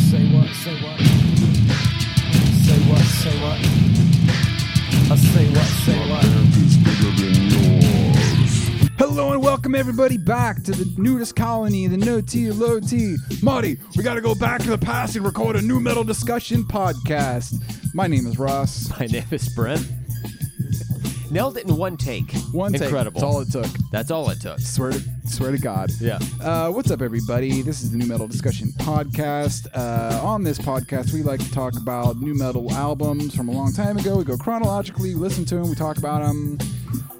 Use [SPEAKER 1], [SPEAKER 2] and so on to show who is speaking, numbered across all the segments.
[SPEAKER 1] say what? Say what? Say what? I say what? Say what?
[SPEAKER 2] Hello and welcome everybody back to the nudist colony, the no tea, low tea. Marty, we gotta go back to the past and record a new metal discussion podcast. My name is Ross.
[SPEAKER 3] My name is Brent. Nailed it in one take.
[SPEAKER 2] One take.
[SPEAKER 3] Incredible.
[SPEAKER 2] That's all it took.
[SPEAKER 3] That's all it took.
[SPEAKER 2] Swear to swear to God.
[SPEAKER 3] Yeah.
[SPEAKER 2] Uh, what's up, everybody? This is the New Metal Discussion Podcast. Uh, on this podcast, we like to talk about new metal albums from a long time ago. We go chronologically, we listen to them, we talk about them,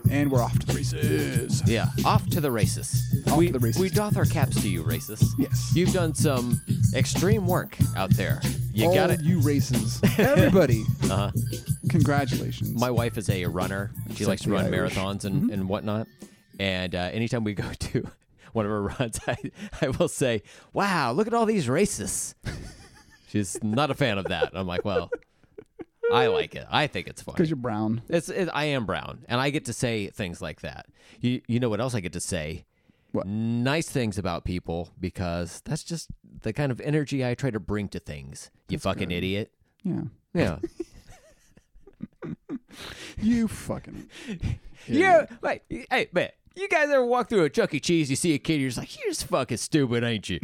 [SPEAKER 2] and we're off to the races.
[SPEAKER 3] Yeah. Off to the races.
[SPEAKER 2] Off
[SPEAKER 3] we,
[SPEAKER 2] to the races.
[SPEAKER 3] We doth our caps to you, racists.
[SPEAKER 2] Yes.
[SPEAKER 3] You've done some extreme work out there. You
[SPEAKER 2] All
[SPEAKER 3] got it.
[SPEAKER 2] You races. Everybody. uh-huh. Congratulations.
[SPEAKER 3] My wife is a runner. She likes to
[SPEAKER 2] the
[SPEAKER 3] run
[SPEAKER 2] Irish. Mm-hmm.
[SPEAKER 3] marathons and, and whatnot. And uh, anytime we go to one of her runs, I, I will say, wow, look at all these racists. She's not a fan of that. I'm like, well, I like it. I think it's funny.
[SPEAKER 2] Because you're brown.
[SPEAKER 3] It's it, I am brown, and I get to say things like that. You you know what else I get to say?
[SPEAKER 2] What?
[SPEAKER 3] Nice things about people because that's just the kind of energy I try to bring to things. You fucking idiot.
[SPEAKER 2] Yeah.
[SPEAKER 3] Yeah.
[SPEAKER 2] You fucking.
[SPEAKER 3] yeah. Like, hey man, you guys ever walk through a Chuck E. Cheese? You see a kid, you're just like, you're just fucking stupid, ain't you?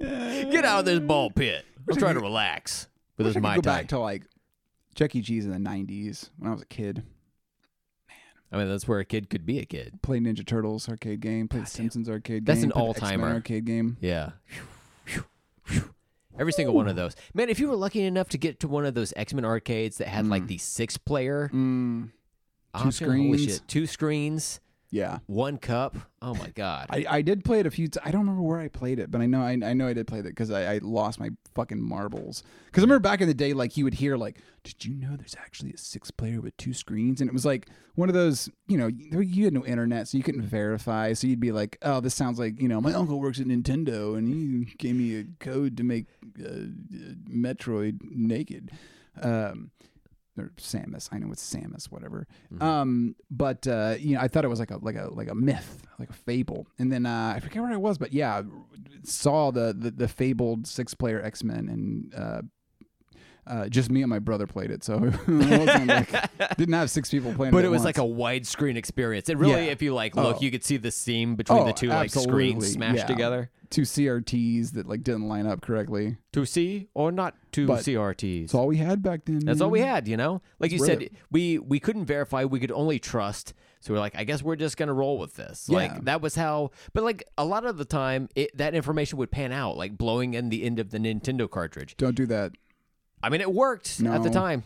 [SPEAKER 3] get out of this ball pit. I'm trying to relax with
[SPEAKER 2] Wish I
[SPEAKER 3] this
[SPEAKER 2] could
[SPEAKER 3] my
[SPEAKER 2] go back
[SPEAKER 3] time.
[SPEAKER 2] to like Chuck E. Cheese in the 90s when I was a kid.
[SPEAKER 3] I mean, that's where a kid could be a kid.
[SPEAKER 2] Played Ninja Turtles arcade game. Played Simpsons arcade
[SPEAKER 3] That's
[SPEAKER 2] game.
[SPEAKER 3] an
[SPEAKER 2] played
[SPEAKER 3] all-timer.
[SPEAKER 2] X-Men arcade game.
[SPEAKER 3] Yeah. Every single one of those. Man, if you were lucky enough to get to one of those X Men arcades that had like the six player
[SPEAKER 2] Mm,
[SPEAKER 3] option, holy
[SPEAKER 2] screens.
[SPEAKER 3] shit, two screens,
[SPEAKER 2] yeah.
[SPEAKER 3] one cup. Oh my God.
[SPEAKER 2] I, I did play it a few. T- I don't remember where I played it, but I know I, I know I did play it because I, I lost my fucking marbles. Because I remember back in the day, like you would hear like, "Did you know there's actually a six player with two screens?" And it was like one of those, you know, you you had no internet, so you couldn't verify. So you'd be like, "Oh, this sounds like you know my uncle works at Nintendo, and he gave me a code to make uh, uh, Metroid naked." Um, or Samus. I know it's Samus, whatever.
[SPEAKER 3] Mm-hmm.
[SPEAKER 2] Um, but uh, you know, I thought it was like a like a like a myth, like a fable. And then uh, I forget where I was, but yeah, saw the the, the fabled six player X Men, and uh, uh, just me and my brother played it, so it wasn't like, didn't have six people playing.
[SPEAKER 3] but
[SPEAKER 2] at
[SPEAKER 3] it was
[SPEAKER 2] once.
[SPEAKER 3] like a widescreen experience. It really,
[SPEAKER 2] Yeah.
[SPEAKER 3] if you like look,
[SPEAKER 2] Oh.
[SPEAKER 3] you could see the seam between
[SPEAKER 2] Oh,
[SPEAKER 3] the two like
[SPEAKER 2] absolutely.
[SPEAKER 3] screens smashed
[SPEAKER 2] Yeah.
[SPEAKER 3] together.
[SPEAKER 2] two CRTs that like didn't line up correctly.
[SPEAKER 3] To see or not to
[SPEAKER 2] But-
[SPEAKER 3] CRTs.
[SPEAKER 2] That's all we had back then.
[SPEAKER 3] That's all we
[SPEAKER 2] man.
[SPEAKER 3] had, you know. Like you said, we we couldn't verify. We could only trust. So we're like, I guess we're just gonna roll with this.
[SPEAKER 2] Yeah.
[SPEAKER 3] Like that was how. But like a lot of the time, it, that information would pan out, like blowing in the end of the Nintendo cartridge.
[SPEAKER 2] Don't do that.
[SPEAKER 3] I mean, it worked at the
[SPEAKER 2] No.
[SPEAKER 3] time.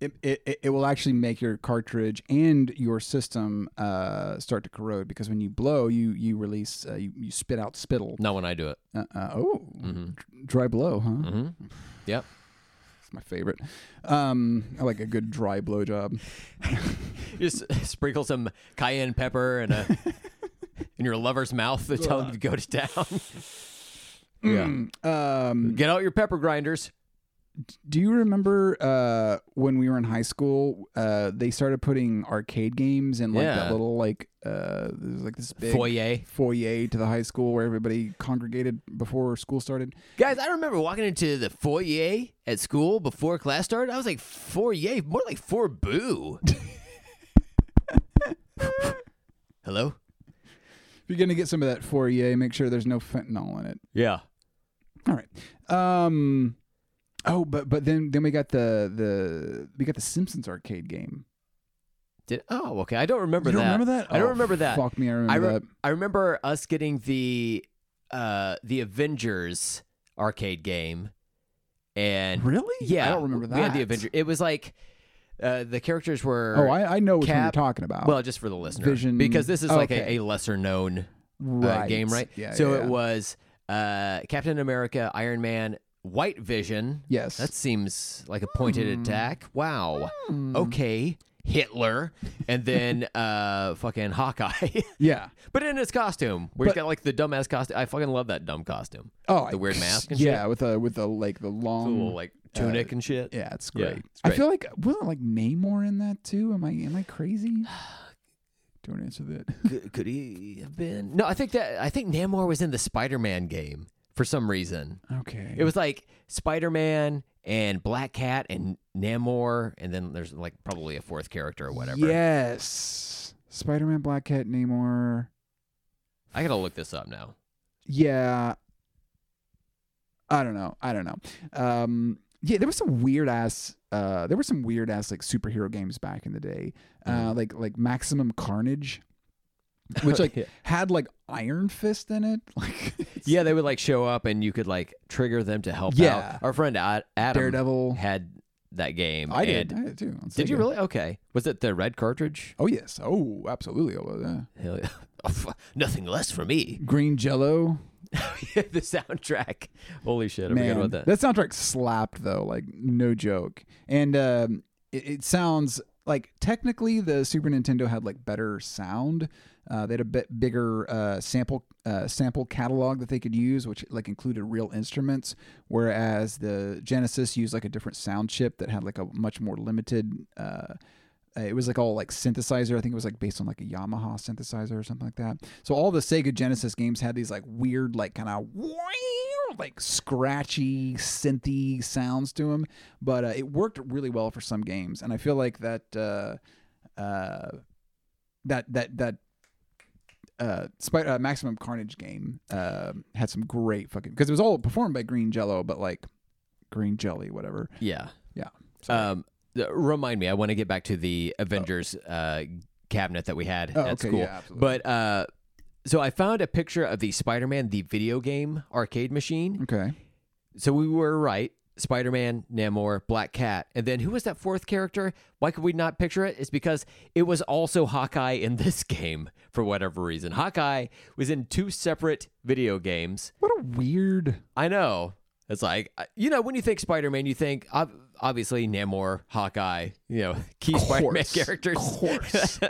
[SPEAKER 2] it, it, it- it will actually make your cartridge and your system uh, start to corrode because when you blow, you you release uh, you, you spit out spittle.
[SPEAKER 3] Not when I do it.
[SPEAKER 2] Uh, uh, oh,
[SPEAKER 3] Mm-hmm.
[SPEAKER 2] d- dry blow, huh?
[SPEAKER 3] Yep.
[SPEAKER 2] It's my favorite. Um, I like a good dry blow job.
[SPEAKER 3] Just sprinkle some cayenne pepper and a in your lover's mouth to tell them to go to town.
[SPEAKER 2] Mm.
[SPEAKER 3] yeah.
[SPEAKER 2] Um,
[SPEAKER 3] Get out your pepper grinders.
[SPEAKER 2] do you remember uh, when we were in high school? Uh, they started putting arcade games in like
[SPEAKER 3] Yeah.
[SPEAKER 2] that little like uh, there was like this big
[SPEAKER 3] Foyer.
[SPEAKER 2] foyer to the high school where everybody congregated before school started.
[SPEAKER 3] Guys, I remember walking into the foyer at school before class started. I was like, foyer? More like four boo. Hello?
[SPEAKER 2] If you're gonna get some of that Fourier, make sure there's no fentanyl in it.
[SPEAKER 3] Yeah.
[SPEAKER 2] All right. Um. Oh, but but then then we got the the we got the Simpsons arcade game.
[SPEAKER 3] Did oh okay. I don't remember
[SPEAKER 2] You don't
[SPEAKER 3] that.
[SPEAKER 2] remember that?
[SPEAKER 3] I don't
[SPEAKER 2] Oh,
[SPEAKER 3] remember that.
[SPEAKER 2] Fuck me, I remember
[SPEAKER 3] I, re-
[SPEAKER 2] that.
[SPEAKER 3] I remember us getting the uh the Avengers arcade game, and
[SPEAKER 2] Really?
[SPEAKER 3] yeah,
[SPEAKER 2] I don't remember that.
[SPEAKER 3] We had the Avenger. It was like uh, the characters were
[SPEAKER 2] Oh, I, I know which one you're
[SPEAKER 3] Cap-
[SPEAKER 2] talking about.
[SPEAKER 3] Well, just for the listener,
[SPEAKER 2] Vision- Oh,
[SPEAKER 3] because this is like
[SPEAKER 2] okay.
[SPEAKER 3] a, a lesser known uh,
[SPEAKER 2] right.
[SPEAKER 3] game, right?
[SPEAKER 2] Yeah.
[SPEAKER 3] so
[SPEAKER 2] yeah,
[SPEAKER 3] it
[SPEAKER 2] yeah.
[SPEAKER 3] was uh, Captain America, Iron Man, White Vision.
[SPEAKER 2] Yes.
[SPEAKER 3] That seems like a pointed
[SPEAKER 2] Hmm.
[SPEAKER 3] attack. Wow. Okay. Hitler, and then uh, fucking Hawkeye,
[SPEAKER 2] yeah.
[SPEAKER 3] but in his costume, where
[SPEAKER 2] But-
[SPEAKER 3] he's got like the dumbass costume. I fucking love that dumb costume.
[SPEAKER 2] Oh,
[SPEAKER 3] the
[SPEAKER 2] I-
[SPEAKER 3] weird mask and
[SPEAKER 2] yeah, with a with a like the long.
[SPEAKER 3] shit, the little like
[SPEAKER 2] uh,
[SPEAKER 3] tunic and shit.
[SPEAKER 2] Yeah, it's
[SPEAKER 3] Yeah,
[SPEAKER 2] great.
[SPEAKER 3] it's
[SPEAKER 2] I
[SPEAKER 3] great.
[SPEAKER 2] feel like wasn't like Namor in that too? Am I am I crazy? Don't answer that.
[SPEAKER 3] Could, could he have been? No, I think that I think Namor was in the Spider-Man game for for some reason.
[SPEAKER 2] Okay.
[SPEAKER 3] It was like Spider Man and Black Cat and Namor, and then there's like probably a fourth character or whatever.
[SPEAKER 2] Yes. Spider Man, Black Cat, Namor.
[SPEAKER 3] I gotta look this up now.
[SPEAKER 2] Yeah. I don't know. I don't know. Um, yeah, there was some weird ass. Uh, there were some weird ass like superhero games back in the day,
[SPEAKER 3] Mm-hmm.
[SPEAKER 2] uh, like like Maximum Carnage, which like
[SPEAKER 3] Yeah.
[SPEAKER 2] had like Iron Fist in it. Like it's
[SPEAKER 3] Yeah, they would like show up and you could like trigger them to help
[SPEAKER 2] Yeah.
[SPEAKER 3] out. Our friend Ad- Adam
[SPEAKER 2] Daredevil.
[SPEAKER 3] had that game.
[SPEAKER 2] I did.
[SPEAKER 3] and-
[SPEAKER 2] I did too. on
[SPEAKER 3] Did you
[SPEAKER 2] Sega.
[SPEAKER 3] really? Okay. Was it the red cartridge?
[SPEAKER 2] Oh yes. Oh, absolutely. Oh, yeah.
[SPEAKER 3] Hell yeah. Oh, fu- Nothing less for me.
[SPEAKER 2] Green Jello.
[SPEAKER 3] the soundtrack. Holy shit. I
[SPEAKER 2] Man,
[SPEAKER 3] forgot about that.
[SPEAKER 2] that soundtrack slapped though, like no joke. And um, it, it sounds like technically the Super Nintendo had like better sound. Uh, they had a bit bigger uh, sample uh, sample catalog that they could use, which like included real instruments. Whereas the Genesis used like a different sound chip that had like a much more limited. Uh, uh, it was like all like synthesizer. I think it was like based on like a Yamaha synthesizer or something like that. So all the Sega Genesis games had these like weird, like kind of like scratchy, synthy sounds to them. But uh, it worked really well for some games, and I feel like that uh, uh, that that that uh, Spider uh, Maximum Carnage game uh, had some great fucking because it was all performed by Green Jello, but like Green Jelly, whatever.
[SPEAKER 3] Yeah.
[SPEAKER 2] Yeah.
[SPEAKER 3] Um, th- remind me, I want to get back to the Avengers uh, cabinet that we had
[SPEAKER 2] Oh,
[SPEAKER 3] at
[SPEAKER 2] okay,
[SPEAKER 3] school.
[SPEAKER 2] yeah, absolutely.
[SPEAKER 3] but uh, so I found a picture of the Spider Man, the video game arcade machine.
[SPEAKER 2] Okay.
[SPEAKER 3] So we were right. Spider Man, Namor, Black Cat. And then who was that fourth character? Why could we not picture it? It's because it was also Hawkeye in this game for whatever reason. Hawkeye was in two separate video games.
[SPEAKER 2] What a weird.
[SPEAKER 3] I know. It's like I- you know when you think Spider-Man, you think ob- obviously Namor, Hawkeye, you know key Spider-Man
[SPEAKER 2] course.
[SPEAKER 3] characters.
[SPEAKER 2] Of course.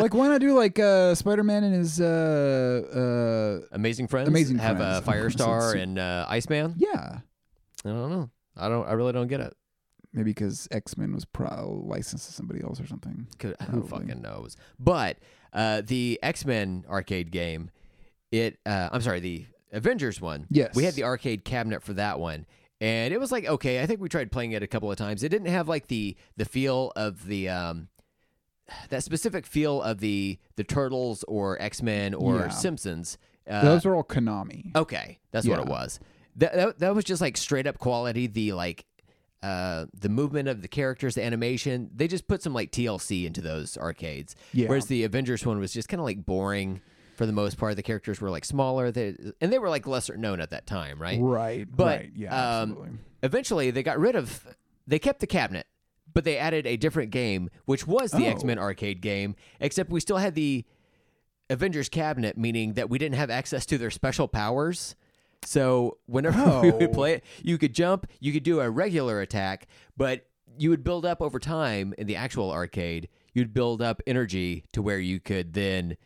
[SPEAKER 2] like why not do like uh Spider-Man and his uh uh
[SPEAKER 3] Amazing Friends,
[SPEAKER 2] Amazing
[SPEAKER 3] have
[SPEAKER 2] Friends.
[SPEAKER 3] uh, Firestar
[SPEAKER 2] It's-
[SPEAKER 3] and uh, Iceman.
[SPEAKER 2] yeah.
[SPEAKER 3] I don't know. I don't. I really don't get it.
[SPEAKER 2] Maybe because X-Men was pro- licensed to somebody else or something.
[SPEAKER 3] Could, who
[SPEAKER 2] Probably.
[SPEAKER 3] fucking knows? But uh, the X-Men arcade game, it. Uh, I'm sorry, the Avengers one.
[SPEAKER 2] Yes.
[SPEAKER 3] we had the arcade cabinet for that one, and it was like okay. I think we tried playing it a couple of times. It didn't have like the the feel of the um, that specific feel of the the Turtles or X Men or
[SPEAKER 2] Yeah.
[SPEAKER 3] Simpsons. Uh, Oh,
[SPEAKER 2] Those were all Konami.
[SPEAKER 3] Okay, that's what it
[SPEAKER 2] Yeah.
[SPEAKER 3] was. That, that that was just like straight up quality. The like, uh, the movement of the characters, the animation. They just put some like TLC into those arcades.
[SPEAKER 2] Yeah.
[SPEAKER 3] Whereas the Avengers one was just kind of like boring for the most part. The characters were like smaller. They, and they were like lesser known at that time, right?
[SPEAKER 2] right.
[SPEAKER 3] But
[SPEAKER 2] right. Yeah.
[SPEAKER 3] um,
[SPEAKER 2] absolutely.
[SPEAKER 3] eventually they got rid of. They kept the cabinet, but they added a different game, which was the
[SPEAKER 2] Oh.
[SPEAKER 3] X Men arcade game. Except we still had the Avengers cabinet, meaning that we didn't have access to their special powers. So whenever we
[SPEAKER 2] Oh.
[SPEAKER 3] would play it, you could jump, you could do a regular attack, but you would build up over time in the actual arcade. You'd build up energy to where you could then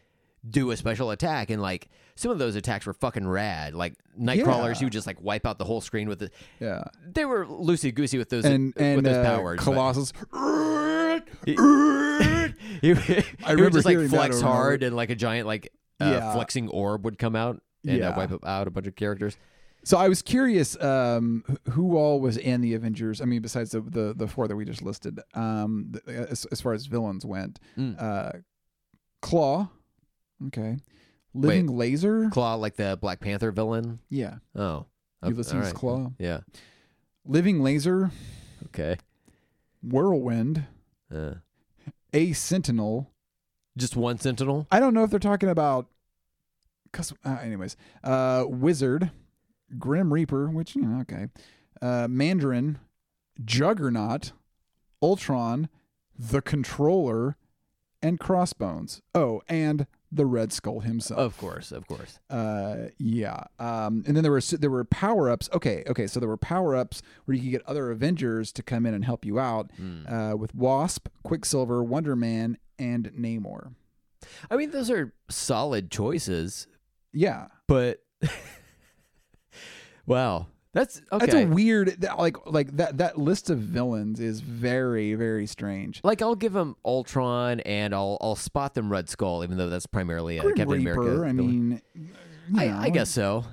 [SPEAKER 3] do a special attack, and like some of those attacks were fucking rad. Like Nightcrawlers,
[SPEAKER 2] Yeah.
[SPEAKER 3] you would just like wipe out the whole screen with it
[SPEAKER 2] Yeah.
[SPEAKER 3] they were loosey goosey with those
[SPEAKER 2] And
[SPEAKER 3] with
[SPEAKER 2] and
[SPEAKER 3] those
[SPEAKER 2] uh,
[SPEAKER 3] powers. but-
[SPEAKER 2] Colossus.
[SPEAKER 3] He- he, he would
[SPEAKER 2] remember
[SPEAKER 3] just like
[SPEAKER 2] hearing that over and
[SPEAKER 3] flex
[SPEAKER 2] over.
[SPEAKER 3] hard, and like a giant like uh,
[SPEAKER 2] Yeah.
[SPEAKER 3] flexing orb would come out and uh,
[SPEAKER 2] Yeah.
[SPEAKER 3] wipe out a bunch of characters.
[SPEAKER 2] So I was curious um, wh- who all was in the Avengers. I mean, besides the the, the four that we just listed, um, th- as, as far as villains went,
[SPEAKER 3] Mm.
[SPEAKER 2] uh, Claw, okay, Living Laser,
[SPEAKER 3] Claw, like the Black Panther villain.
[SPEAKER 2] yeah,
[SPEAKER 3] Oh, Oh,
[SPEAKER 2] Ulysses
[SPEAKER 3] all right.
[SPEAKER 2] Claw,
[SPEAKER 3] Yeah.
[SPEAKER 2] Living Laser,
[SPEAKER 3] Okay.
[SPEAKER 2] Whirlwind,
[SPEAKER 3] Uh,
[SPEAKER 2] A Sentinel.
[SPEAKER 3] just one Sentinel.
[SPEAKER 2] I don't know if they're talking about, cause uh, anyways, uh, Wizard, Grim Reaper, which you know, okay, uh, Mandarin, Juggernaut, Ultron, the Controller, and Crossbones. Oh, and the Red Skull himself.
[SPEAKER 3] Of course, of course.
[SPEAKER 2] Uh, yeah. Um, and then there were there were power ups. Okay, okay. So there were power ups where you could get other Avengers to come in and help you out
[SPEAKER 3] Hmm.
[SPEAKER 2] uh, with Wasp, Quicksilver, Wonder Man, and Namor.
[SPEAKER 3] I mean, those are solid choices,
[SPEAKER 2] Yeah,
[SPEAKER 3] but wow, that's okay.
[SPEAKER 2] that's a weird that, like like that that list of villains is very very strange.
[SPEAKER 3] Like I'll give them Ultron and I'll I'll spot them Red Skull, even though that's primarily a
[SPEAKER 2] Grim
[SPEAKER 3] Captain
[SPEAKER 2] Reaper.
[SPEAKER 3] America.
[SPEAKER 2] I
[SPEAKER 3] villain.
[SPEAKER 2] mean, you
[SPEAKER 3] I,
[SPEAKER 2] know,
[SPEAKER 3] I guess so.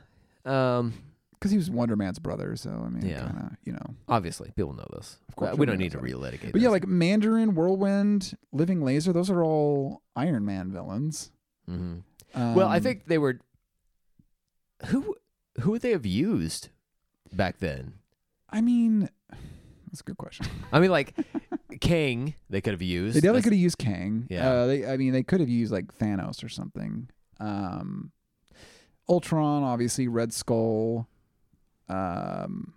[SPEAKER 3] Um,
[SPEAKER 2] because he was Wonder Man's brother, so I mean,
[SPEAKER 3] Yeah.
[SPEAKER 2] kinda, you know.
[SPEAKER 3] Obviously, people know this. Of
[SPEAKER 2] course
[SPEAKER 3] we
[SPEAKER 2] everyone
[SPEAKER 3] don't need to
[SPEAKER 2] knows
[SPEAKER 3] relitigate.
[SPEAKER 2] But yeah, like Mandarin, Whirlwind, Living Laser, those are all Iron Man villains.
[SPEAKER 3] hmm
[SPEAKER 2] Um,
[SPEAKER 3] well, I think they were. Who who would they have used back then?
[SPEAKER 2] I mean, that's a good question.
[SPEAKER 3] I mean, like King, they could have used.
[SPEAKER 2] They definitely
[SPEAKER 3] That's-
[SPEAKER 2] could have used Kang.
[SPEAKER 3] Yeah.
[SPEAKER 2] Uh, they, I mean, they could have used like Thanos or something. Um, Ultron, obviously, Red Skull. Um,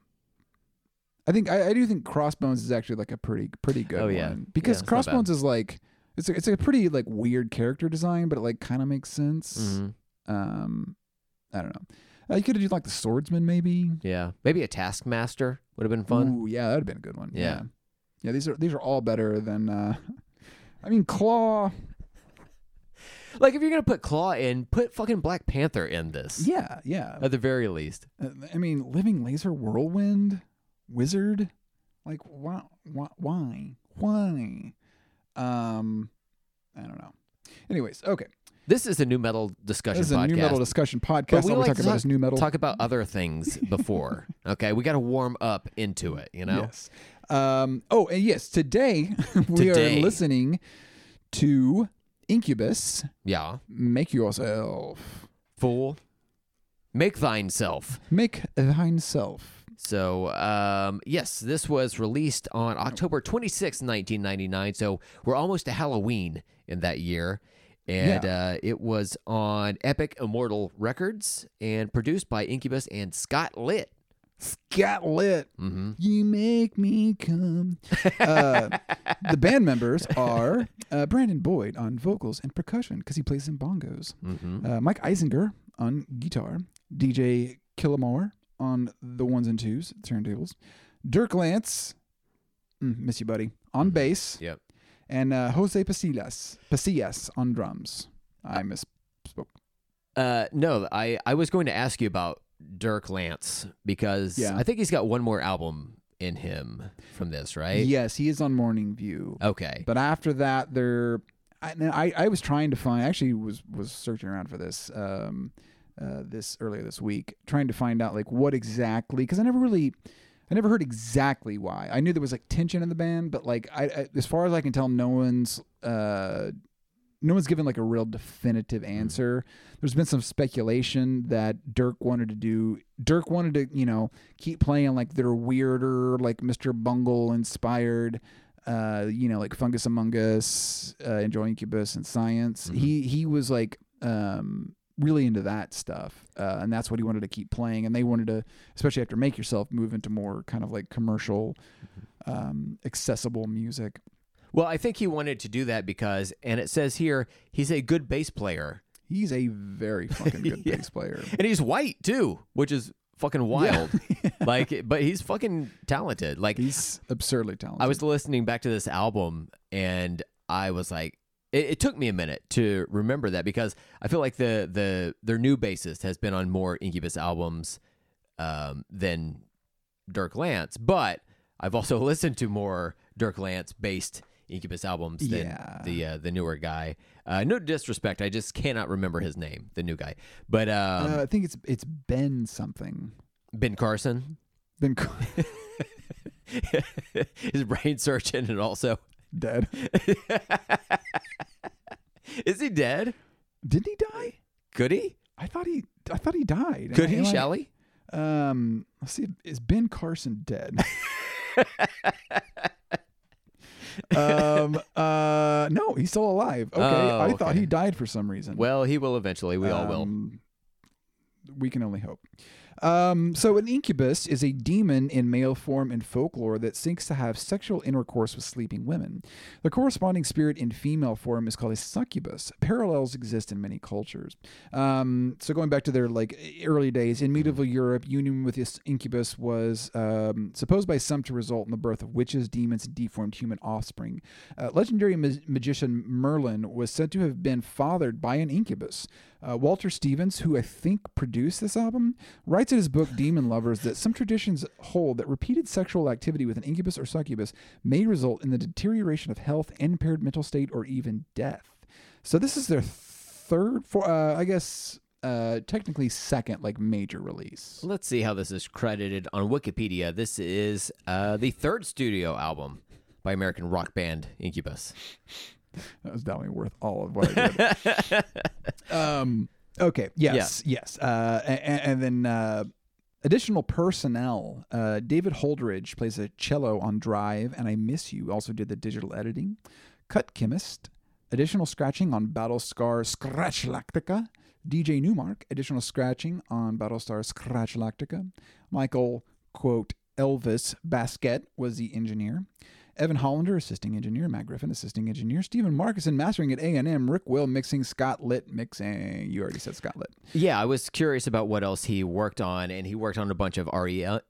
[SPEAKER 2] I think I, I do think Crossbones is actually like a pretty pretty good
[SPEAKER 3] Oh, yeah.
[SPEAKER 2] one because
[SPEAKER 3] Yeah, it's not bad.
[SPEAKER 2] Crossbones is like it's a, it's a pretty like weird character design, but it like kind of makes sense.
[SPEAKER 3] Mhm.
[SPEAKER 2] Um, I don't know. Uh, you could have done like the Swordsman, maybe.
[SPEAKER 3] Yeah, maybe a Taskmaster would have been fun.
[SPEAKER 2] Ooh, yeah, that'd been a good one.
[SPEAKER 3] Yeah.
[SPEAKER 2] yeah. Yeah, these are these are all better than uh I mean Claw. Mm.
[SPEAKER 3] Like if you're gonna put Claw in, put fucking Black Panther in this
[SPEAKER 2] Yeah, yeah.
[SPEAKER 3] at the very least.
[SPEAKER 2] Uh, I mean Living Laser Whirlwind, Wizard. Like why why why? Why? Um I don't know. Anyways, okay.
[SPEAKER 3] This is a new metal discussion
[SPEAKER 2] This is a
[SPEAKER 3] podcast.
[SPEAKER 2] new metal discussion podcast.
[SPEAKER 3] But we
[SPEAKER 2] All we're
[SPEAKER 3] like
[SPEAKER 2] talking
[SPEAKER 3] to
[SPEAKER 2] about is new metal.
[SPEAKER 3] Talk about other things before. okay, we got to warm up into it. You know.
[SPEAKER 2] Yes. Um, oh, and yes, today we
[SPEAKER 3] Today.
[SPEAKER 2] are listening to Incubus.
[SPEAKER 3] Yeah.
[SPEAKER 2] Make yourself.
[SPEAKER 3] Fool. Make thine self.
[SPEAKER 2] Make thine self.
[SPEAKER 3] So, um, yes, this was released on October twenty sixth, 1999. So, we're almost to Halloween in that year. And uh, it was on Epic Immortal Records and produced by Incubus and Scott Litt.
[SPEAKER 2] Got lit.
[SPEAKER 3] Mm-hmm.
[SPEAKER 2] You make me come. Uh, the band members are uh, Brandon Boyd on vocals and percussion because he plays in bongos.
[SPEAKER 3] Mm-hmm.
[SPEAKER 2] Uh, Mike Eisinger on guitar. DJ Killamore on the ones and twos, turntables. Dirk Lance, mm, miss you, buddy, on bass.
[SPEAKER 3] Yep.
[SPEAKER 2] And uh, Jose Pasillas, Pasillas on drums. I misspoke.
[SPEAKER 3] Uh, no, I, I was going to ask you about Dirk Lance because
[SPEAKER 2] Yeah.
[SPEAKER 3] I think he's got one more album in him from this, right?
[SPEAKER 2] Yes, he is on Morning View.
[SPEAKER 3] Okay.
[SPEAKER 2] But after that, there, I, now, I I was trying to find. Actually, was was searching around for this um, uh, this earlier this week, trying to find out like what exactly because I never really. I never heard exactly why. I knew there was like tension in the band, but like I, I as far as I can tell, no one's uh, no one's given like a real definitive answer. There's been some speculation that Dirk wanted to do Dirk wanted to, you know, keep playing like their weirder, like Mr. Bungle inspired, uh, you know, like Fungus Among Us, uh, Enjoy Incubus and Science. He he was like um really into that stuff. Uh, and that's what he wanted to keep playing. And they wanted to, especially after Make Yourself, move into more kind of like commercial, um, accessible music.
[SPEAKER 3] Well, I think he wanted to do that because, and it says here, he's a good bass player.
[SPEAKER 2] He's a very fucking good
[SPEAKER 3] Yeah.
[SPEAKER 2] bass player.
[SPEAKER 3] and he's white too, which is fucking wild. Like, but he's fucking talented. Like,
[SPEAKER 2] He's absurdly talented.
[SPEAKER 3] I was listening back to this album, and I was like, it, it took me a minute to remember that because I feel like the the their new bassist has been on more Incubus albums um, than Dirk Lance, but I've also listened to more Dirk Lance based Incubus albums than
[SPEAKER 2] Yeah.
[SPEAKER 3] the uh, the newer guy. Uh, no disrespect, I just cannot remember his name, the new guy. But um,
[SPEAKER 2] uh, I think it's it's Ben something.
[SPEAKER 3] Ben Carson.
[SPEAKER 2] Ben
[SPEAKER 3] His brain surgeon and also
[SPEAKER 2] dead.
[SPEAKER 3] is he dead?
[SPEAKER 2] Did he die?
[SPEAKER 3] Could he?
[SPEAKER 2] I thought he I thought he died.
[SPEAKER 3] Could he?
[SPEAKER 2] Am I-
[SPEAKER 3] Shall he?
[SPEAKER 2] Um, let's see. Is Ben Carson dead? um. Uh. No, he's still alive. Okay.
[SPEAKER 3] Oh,
[SPEAKER 2] I thought
[SPEAKER 3] okay.
[SPEAKER 2] he died for some reason.
[SPEAKER 3] Well, he will eventually. We all will.
[SPEAKER 2] Um, We can only hope. Um, so, an incubus is a demon in male form in folklore that seeks to have sexual intercourse with sleeping women. The corresponding spirit in female form is called a succubus. Parallels exist in many cultures. Um, so, going back to their like early days in medieval Europe, union with this incubus was um, supposed by some to result in the birth of witches, demons, and deformed human offspring. Uh, legendary ma- magician Merlin was said to have been fathered by an incubus. Uh, Walter Stevens, who I think produced this album, writes in his book Demon Lovers that some traditions hold that repeated sexual activity with an incubus or succubus may result in the deterioration of health, impaired mental state, or even death. So this is their third, four, uh, I guess, uh, technically second like major release.
[SPEAKER 3] Let's see how this is credited on Wikipedia. This is uh, the third studio album by American rock band Incubus.
[SPEAKER 2] That was definitely worth all of what I did. um, okay. Yes. Yes. Uh, and, and then uh, additional personnel. Uh, David Holdridge plays a cello on Drive, and I Miss You also did the digital editing. Cut Chemist. Additional scratching on Battlestar Scratch Lactica. DJ Newmark. Additional scratching on Battlestar Scratch Lactica. Michael, quote, Elvis Basquet was the engineer. Evan Hollander, assisting engineer. Matt Griffin, assisting engineer. Stephen Markison, mastering at A&M. Rick Will, mixing. Scott Litt, mixing. You already said Scott Litt.
[SPEAKER 3] Yeah, I was curious about what else he worked on, and he worked on a bunch of REM, R- E oh,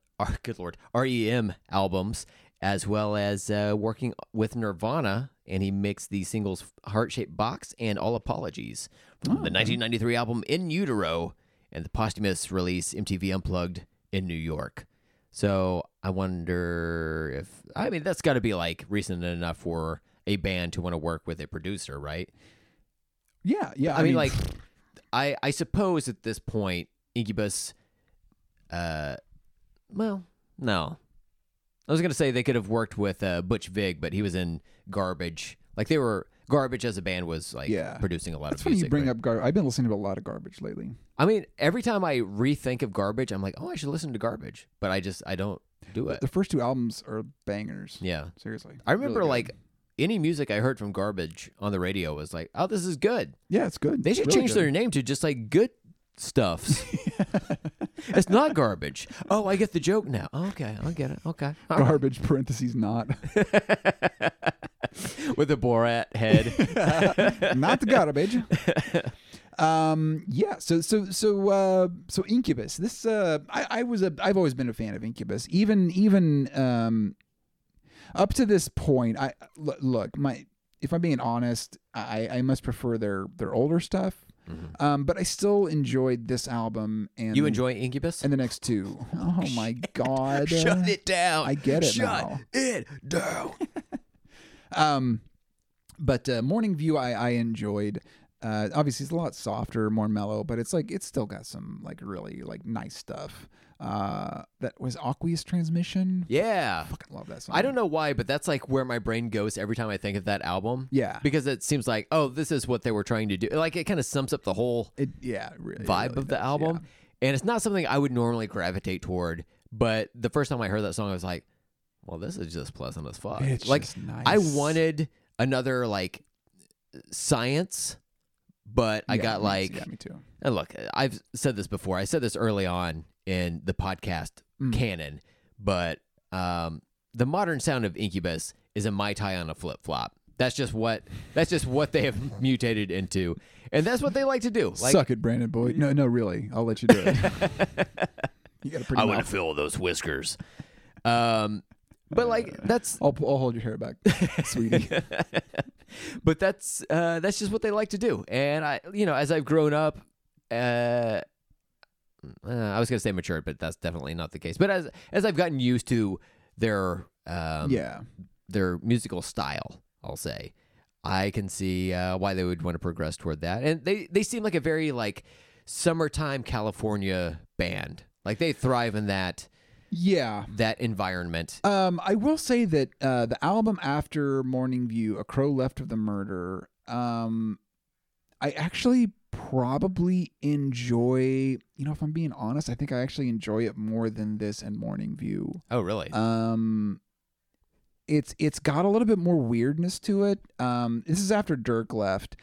[SPEAKER 3] good lord, REM albums, as well as uh, working with Nirvana, and he mixed the singles Heart Shaped Box and All Apologies from the 1993 album In Utero and the posthumous release MTV Unplugged in New York. So I wonder if, I mean, that's got to be like recent enough for a band to want to work with a producer, right?
[SPEAKER 2] Yeah, yeah.
[SPEAKER 3] I, mean, like, I I suppose at this point, Incubus, uh, well, no, I was gonna say they could have worked with uh, Butch Vig, but he was in Garbage. Like they were Garbage as a band was like
[SPEAKER 2] Yeah.
[SPEAKER 3] producing a lot
[SPEAKER 2] That's
[SPEAKER 3] of
[SPEAKER 2] funny
[SPEAKER 3] music.
[SPEAKER 2] you bring
[SPEAKER 3] right?
[SPEAKER 2] up garbage. I've been listening to a lot of garbage lately.
[SPEAKER 3] I mean, every time I rethink of Garbage, I'm like, oh, I should listen to Garbage, but I just I don't do it.
[SPEAKER 2] The first two albums are bangers.
[SPEAKER 3] Yeah,
[SPEAKER 2] Seriously.
[SPEAKER 3] I remember
[SPEAKER 2] Really good.
[SPEAKER 3] like. Any music I heard from Garbage on the radio was like, "Oh, this is good."
[SPEAKER 2] Yeah, it's good.
[SPEAKER 3] They should
[SPEAKER 2] Really
[SPEAKER 3] change
[SPEAKER 2] good.
[SPEAKER 3] their name to just like good stuffs. it's not garbage. Oh, I get the joke now. Okay, I get it. Okay. All right.
[SPEAKER 2] garbage parentheses not.
[SPEAKER 3] With a Borat head.
[SPEAKER 2] not the garbage. Um yeah, so so so uh so Incubus. This uh I, I was a I've always been a fan of Incubus. Even even um up to this point, I l- look, my if I'm being honest, I I must prefer their their older stuff. Um but I still enjoyed this album and
[SPEAKER 3] Mm-hmm. you enjoy Incubus?
[SPEAKER 2] and the next two. Oh my god.
[SPEAKER 3] Shut it down.
[SPEAKER 2] I get it
[SPEAKER 3] Shut
[SPEAKER 2] now.
[SPEAKER 3] it down.
[SPEAKER 2] Um, but uh, Morning View, I, I enjoyed. Uh, obviously, it's a lot softer, more mellow, but it's like it's still got some like really like nice stuff. Uh, that was Aqueous Transmission.
[SPEAKER 3] yeah.
[SPEAKER 2] Fucking love that song.
[SPEAKER 3] I don't know why, but that's like where my brain goes every time I think of that album.
[SPEAKER 2] Yeah.
[SPEAKER 3] Because it seems like, oh, this is what they were trying to do. Like it kind of sums up the whole
[SPEAKER 2] It, yeah, it really.
[SPEAKER 3] vibe
[SPEAKER 2] really
[SPEAKER 3] of the
[SPEAKER 2] does,
[SPEAKER 3] album. And it's not something I would normally gravitate toward, but the first time I heard that song, I was like, well, this is just pleasant as fuck.
[SPEAKER 2] yeah. It's
[SPEAKER 3] Uh, like,
[SPEAKER 2] just nice.
[SPEAKER 3] I wanted another, like, science, but I
[SPEAKER 2] Yeah,
[SPEAKER 3] got,
[SPEAKER 2] me-
[SPEAKER 3] like,
[SPEAKER 2] Yeah, me too.
[SPEAKER 3] and look, I've said this before. I said this early on in the podcast
[SPEAKER 2] Mm.
[SPEAKER 3] canon, but um, the modern sound of Incubus is a mai tai on a flip flop. That's just what that's just what they have mutated into, and that's what they like to do. Like,
[SPEAKER 2] Suck it, Brandon boy. No, no, really. I'll let you do it. you got a pretty
[SPEAKER 3] I want to
[SPEAKER 2] mouth.
[SPEAKER 3] fill those whiskers. Um, but like that's
[SPEAKER 2] I'll, I'll hold your hair back, sweetie.
[SPEAKER 3] but that's uh, that's just what they like to do. And I, you know, as I've grown up, uh, uh, I was gonna say matured, but that's definitely not the case. But as as I've gotten used to their um,
[SPEAKER 2] yeah.
[SPEAKER 3] their musical style, I'll say, I can see uh, why they would want to progress toward that. And they they seem like a very like summertime California band. Like they thrive in that
[SPEAKER 2] Yeah.
[SPEAKER 3] that environment.
[SPEAKER 2] Um, I will say that uh, the album after Morning View, A Crow Left of the Murder, um, I actually probably enjoy. You know, if I'm being honest, I think I actually enjoy it more than this and Morning View.
[SPEAKER 3] Oh, really?
[SPEAKER 2] Um, it's it's got a little bit more weirdness to it. Um, this is after Dirk left,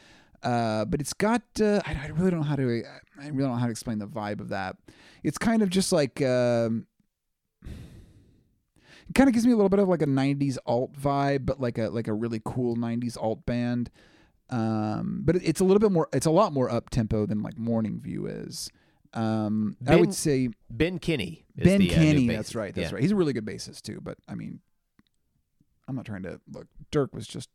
[SPEAKER 2] uh, but it's got uh, I, I really don't know how to I really don't know how to explain the vibe of that. It's kind of just like um, it kind of gives me a little bit of like a '90s alt vibe, but like a like a really cool '90s alt band. Um, but it- it's a little bit more. It's a lot more up tempo than like Morning View is. Um, I
[SPEAKER 3] Ben-
[SPEAKER 2] would say
[SPEAKER 3] ben Kinney. is
[SPEAKER 2] Ben
[SPEAKER 3] the, uh, new
[SPEAKER 2] Kenny,
[SPEAKER 3] bassist.
[SPEAKER 2] that's right, that's
[SPEAKER 3] Yeah.
[SPEAKER 2] right. He's a really good bassist too, but I mean, I'm not trying to look. Dirk was just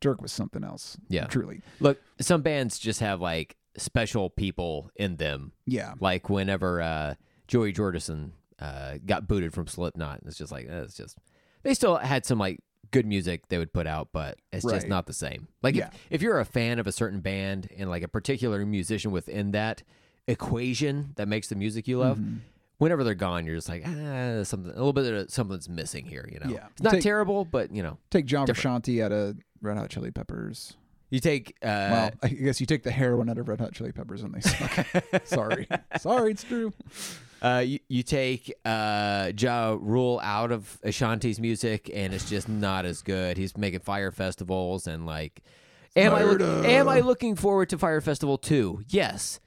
[SPEAKER 2] Dirk was something else.
[SPEAKER 3] Yeah.
[SPEAKER 2] truly.
[SPEAKER 3] Look, some bands just have like special people in them.
[SPEAKER 2] Yeah,
[SPEAKER 3] Like whenever uh, Joey Jordison uh, got booted from Slipknot, it's just like eh, it's just they still had some like good music they would put out, but it's just
[SPEAKER 2] Right.
[SPEAKER 3] not the same. Like
[SPEAKER 2] Yeah.
[SPEAKER 3] if, if you're a fan of a certain band and like a particular musician within that, equation that makes the music you love.
[SPEAKER 2] Mm-hmm.
[SPEAKER 3] Whenever they're gone, you're just like, ah, there's something a little bit of something's missing here. You know,
[SPEAKER 2] Yeah.
[SPEAKER 3] it's not
[SPEAKER 2] Take-
[SPEAKER 3] terrible, but you know,
[SPEAKER 2] Take John Frusciante out of Red Hot Chili Peppers.
[SPEAKER 3] you take uh,
[SPEAKER 2] Well, I guess you take the heroin out of Red Hot Chili Peppers and they suck. Sorry. Sorry, it's true.
[SPEAKER 3] Uh, you, you take uh, Ja Rule out of Ashanti's music, and it's just not as good. He's making fire festivals, and like, am I look,
[SPEAKER 2] Murder.
[SPEAKER 3] am I looking forward to Fire Festival two? Yes.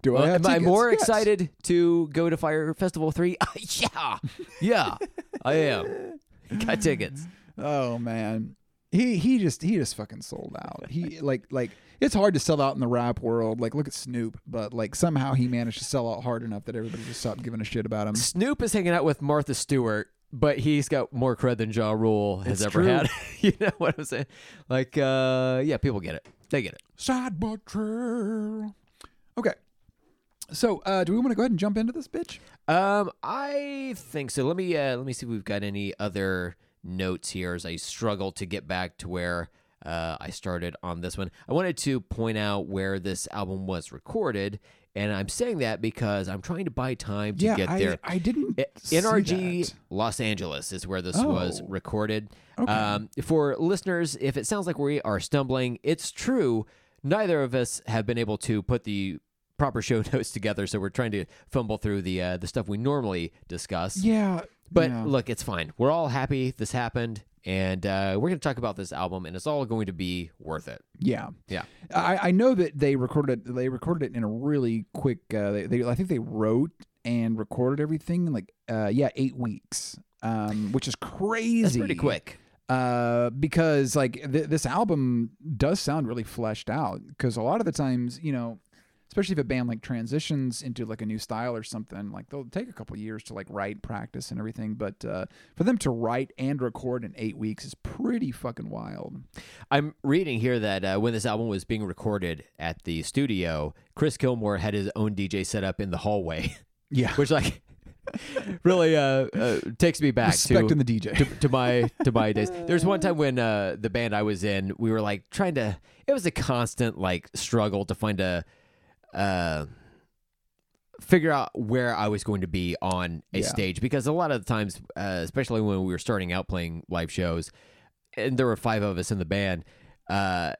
[SPEAKER 2] Do I
[SPEAKER 3] Well,
[SPEAKER 2] have
[SPEAKER 3] am I
[SPEAKER 2] tickets?
[SPEAKER 3] more
[SPEAKER 2] Yes.
[SPEAKER 3] excited to go to Fire Festival three? yeah, yeah, I am. Got tickets.
[SPEAKER 2] Oh man. He he just he just fucking sold out. He like like it's hard to sell out in the rap world. Like look at Snoop, but like somehow he managed to sell out hard enough that everybody just stopped giving a shit about him.
[SPEAKER 3] Snoop is hanging out with Martha Stewart, but he's got more cred than Ja Rule has
[SPEAKER 2] It's
[SPEAKER 3] ever
[SPEAKER 2] true.
[SPEAKER 3] had. you know what I'm saying? Like, uh, yeah, people get it. They get it.
[SPEAKER 2] Side but true. Okay. So uh do we want to go ahead and jump into this bitch?
[SPEAKER 3] Um, I think so. Let me uh, let me see if we've got any other notes here as I struggle to get back to where uh, I started on this one. I wanted to point out where this album was recorded, and I'm saying that because I'm trying to buy time to
[SPEAKER 2] yeah,
[SPEAKER 3] get
[SPEAKER 2] I,
[SPEAKER 3] there.
[SPEAKER 2] I didn't
[SPEAKER 3] I-
[SPEAKER 2] see
[SPEAKER 3] NRG
[SPEAKER 2] that.
[SPEAKER 3] Los Angeles is where this was
[SPEAKER 2] Oh.
[SPEAKER 3] recorded. Um, for listeners, if it sounds like we are stumbling, it's true. Neither of us have been able to put the proper show notes together, so we're trying to fumble through the uh, the stuff we normally discuss.
[SPEAKER 2] Yeah.
[SPEAKER 3] But
[SPEAKER 2] yeah.
[SPEAKER 3] look, it's fine. We're all happy this happened, and uh, we're going to talk about this album, and it's all going to be worth it.
[SPEAKER 2] Yeah,
[SPEAKER 3] Yeah.
[SPEAKER 2] I, I know that they recorded it. They recorded it in a really quick. Uh, they, they, I think they wrote and recorded everything in like, uh, yeah, eight weeks, um, which is crazy.
[SPEAKER 3] It's pretty quick.
[SPEAKER 2] Uh, because like th- this album does sound really fleshed out. Because a lot of the times, you know, especially if a band like transitions into like a new style or something, like they'll take a couple years to like write, practice, and everything. But uh, for them to write and record in eight weeks is pretty fucking wild.
[SPEAKER 3] I'm reading here that uh, when this album was being recorded at the studio, Chris Gilmore had his own DJ set up in the hallway,
[SPEAKER 2] Yeah,
[SPEAKER 3] which like really uh, uh, takes me back to
[SPEAKER 2] respecting the DJ.
[SPEAKER 3] to, to my to my days. There's one time when uh, the band I was in, we were like trying to. It was a constant like struggle to find a. Uh, figure out where I was going to be on a
[SPEAKER 2] Yeah.
[SPEAKER 3] stage because a lot of the times, uh, especially when we were starting out playing live shows, and there were five of us in the band. Uh,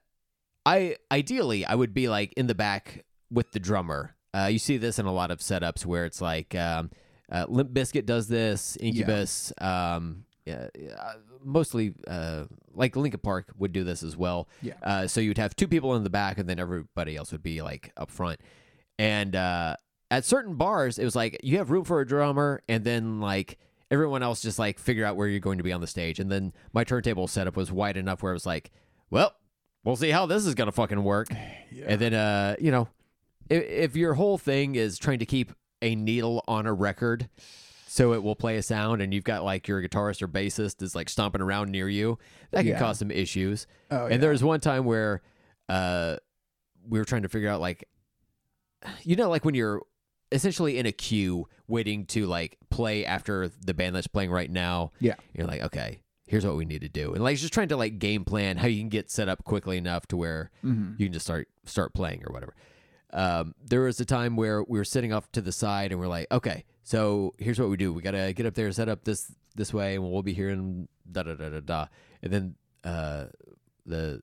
[SPEAKER 3] I ideally I would be like in the back with the drummer. Uh, you see this in a lot of setups where it's like um, uh, Limp Biscuit does this, Incubus, um, yeah, uh, mostly uh, like Linkin Park would do this as well.
[SPEAKER 2] Yeah.
[SPEAKER 3] Uh, so you'd have two people in the back, and then everybody else would be like up front. And uh, at certain bars, it was like you have room for a drummer, and then like everyone else just like figure out where you're going to be on the stage. And then my turntable setup was wide enough where it was like, well, we'll see how this is gonna fucking work. And then uh, you know, if, if your whole thing is trying to keep a needle on a record. So it will play a sound, and you've got like your guitarist or bassist is like stomping around near you. That can
[SPEAKER 2] Yeah.
[SPEAKER 3] cause some issues
[SPEAKER 2] Oh,
[SPEAKER 3] and there was one time where uh, we were trying to figure out like you know like when you're essentially in a queue waiting to like play after the band that's playing right now
[SPEAKER 2] Yeah.
[SPEAKER 3] you're like okay here's what we need to do and like just trying to like game plan how you can get set up quickly enough to where you can just start start playing or whatever um, there was a time where we were sitting off to the side and we're like okay so here's what we do we gotta get up there set up this this way and we'll be here and da da da da da and then uh the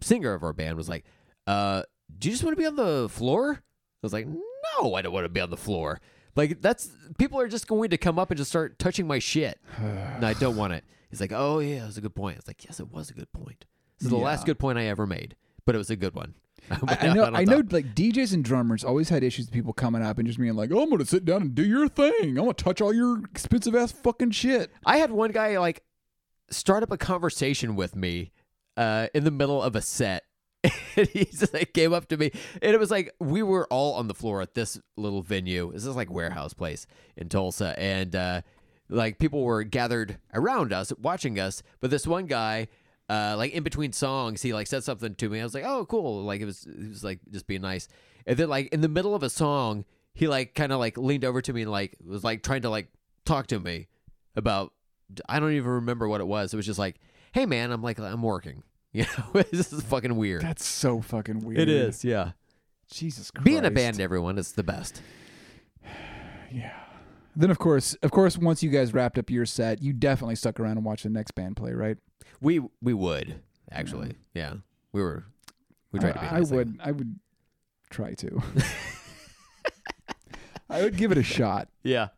[SPEAKER 3] singer of our band was like, uh, do you just want to be on the floor? I was like, no, I don't want to be on the floor. Like that's people are just going to come up and just start touching my shit. and I don't want it. He's like, oh yeah, it was a good point. I was like, yes, it was a good point. This is the last
[SPEAKER 2] Yeah.
[SPEAKER 3] good point I ever made, but it was a good one.
[SPEAKER 2] I, I know, I know, like DJs and drummers always had issues with people coming up and just being like, "Oh, I'm gonna sit down and do your thing. I'm gonna touch all your expensive ass fucking shit."
[SPEAKER 3] I had one guy like start up a conversation with me uh, in the middle of a set. and he just like came up to me, and it was like we were all on the floor at this little venue. This is like warehouse place in Tulsa, and uh, like people were gathered around us, watching us. But this one guy, uh, like in between songs, he like said something to me. I was like, "Oh, cool!" Like it was, he was like just being nice. And then like in the middle of a song, he like kind of like leaned over to me and like was like trying to like talk to me about I don't even remember what it was. It was just like, "Hey, man," I'm like, "I'm working." You know, this is fucking weird.
[SPEAKER 2] That's so fucking weird.
[SPEAKER 3] It is, yeah.
[SPEAKER 2] Jesus Christ.
[SPEAKER 3] Be in a band, everyone. It's the best.
[SPEAKER 2] Then of course, of course, once you guys wrapped up your set, you definitely stuck around and watched the next band play, right?
[SPEAKER 3] We we would actually, yeah. We were we tried to be.
[SPEAKER 2] I, I
[SPEAKER 3] nice, like-
[SPEAKER 2] would. I would try to. I would give it a shot.
[SPEAKER 3] Yeah.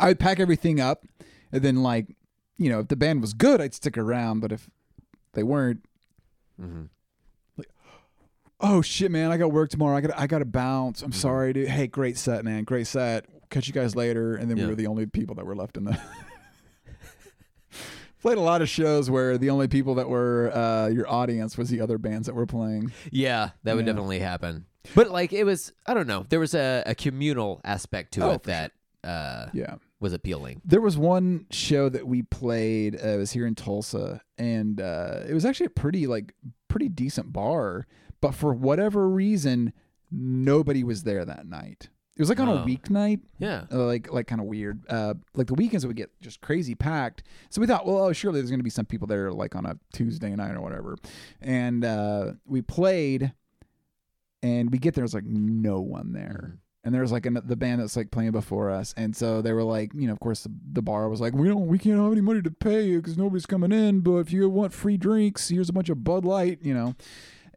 [SPEAKER 2] I would pack everything up, and then like, you know, if the band was good, I'd stick around. But if they weren't, Mm-hmm.
[SPEAKER 3] Mhm.
[SPEAKER 2] oh shit, man, I got work tomorrow. I got I got to bounce.
[SPEAKER 3] Mm-hmm.
[SPEAKER 2] I'm sorry, dude. Hey, great set, man. Great set. Catch you guys later. And then
[SPEAKER 3] Yeah.
[SPEAKER 2] we were the only people that were left in the. Played a lot of shows where the only people that were uh, your audience was the other bands that were playing.
[SPEAKER 3] Yeah, that would
[SPEAKER 2] Yeah.
[SPEAKER 3] definitely happen. But like it was, I don't know. There was a, a communal aspect to
[SPEAKER 2] Oh,
[SPEAKER 3] it
[SPEAKER 2] for sure.
[SPEAKER 3] that uh,
[SPEAKER 2] Yeah.
[SPEAKER 3] was appealing.
[SPEAKER 2] There was one show that we played. Uh, it was here in Tulsa, and uh, it was actually a pretty like pretty decent bar. But for whatever reason, nobody was there that night. It was like on a
[SPEAKER 3] Oh.
[SPEAKER 2] weeknight,
[SPEAKER 3] Yeah.
[SPEAKER 2] uh, like like kind of weird. Uh, like the weekends would get just crazy packed. So we thought, well, oh, surely there's going to be some people there like on a Tuesday night or whatever. And uh, we played, and we get there, it's like no one there
[SPEAKER 3] Mhm.
[SPEAKER 2] and there's like an, the band that's like playing before us and so they were like you know of course the, the bar was like we don't we can't have any money to pay you because nobody's coming in but if you want free drinks here's a bunch of bud light you know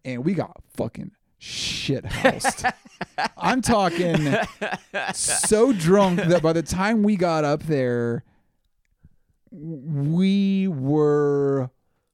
[SPEAKER 2] and we got fucking shit housed i'm talking so drunk that by the time we got up there w- we were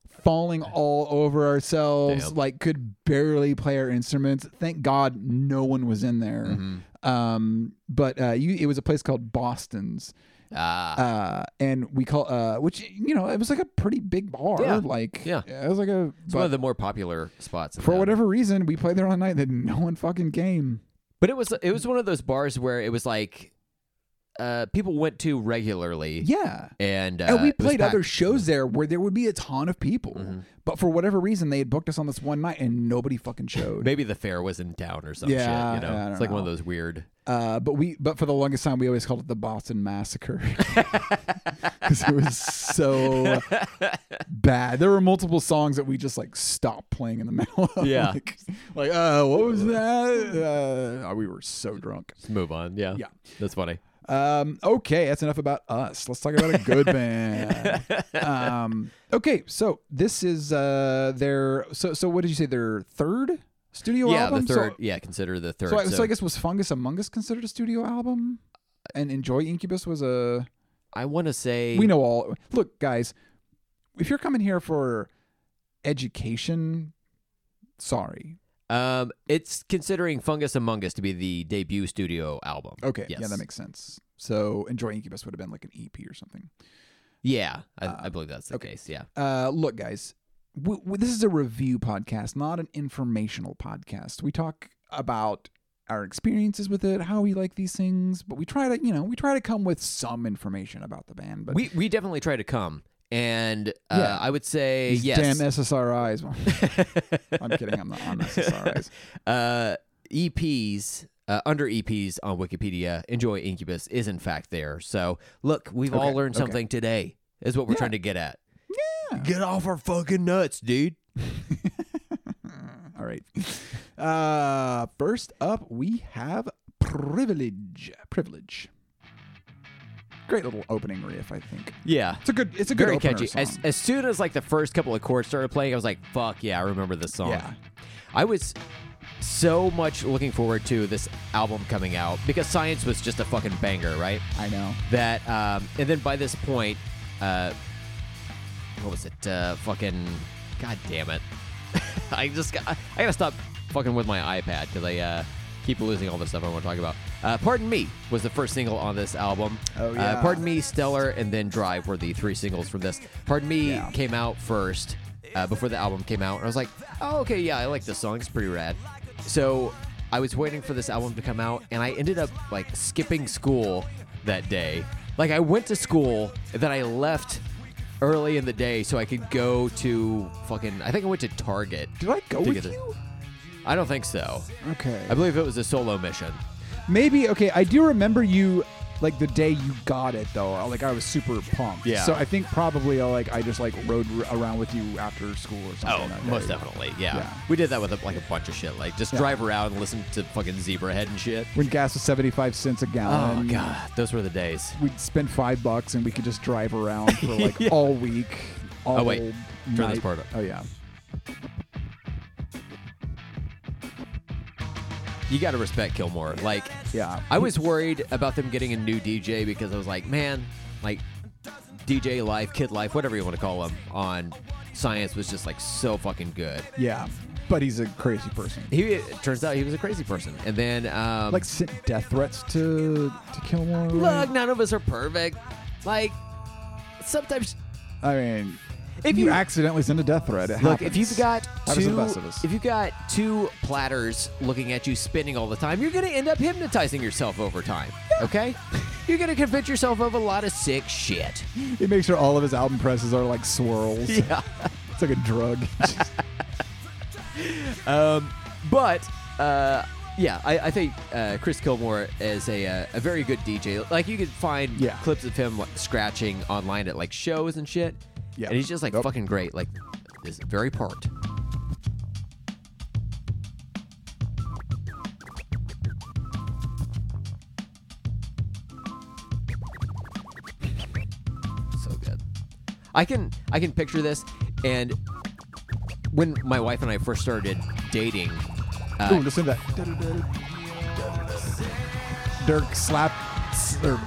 [SPEAKER 2] falling all over ourselves
[SPEAKER 3] Damn.
[SPEAKER 2] like could barely play our instruments thank god no one was in there
[SPEAKER 3] Mhm.
[SPEAKER 2] um but uh you it was a place called boston's
[SPEAKER 3] Ah,
[SPEAKER 2] uh and we call uh which you know it was like a pretty big bar
[SPEAKER 3] Yeah.
[SPEAKER 2] like
[SPEAKER 3] Yeah.
[SPEAKER 2] it was like a
[SPEAKER 3] it's
[SPEAKER 2] but
[SPEAKER 3] one of the more popular spots. in
[SPEAKER 2] for
[SPEAKER 3] town.
[SPEAKER 2] whatever reason we played there all night that no one fucking came
[SPEAKER 3] but it was it was one of those bars where it was like uh, people went to regularly.
[SPEAKER 2] yeah
[SPEAKER 3] And, uh,
[SPEAKER 2] and we
[SPEAKER 3] it was
[SPEAKER 2] played other
[SPEAKER 3] packed. Mm-hmm.
[SPEAKER 2] shows there where there would be a ton of people but for whatever reason they had booked us on this one night and nobody fucking showed
[SPEAKER 3] Maybe the fair was in town or some
[SPEAKER 2] Yeah,
[SPEAKER 3] shit. You know,
[SPEAKER 2] I don't
[SPEAKER 3] it's like one of
[SPEAKER 2] know.
[SPEAKER 3] those weird.
[SPEAKER 2] Uh, but we, but for the longest time, we always called it the Boston Massacre because it was so bad. There were multiple songs that we just like stopped playing in the middle. Of,
[SPEAKER 3] Yeah.
[SPEAKER 2] like, like, uh, what was that? Uh, oh, we were so drunk.
[SPEAKER 3] Just move on. Yeah,
[SPEAKER 2] Yeah.
[SPEAKER 3] that's funny.
[SPEAKER 2] Um, okay, that's enough about us. Let's talk about a good band. Um, okay, so this is uh, their so so. What did you say? Their third studio
[SPEAKER 3] yeah,
[SPEAKER 2] album.
[SPEAKER 3] the
[SPEAKER 2] So-
[SPEAKER 3] third. yeah, consider the third.
[SPEAKER 2] so, I, so I guess was Fungus Among Us considered a studio album? And Enjoy Incubus was a.
[SPEAKER 3] I want to say
[SPEAKER 2] We know all. Look, guys, if you're coming here for education, sorry.
[SPEAKER 3] Um, it's considering Fungus Among Us to be the debut studio album.
[SPEAKER 2] Okay, yeah,
[SPEAKER 3] Yes.
[SPEAKER 2] that makes sense. So Enjoy Incubus would have been like an EP or something.
[SPEAKER 3] Yeah, I,
[SPEAKER 2] Uh,
[SPEAKER 3] I believe that's the
[SPEAKER 2] okay.
[SPEAKER 3] case. Yeah,
[SPEAKER 2] Uh, look, guys, w- w- this is a review podcast, not an informational podcast. We talk about our experiences with it, how we like these things, but we try to, you know, we try to come with some information about the band. But
[SPEAKER 3] we we definitely try to come, and uh,
[SPEAKER 2] Yeah.
[SPEAKER 3] I would say
[SPEAKER 2] These
[SPEAKER 3] yes.
[SPEAKER 2] damn SSRIs. I'm kidding. I'm not on SSRIs.
[SPEAKER 3] uh, EPs. Uh, under EPs on Wikipedia, Enjoy Incubus is in fact there. So, look, we've all
[SPEAKER 2] Okay,
[SPEAKER 3] learned
[SPEAKER 2] okay.
[SPEAKER 3] something today, is what we're
[SPEAKER 2] Yeah.
[SPEAKER 3] trying to get at.
[SPEAKER 2] Yeah.
[SPEAKER 3] Get off our fucking nuts, dude.
[SPEAKER 2] All right. Uh, first up, we have privilege. Privilege. Great little opening riff, I think.
[SPEAKER 3] Yeah.
[SPEAKER 2] It's a good. It's a good
[SPEAKER 3] Very
[SPEAKER 2] opener
[SPEAKER 3] catchy.
[SPEAKER 2] song.
[SPEAKER 3] As, as soon as like the first couple of chords started playing, I was like, "Fuck yeah, I remember this song."
[SPEAKER 2] Yeah.
[SPEAKER 3] I was so much looking forward to this album coming out because Science was just a fucking banger, right?
[SPEAKER 2] I know.
[SPEAKER 3] That um, and then by this point, uh, what was it? Uh, fucking god damn it! I just got, I gotta stop fucking with my iPad because I uh, keep losing all the stuff I want to talk about. Uh, Pardon Me was the first single on this album.
[SPEAKER 2] Oh,
[SPEAKER 3] Uh,
[SPEAKER 2] yeah.
[SPEAKER 3] Pardon Me, Stellar, and then Drive were the three singles from this. Pardon Me
[SPEAKER 2] Yeah.
[SPEAKER 3] came out first uh, before the album came out, and I was like, oh, okay, yeah, I like this song. It's pretty rad. So I was waiting for this album to come out, and I ended up like skipping school that day. Like I went to school, and then I left early in the day so I could go to fucking. I think I went to Target.
[SPEAKER 2] Did I go
[SPEAKER 3] to
[SPEAKER 2] with
[SPEAKER 3] get a-
[SPEAKER 2] you?
[SPEAKER 3] I don't think so.
[SPEAKER 2] Okay.
[SPEAKER 3] I believe it was a solo mission.
[SPEAKER 2] Maybe. Okay. I do remember you like the day you got it though, I- like I was super pumped.
[SPEAKER 3] Yeah.
[SPEAKER 2] So I think probably I like I just like rode r- around with you after school or something.
[SPEAKER 3] Oh,
[SPEAKER 2] that
[SPEAKER 3] most
[SPEAKER 2] day.
[SPEAKER 3] definitely. Yeah.
[SPEAKER 2] Yeah.
[SPEAKER 3] We did that with like a bunch of shit. Like just drive around and listen to fucking Zebrahead and shit.
[SPEAKER 2] When gas was seventy five cents a
[SPEAKER 3] Oh,
[SPEAKER 2] gallon.
[SPEAKER 3] God. Those were the days.
[SPEAKER 2] We'd spend five bucks and we could just drive around for like all week. All
[SPEAKER 3] Oh, wait. Turn this
[SPEAKER 2] night.
[SPEAKER 3] part up.
[SPEAKER 2] Oh yeah.
[SPEAKER 3] You got to respect Gilmore. Like,
[SPEAKER 2] Yeah.
[SPEAKER 3] I was worried about them getting a new DJ because I was like, man, like DJ life, kid life, whatever you want to call them on Science was just like so fucking good.
[SPEAKER 2] Yeah. But he's a crazy person.
[SPEAKER 3] He it turns out he was a crazy person. And then um
[SPEAKER 2] like sent death threats to to Kilmore. right?
[SPEAKER 3] look, none of us are perfect. Like sometimes
[SPEAKER 2] I mean,
[SPEAKER 3] If
[SPEAKER 2] if you,
[SPEAKER 3] you-
[SPEAKER 2] accidentally send a death threat, it
[SPEAKER 3] Look,
[SPEAKER 2] happens.
[SPEAKER 3] if you've got
[SPEAKER 2] Happens to the
[SPEAKER 3] two,
[SPEAKER 2] best of us.
[SPEAKER 3] if you've got two platters looking at you spinning all the time, you're going to end up hypnotizing yourself over time. Okay, you're going to convince yourself of a lot of sick shit.
[SPEAKER 2] It makes sure all of his album presses are like swirls.
[SPEAKER 3] Yeah,
[SPEAKER 2] It's like a drug.
[SPEAKER 3] Um, but uh, yeah, I, I think uh, Chris Kilmore is a uh, a very good DJ. Like you could find
[SPEAKER 2] Yeah.
[SPEAKER 3] clips of him like, scratching online at like shows and shit.
[SPEAKER 2] Yeah.
[SPEAKER 3] and he's just like
[SPEAKER 2] Nope.
[SPEAKER 3] fucking great. Like this very part. so good. I can I can picture this, and when my wife and I first started dating,
[SPEAKER 2] Ooh, listen to that. Dirk slap or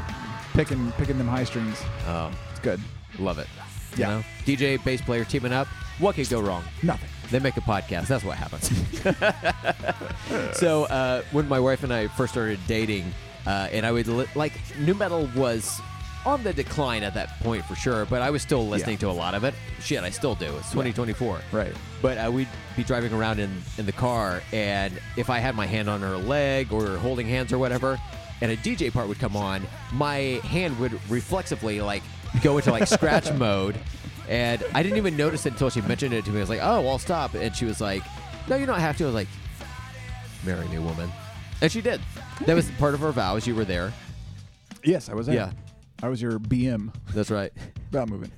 [SPEAKER 2] picking picking them high strings.
[SPEAKER 3] oh,
[SPEAKER 2] It's good.
[SPEAKER 3] love it.
[SPEAKER 2] Yeah.
[SPEAKER 3] you know? DJ bass player teaming up. What could go wrong?
[SPEAKER 2] Nothing.
[SPEAKER 3] They make a podcast. That's what happens. so uh, when my wife and I first started dating, uh, and I would li- like new metal was on the decline at that point for sure, but I was still listening to a lot of it. Shit, I still do. It's 2024.
[SPEAKER 2] Right.
[SPEAKER 3] But uh, we'd be driving around in, in the car, and if I had my hand on her leg or holding hands or whatever, and a DJ part would come on, my hand would reflexively like go into like scratch mode, and I didn't even notice it until she mentioned it to me. I was like, "Oh, I'll stop," and she was like, "No, you don't have to." I was like, "Marry me, woman," and she did. That was part of her vows. You were there.
[SPEAKER 2] Yes, I was there.
[SPEAKER 3] Yeah.
[SPEAKER 2] I was your BM.
[SPEAKER 3] That's right.
[SPEAKER 2] About moving.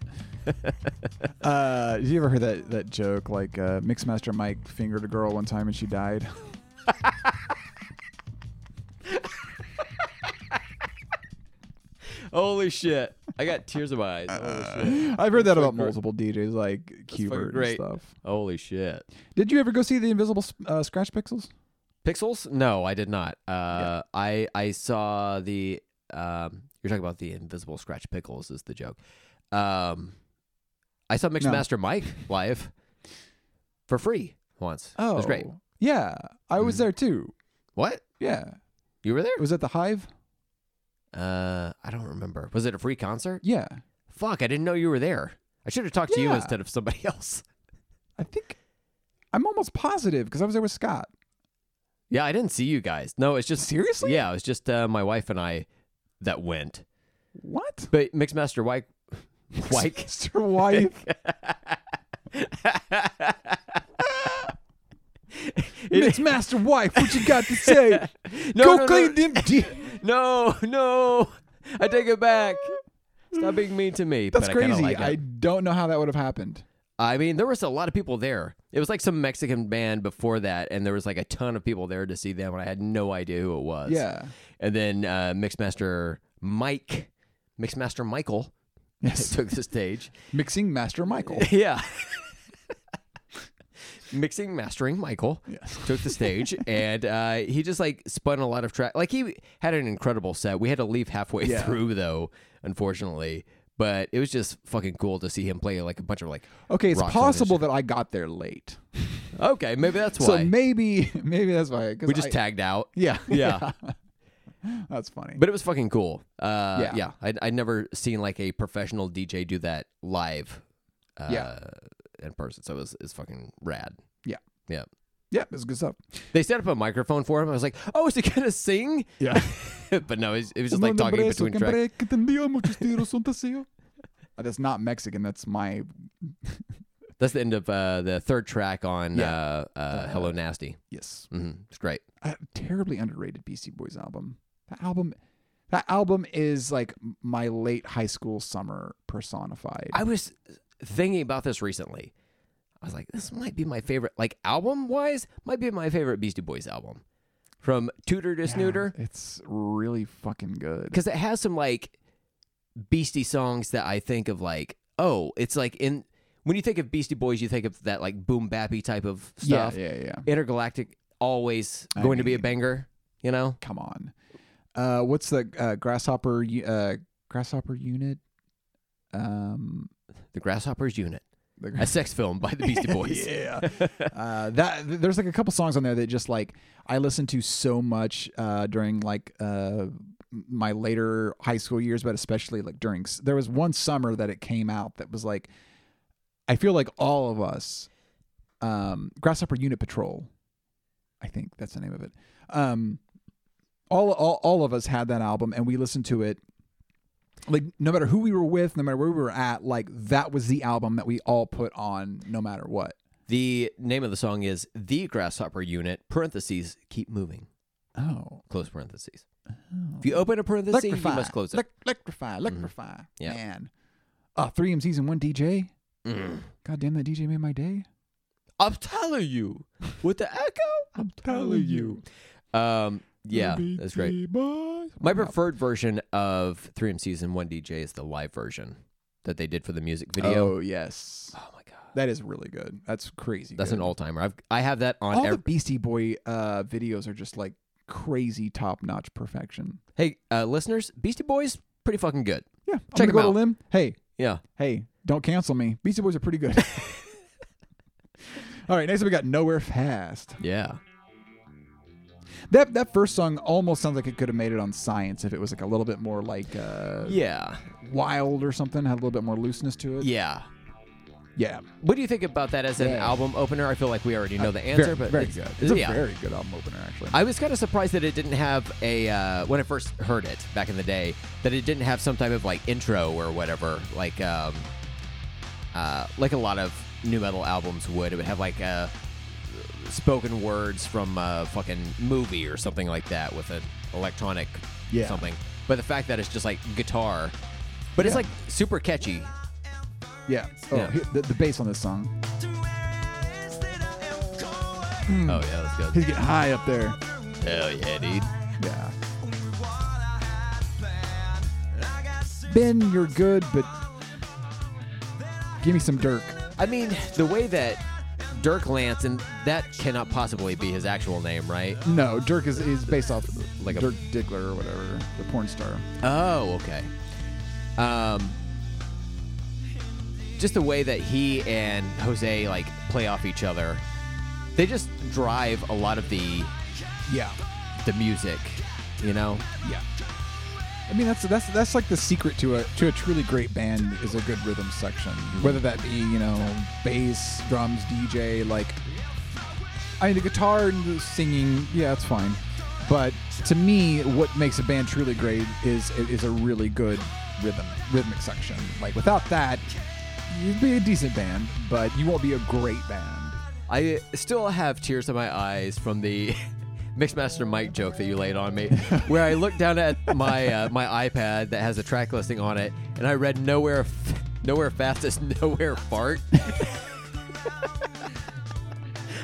[SPEAKER 2] uh, did you ever hear that that joke? Like uh, Mixmaster Mike fingered a girl one time and she died.
[SPEAKER 3] Holy shit! I got tears in my eyes. Holy shit!
[SPEAKER 2] I've heard that about
[SPEAKER 3] fucking great.
[SPEAKER 2] multiple DJs, like Cubert and
[SPEAKER 3] great.
[SPEAKER 2] stuff.
[SPEAKER 3] Holy shit!
[SPEAKER 2] Did you ever go see the Invisible uh, Scratch Pixels?
[SPEAKER 3] Pixels? No, I did not. Uh, I I saw the um, you're talking about the invisible scratch pickles is the joke. Um, I saw Mixed
[SPEAKER 2] No.
[SPEAKER 3] Master Mike live for free once.
[SPEAKER 2] Oh,
[SPEAKER 3] it was great. Mm-hmm.
[SPEAKER 2] Yeah, I was there too.
[SPEAKER 3] What?
[SPEAKER 2] Yeah,
[SPEAKER 3] You were there?
[SPEAKER 2] was that the Hive?
[SPEAKER 3] Uh, I don't remember. Was it a free concert?
[SPEAKER 2] Yeah,
[SPEAKER 3] Fuck, I didn't know you were there. I should have talked to you
[SPEAKER 2] Yeah.
[SPEAKER 3] instead of somebody else.
[SPEAKER 2] I think I'm almost positive because I was there with Scott.
[SPEAKER 3] Yeah, I didn't see you guys. No, it's just
[SPEAKER 2] Seriously?
[SPEAKER 3] yeah, it was just uh, my wife and I that went.
[SPEAKER 2] What?
[SPEAKER 3] But Mixmaster Mike, Mike,
[SPEAKER 2] Mr. White. it's Master Wife. What you got to say? Go clean them teeth.
[SPEAKER 3] No, no. I take it back. Stop being mean to me.
[SPEAKER 2] That's
[SPEAKER 3] but I kinda
[SPEAKER 2] crazy.
[SPEAKER 3] Like
[SPEAKER 2] I
[SPEAKER 3] it.
[SPEAKER 2] don't know how that would have happened.
[SPEAKER 3] I mean, there was a lot of people there. It was like some Mexican band before that, and there was like a ton of people there to see them, and I had no idea who it was.
[SPEAKER 2] Yeah.
[SPEAKER 3] And then uh, Mixmaster Mike, Mixmaster Michael, took the stage.
[SPEAKER 2] Mixing Master Michael.
[SPEAKER 3] Yeah. Mixing, mastering Michael took the stage, and uh, he just like spun a lot of track. Like he had an incredible set. We had to leave halfway
[SPEAKER 2] Yeah.
[SPEAKER 3] through though, unfortunately. But it was just fucking cool to see him play like a bunch of like.
[SPEAKER 2] Okay, it's
[SPEAKER 3] rock songs and
[SPEAKER 2] possible that I got there late.
[SPEAKER 3] shit. Okay, maybe that's why
[SPEAKER 2] So maybe maybe that's why. 'cause
[SPEAKER 3] we just
[SPEAKER 2] I-
[SPEAKER 3] tagged out.
[SPEAKER 2] Yeah.
[SPEAKER 3] Yeah.
[SPEAKER 2] That's funny.
[SPEAKER 3] But it was fucking cool. Uh, yeah,
[SPEAKER 2] Yeah.
[SPEAKER 3] I'd, I'd never seen like a professional DJ do that live. Uh,
[SPEAKER 2] Yeah.
[SPEAKER 3] in person, so it was it's fucking rad.
[SPEAKER 2] Yeah.
[SPEAKER 3] Yeah.
[SPEAKER 2] yeah, it's good stuff.
[SPEAKER 3] They set up a microphone for him. I was like, "Oh, is he gonna sing?"
[SPEAKER 2] Yeah.
[SPEAKER 3] but no, he's- it was just like talking between tracks.
[SPEAKER 2] Uh, That's not Mexican. That's my
[SPEAKER 3] That's the end of uh, the third track on
[SPEAKER 2] Yeah.
[SPEAKER 3] uh, uh, "Hello Nasty."
[SPEAKER 2] yes.
[SPEAKER 3] hmm It's great.
[SPEAKER 2] A terribly underrated BC Boys album. That album, That album is like my late high school summer personified.
[SPEAKER 3] I was thinking about this recently. I was like, this might be my favorite, like album wise, might be my favorite Beastie Boys album from Tutor to Snooter
[SPEAKER 2] It's really fucking good.
[SPEAKER 3] because it has some like Beastie songs that I think of like, oh, it's like in when you think of Beastie Boys, you think of that like boom bappy type of
[SPEAKER 2] Yeah,
[SPEAKER 3] stuff.
[SPEAKER 2] yeah, yeah.
[SPEAKER 3] Intergalactic always going to be a
[SPEAKER 2] mean-
[SPEAKER 3] banger, you know?
[SPEAKER 2] Come on. Uh, what's the uh, grasshopper? u- Uh, grasshopper unit. Um,
[SPEAKER 3] The Grasshoppers Unit,
[SPEAKER 2] the
[SPEAKER 3] a sex film by the Beastie Boys.
[SPEAKER 2] yeah. uh, that th- there's like a couple songs on there that just like I listened to so much uh, during like uh, my later high school years, but especially like during s- there was one summer that it came out that was like I feel like all of us um, Grasshopper Unit Patrol, I think that's the name of it. Um, all, all all of us had that album and we listened to it like no matter who we were with no matter where we were at like that was the album that we all put on no matter what
[SPEAKER 3] The name of the song is The Grasshopper Unit, parentheses, keep moving,
[SPEAKER 2] oh
[SPEAKER 3] close parentheses. If you open a parenthesis,
[SPEAKER 2] electrify
[SPEAKER 3] you must close it. Mm-hmm.
[SPEAKER 2] Elec- electrify electrify
[SPEAKER 3] Yeah.
[SPEAKER 2] man oh three mcs and one dj
[SPEAKER 3] Mm.
[SPEAKER 2] god damn that dj made my day
[SPEAKER 3] I'm telling you. With the echo, I'm telling you. Um, yeah, that's great. My
[SPEAKER 2] Oh,
[SPEAKER 3] preferred version of 3MCs and 1DJ is the live version that they did for the music video.
[SPEAKER 2] oh yes
[SPEAKER 3] Oh my god.
[SPEAKER 2] that is really good that's crazy
[SPEAKER 3] That's
[SPEAKER 2] good.
[SPEAKER 3] an all-timer. I've I have that on
[SPEAKER 2] all the
[SPEAKER 3] every
[SPEAKER 2] beastie boy uh videos are just like crazy top-notch perfection
[SPEAKER 3] Hey, uh, listeners, Beastie Boys pretty fucking good.
[SPEAKER 2] yeah I'm
[SPEAKER 3] Check
[SPEAKER 2] gonna go
[SPEAKER 3] 'em
[SPEAKER 2] to
[SPEAKER 3] out.
[SPEAKER 2] limb hey
[SPEAKER 3] Yeah.
[SPEAKER 2] hey, don't cancel me. Beastie Boys are pretty good. All right, next up we got Nowhere Fast.
[SPEAKER 3] Yeah.
[SPEAKER 2] That that first song almost sounds like it could have made it on Science if it was like a little bit more like uh,
[SPEAKER 3] Yeah.
[SPEAKER 2] wild or something, had a little bit more looseness to it.
[SPEAKER 3] Yeah.
[SPEAKER 2] Yeah,
[SPEAKER 3] What do you think about that as an
[SPEAKER 2] Yeah.
[SPEAKER 3] album opener? I feel like we already know the answer,
[SPEAKER 2] very,
[SPEAKER 3] but
[SPEAKER 2] very
[SPEAKER 3] it's,
[SPEAKER 2] good. It's a
[SPEAKER 3] yeah.
[SPEAKER 2] very good album opener, actually.
[SPEAKER 3] I was kind of surprised that it didn't have a uh, when I first heard it back in the day that it didn't have some type of like intro or whatever like um, uh, like a lot of new metal albums would. It would have like uh, spoken words from a fucking movie or something like that with an electronic
[SPEAKER 2] Yeah.
[SPEAKER 3] something. But the fact that it's just like guitar, but it's
[SPEAKER 2] Yeah.
[SPEAKER 3] like super catchy.
[SPEAKER 2] yeah. Oh,
[SPEAKER 3] Yeah.
[SPEAKER 2] he- The, the bass on this song. Hmm.
[SPEAKER 3] Oh yeah, that's good.
[SPEAKER 2] He's getting high up there.
[SPEAKER 3] Hell yeah, dude.
[SPEAKER 2] Yeah. Ben, you're good, but give me some Dirk.
[SPEAKER 3] I mean, the way that Dirk Lance, and that cannot possibly be his actual name, right?
[SPEAKER 2] No, Dirk is, is based off like
[SPEAKER 3] Like a-
[SPEAKER 2] Dirk Diggler or whatever, the porn star.
[SPEAKER 3] Oh, okay. Um, just the way that he and Jose like play off each other, they just drive a lot of the
[SPEAKER 2] Yeah,
[SPEAKER 3] the music, you know.
[SPEAKER 2] yeah. I mean that's that's that's like the secret to a to a truly great band is a good rhythm section, whether that be you know bass, drums, DJ. Like, I mean the guitar and the singing, yeah, it's fine. But to me, what makes a band truly great is is a really good rhythm rhythmic section. Like without that, you'd be a decent band, but you won't be a great band.
[SPEAKER 3] I still have tears in my eyes from the Mixmaster Mike joke that you laid on me, where I looked down at my uh, my iPad that has a track listing on it, and I read nowhere f- nowhere fastest nowhere fart.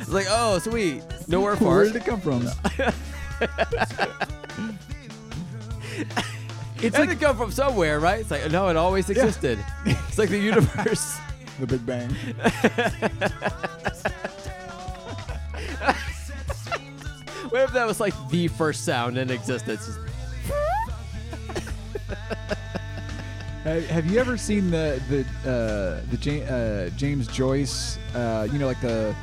[SPEAKER 3] It's like, oh sweet, nowhere
[SPEAKER 2] Where
[SPEAKER 3] fart.
[SPEAKER 2] did it come from?
[SPEAKER 3] It's like it come from somewhere, right? It's like no, it always existed. It's like the universe.
[SPEAKER 2] The Big Bang.
[SPEAKER 3] What if that was like the first sound in existence?
[SPEAKER 2] Have, have you ever seen the the uh, the ja- uh, James Joyce? Uh, you know, like the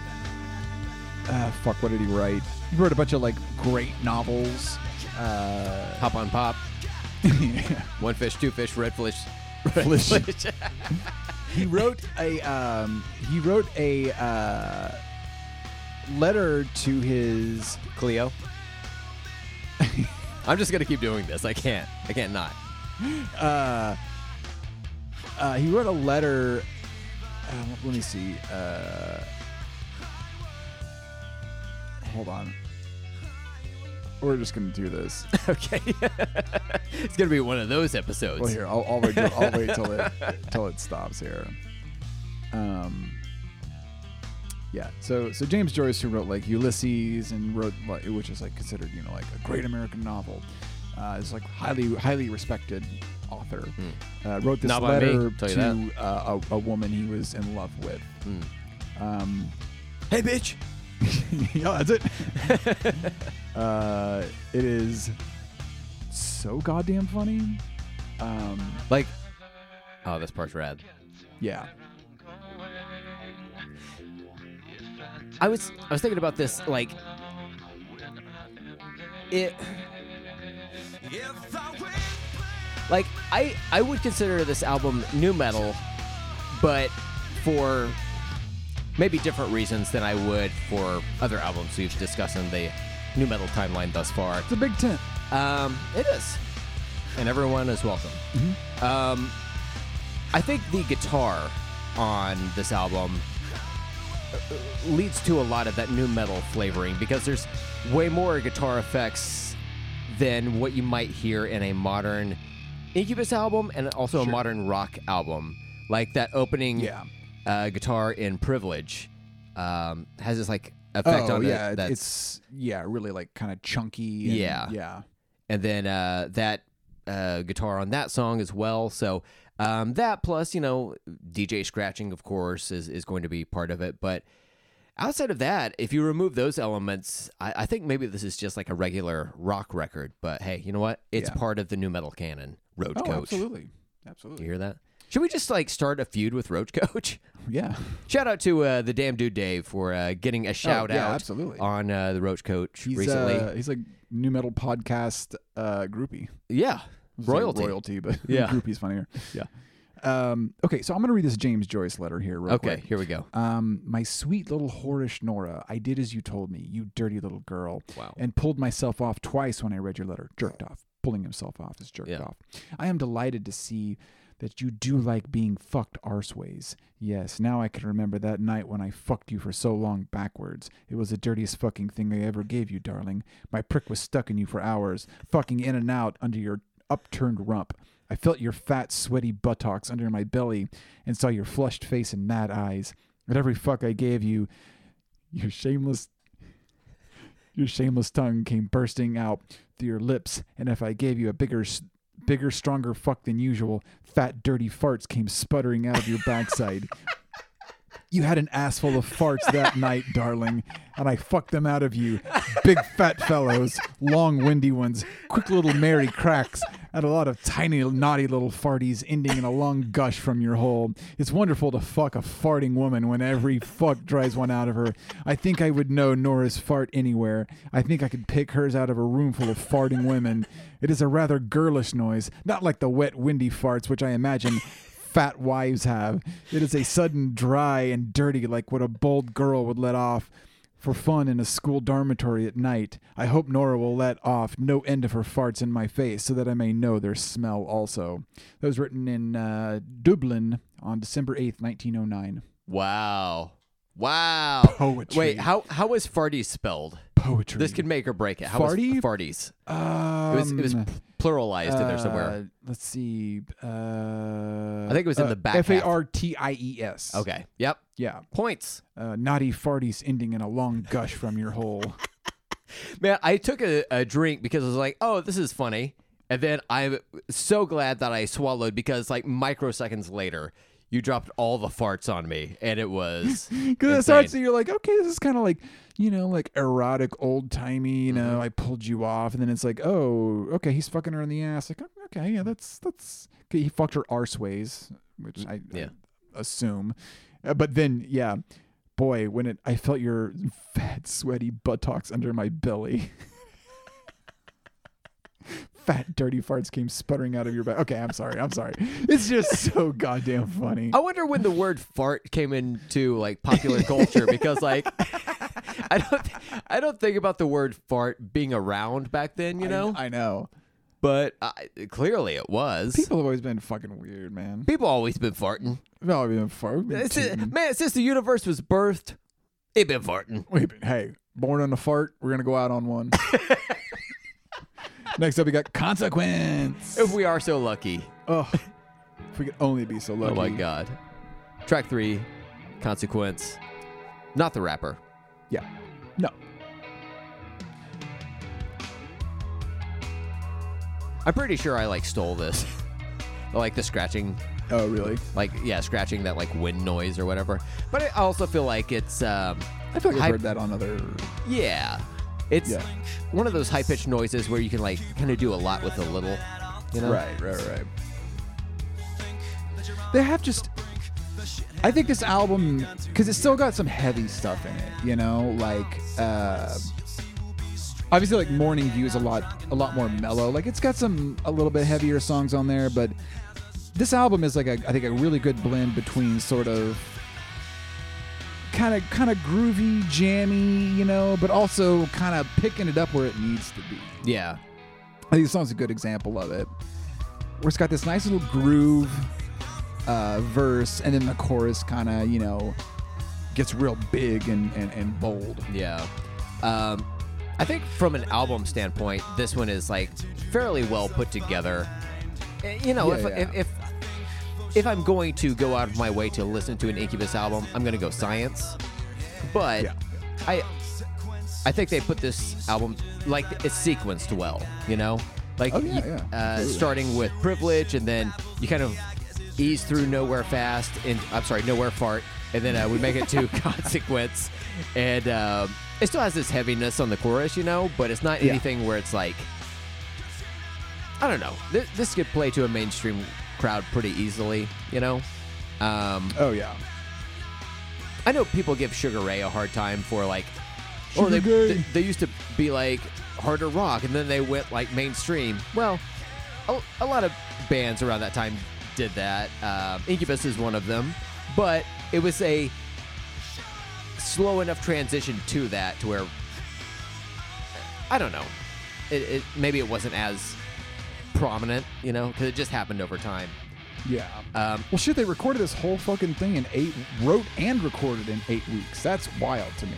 [SPEAKER 2] uh, fuck. What did he write? He wrote a bunch of like great novels. Uh,
[SPEAKER 3] Hop on pop,
[SPEAKER 2] yeah.
[SPEAKER 3] one fish, two fish, red fish,
[SPEAKER 2] Flish. he wrote a um, he wrote a uh, letter to his
[SPEAKER 3] Cleo. I'm just gonna keep doing this. I can't. I can't not.
[SPEAKER 2] uh, uh, he wrote a letter. Uh, let me see. Uh, hold on. We're just gonna do this.
[SPEAKER 3] Okay. it's going to be one of those episodes.
[SPEAKER 2] Well, here, I'll, I'll wait. Till, I'll wait till it till it stops here. Um. Yeah. So so James Joyce, who wrote like Ulysses and wrote like, which is like considered you know like a great American novel, uh, is like highly highly respected author. Uh, wrote this
[SPEAKER 3] Hmm. Not by me,
[SPEAKER 2] letter
[SPEAKER 3] tell you
[SPEAKER 2] to uh, a, a woman he was in love with.
[SPEAKER 3] Mm.
[SPEAKER 2] Um,
[SPEAKER 3] Hey, bitch.
[SPEAKER 2] yeah, that's it. uh, it is so goddamn funny. Um,
[SPEAKER 3] Like, oh, this part's rad.
[SPEAKER 2] yeah.
[SPEAKER 3] I was I was thinking about this like it like I I would consider this album new metal but for maybe different reasons than I would for other albums we've discussed in the new metal timeline thus far.
[SPEAKER 2] It's a big tent.
[SPEAKER 3] Um, it is, and everyone is welcome.
[SPEAKER 2] Mm-hmm.
[SPEAKER 3] Um, I think the guitar on this album uh, leads to a lot of that new metal flavoring because there's way more guitar effects than what you might hear in a modern Incubus album and also a modern rock album. Like that opening
[SPEAKER 2] Yeah.
[SPEAKER 3] uh, guitar in Privilege um, has this like effect
[SPEAKER 2] oh
[SPEAKER 3] on
[SPEAKER 2] yeah,
[SPEAKER 3] it.
[SPEAKER 2] it-
[SPEAKER 3] that's-
[SPEAKER 2] it's yeah, really like kind of chunky. and-
[SPEAKER 3] Yeah.
[SPEAKER 2] yeah.
[SPEAKER 3] and then uh, that uh, guitar on that song as well. So um, that plus you know DJ scratching, of course, is is going to be part of it. But outside of that, if you remove those elements, I, I think maybe this is just like a regular rock record. But hey, you know what? It's
[SPEAKER 2] Yeah.
[SPEAKER 3] part of the new metal canon. Road
[SPEAKER 2] Oh,
[SPEAKER 3] Coach,
[SPEAKER 2] absolutely,
[SPEAKER 3] you
[SPEAKER 2] absolutely.
[SPEAKER 3] hear that? Should we just like start a feud with Roach Coach?
[SPEAKER 2] Yeah.
[SPEAKER 3] Shout out to uh, the damn dude Dave for uh, getting a shout
[SPEAKER 2] Oh, yeah,
[SPEAKER 3] out
[SPEAKER 2] absolutely.
[SPEAKER 3] on uh, the Roach Coach
[SPEAKER 2] He's
[SPEAKER 3] recently.
[SPEAKER 2] uh, he's like new metal podcast uh, groupie.
[SPEAKER 3] yeah,
[SPEAKER 2] It's like
[SPEAKER 3] royalty.
[SPEAKER 2] royalty, but
[SPEAKER 3] Yeah.
[SPEAKER 2] groupie's funnier.
[SPEAKER 3] Yeah.
[SPEAKER 2] Um, okay, so I'm gonna read this James Joyce letter here. Real
[SPEAKER 3] Okay,
[SPEAKER 2] quick.
[SPEAKER 3] here we go.
[SPEAKER 2] Um, my sweet little whorish Nora, I did as you told me, you dirty little girl.
[SPEAKER 3] Wow.
[SPEAKER 2] And pulled myself off twice when I read your letter. Jerked off. Pulling himself off is jerked
[SPEAKER 3] Yeah.
[SPEAKER 2] off. I am delighted to see that you do like being fucked arseways. Yes, now I can remember that night when I fucked you for so long backwards. It was the dirtiest fucking thing I ever gave you, darling. My prick was stuck in you for hours, fucking in and out under your upturned rump. I felt your fat, sweaty buttocks under my belly and saw your flushed face and mad eyes. At every fuck I gave you, your shameless your shameless tongue came bursting out through your lips, and if I gave you a bigger, s- bigger, stronger fuck than usual, fat, dirty farts came sputtering out of your backside. You had an ass full of farts that night, darling, and I fucked them out of you. Big fat fellows, long windy ones, quick little merry cracks, and a lot of tiny, naughty little farties ending in a long gush from your hole. It's wonderful to fuck a farting woman when every fuck drives one out of her. I think I would know Nora's fart anywhere. I think I could pick hers out of a room full of farting women. It is a rather girlish noise, not like the wet, windy farts, which I imagine fat wives have. It is a sudden dry and dirty, like what a bold girl would let off for fun in a school dormitory at night. I hope Nora will let off no end of her farts in my face so that I may know their smell also. That was written in uh, Dublin on December oh 8th, 1909.
[SPEAKER 3] Wow. Wow.
[SPEAKER 2] Poetry.
[SPEAKER 3] Wait, how how was farties spelled?
[SPEAKER 2] Poetry.
[SPEAKER 3] This could make or break it. How was
[SPEAKER 2] Farty?
[SPEAKER 3] farties?
[SPEAKER 2] Um,
[SPEAKER 3] It was it was pluralized in there somewhere.
[SPEAKER 2] uh, Let's see. Uh, I
[SPEAKER 3] think it was in the back half.
[SPEAKER 2] F A R T I E S.
[SPEAKER 3] Okay. Yep.
[SPEAKER 2] Yeah.
[SPEAKER 3] Points.
[SPEAKER 2] Uh, naughty farties ending in a long gush from your hole.
[SPEAKER 3] Man, I took a, a drink because I was like, oh, this is funny. And then I'm so glad that I swallowed because like microseconds later, you dropped all the farts on me. And it was
[SPEAKER 2] Because it
[SPEAKER 3] insane.
[SPEAKER 2] starts, and you're like, okay, this is kind of like, you know, like erotic, old timey. You
[SPEAKER 3] Mm-hmm.
[SPEAKER 2] know, I pulled you off, and then it's like, oh, okay, he's fucking her in the ass. Like, oh, okay, yeah, that's that's. Okay, he fucked her arseways, which I, I
[SPEAKER 3] Yeah.
[SPEAKER 2] assume, Uh, but then yeah, boy, when it, I felt your fat, sweaty buttocks under my belly. Fat dirty farts came sputtering out of your back. Okay, I'm sorry. I'm sorry. It's just so goddamn funny.
[SPEAKER 3] I wonder when the word fart came into like popular culture because like I don't I don't think about the word fart being around back then, you know.
[SPEAKER 2] I know.
[SPEAKER 3] but I, clearly it was. People,
[SPEAKER 2] People have always been fucking weird, man.
[SPEAKER 3] always been farting.
[SPEAKER 2] No, I've been far. we've been
[SPEAKER 3] It's- it-
[SPEAKER 2] tootin'.
[SPEAKER 3] man, since the universe was birthed, it been farting.
[SPEAKER 2] We've been- hey, born on a fart, we're gonna go out on one. Next up, we got Consequence.
[SPEAKER 3] If we are so lucky.
[SPEAKER 2] Oh, if we could only be so lucky.
[SPEAKER 3] Oh my god. Track three, Consequence. Not the rapper.
[SPEAKER 2] Yeah. No.
[SPEAKER 3] I'm pretty sure I like stole this. like the scratching,
[SPEAKER 2] Oh, really?
[SPEAKER 3] like yeah, scratching that like wind noise or whatever. But I also feel like it's um
[SPEAKER 2] I feel like I've
[SPEAKER 3] Hype-
[SPEAKER 2] heard that on other.
[SPEAKER 3] yeah. It's
[SPEAKER 2] Yeah.
[SPEAKER 3] one of those high pitched noises where you can like kind of do a lot with a little, you know?
[SPEAKER 2] Right, right, right. They have just. I think this album, because it's still got some heavy stuff in it, you know, like uh, obviously like Morning View is a lot, a lot more mellow. Like it's got some a little bit heavier songs on there, but this album is like a, I think a really good blend between sort of kind of kind of groovy, jammy, you know, but also kind of picking it up where it needs to be.
[SPEAKER 3] Yeah.
[SPEAKER 2] I think this song's a good example of it. Where it's got this nice little groove uh, verse, and then the chorus kind of, you know, gets real big and, and, and bold.
[SPEAKER 3] Yeah. Um, I think from an album standpoint, this one is like fairly well put together. Eh, You know,
[SPEAKER 2] Yeah,
[SPEAKER 3] if,
[SPEAKER 2] yeah.
[SPEAKER 3] if if if I'm going to go out of my way to listen to an Incubus album, I'm going to go Science. But
[SPEAKER 2] Yeah.
[SPEAKER 3] I I think they put this album like it's sequenced well. You know, like
[SPEAKER 2] Oh, yeah,
[SPEAKER 3] you-
[SPEAKER 2] yeah.
[SPEAKER 3] Uh,
[SPEAKER 2] Absolutely.
[SPEAKER 3] starting with Privilege, and then you kind of ease through Nowhere Fast, and I'm sorry, Nowhere Fart, and then uh, we make it to Consequence, and um, it still has this heaviness on the chorus, you know, but it's not
[SPEAKER 2] Yeah.
[SPEAKER 3] anything where it's like, I don't know, this, this could play to a mainstream crowd pretty easily, you know. Um,
[SPEAKER 2] Oh, yeah.
[SPEAKER 3] I know people give Sugar Ray a hard time for like, or
[SPEAKER 2] Sugar
[SPEAKER 3] they,
[SPEAKER 2] Ray.
[SPEAKER 3] they they used to be like harder rock, and then they went like mainstream. Well, a, a lot of bands around that time did that. Um, Incubus is one of them, but it was a slow enough transition to that to where I don't know. It, it maybe it wasn't as prominent, you know, because it just happened over time.
[SPEAKER 2] Yeah.
[SPEAKER 3] Um,
[SPEAKER 2] well, shit, they recorded this whole fucking thing in eight, wrote and recorded in eight weeks. That's wild to me.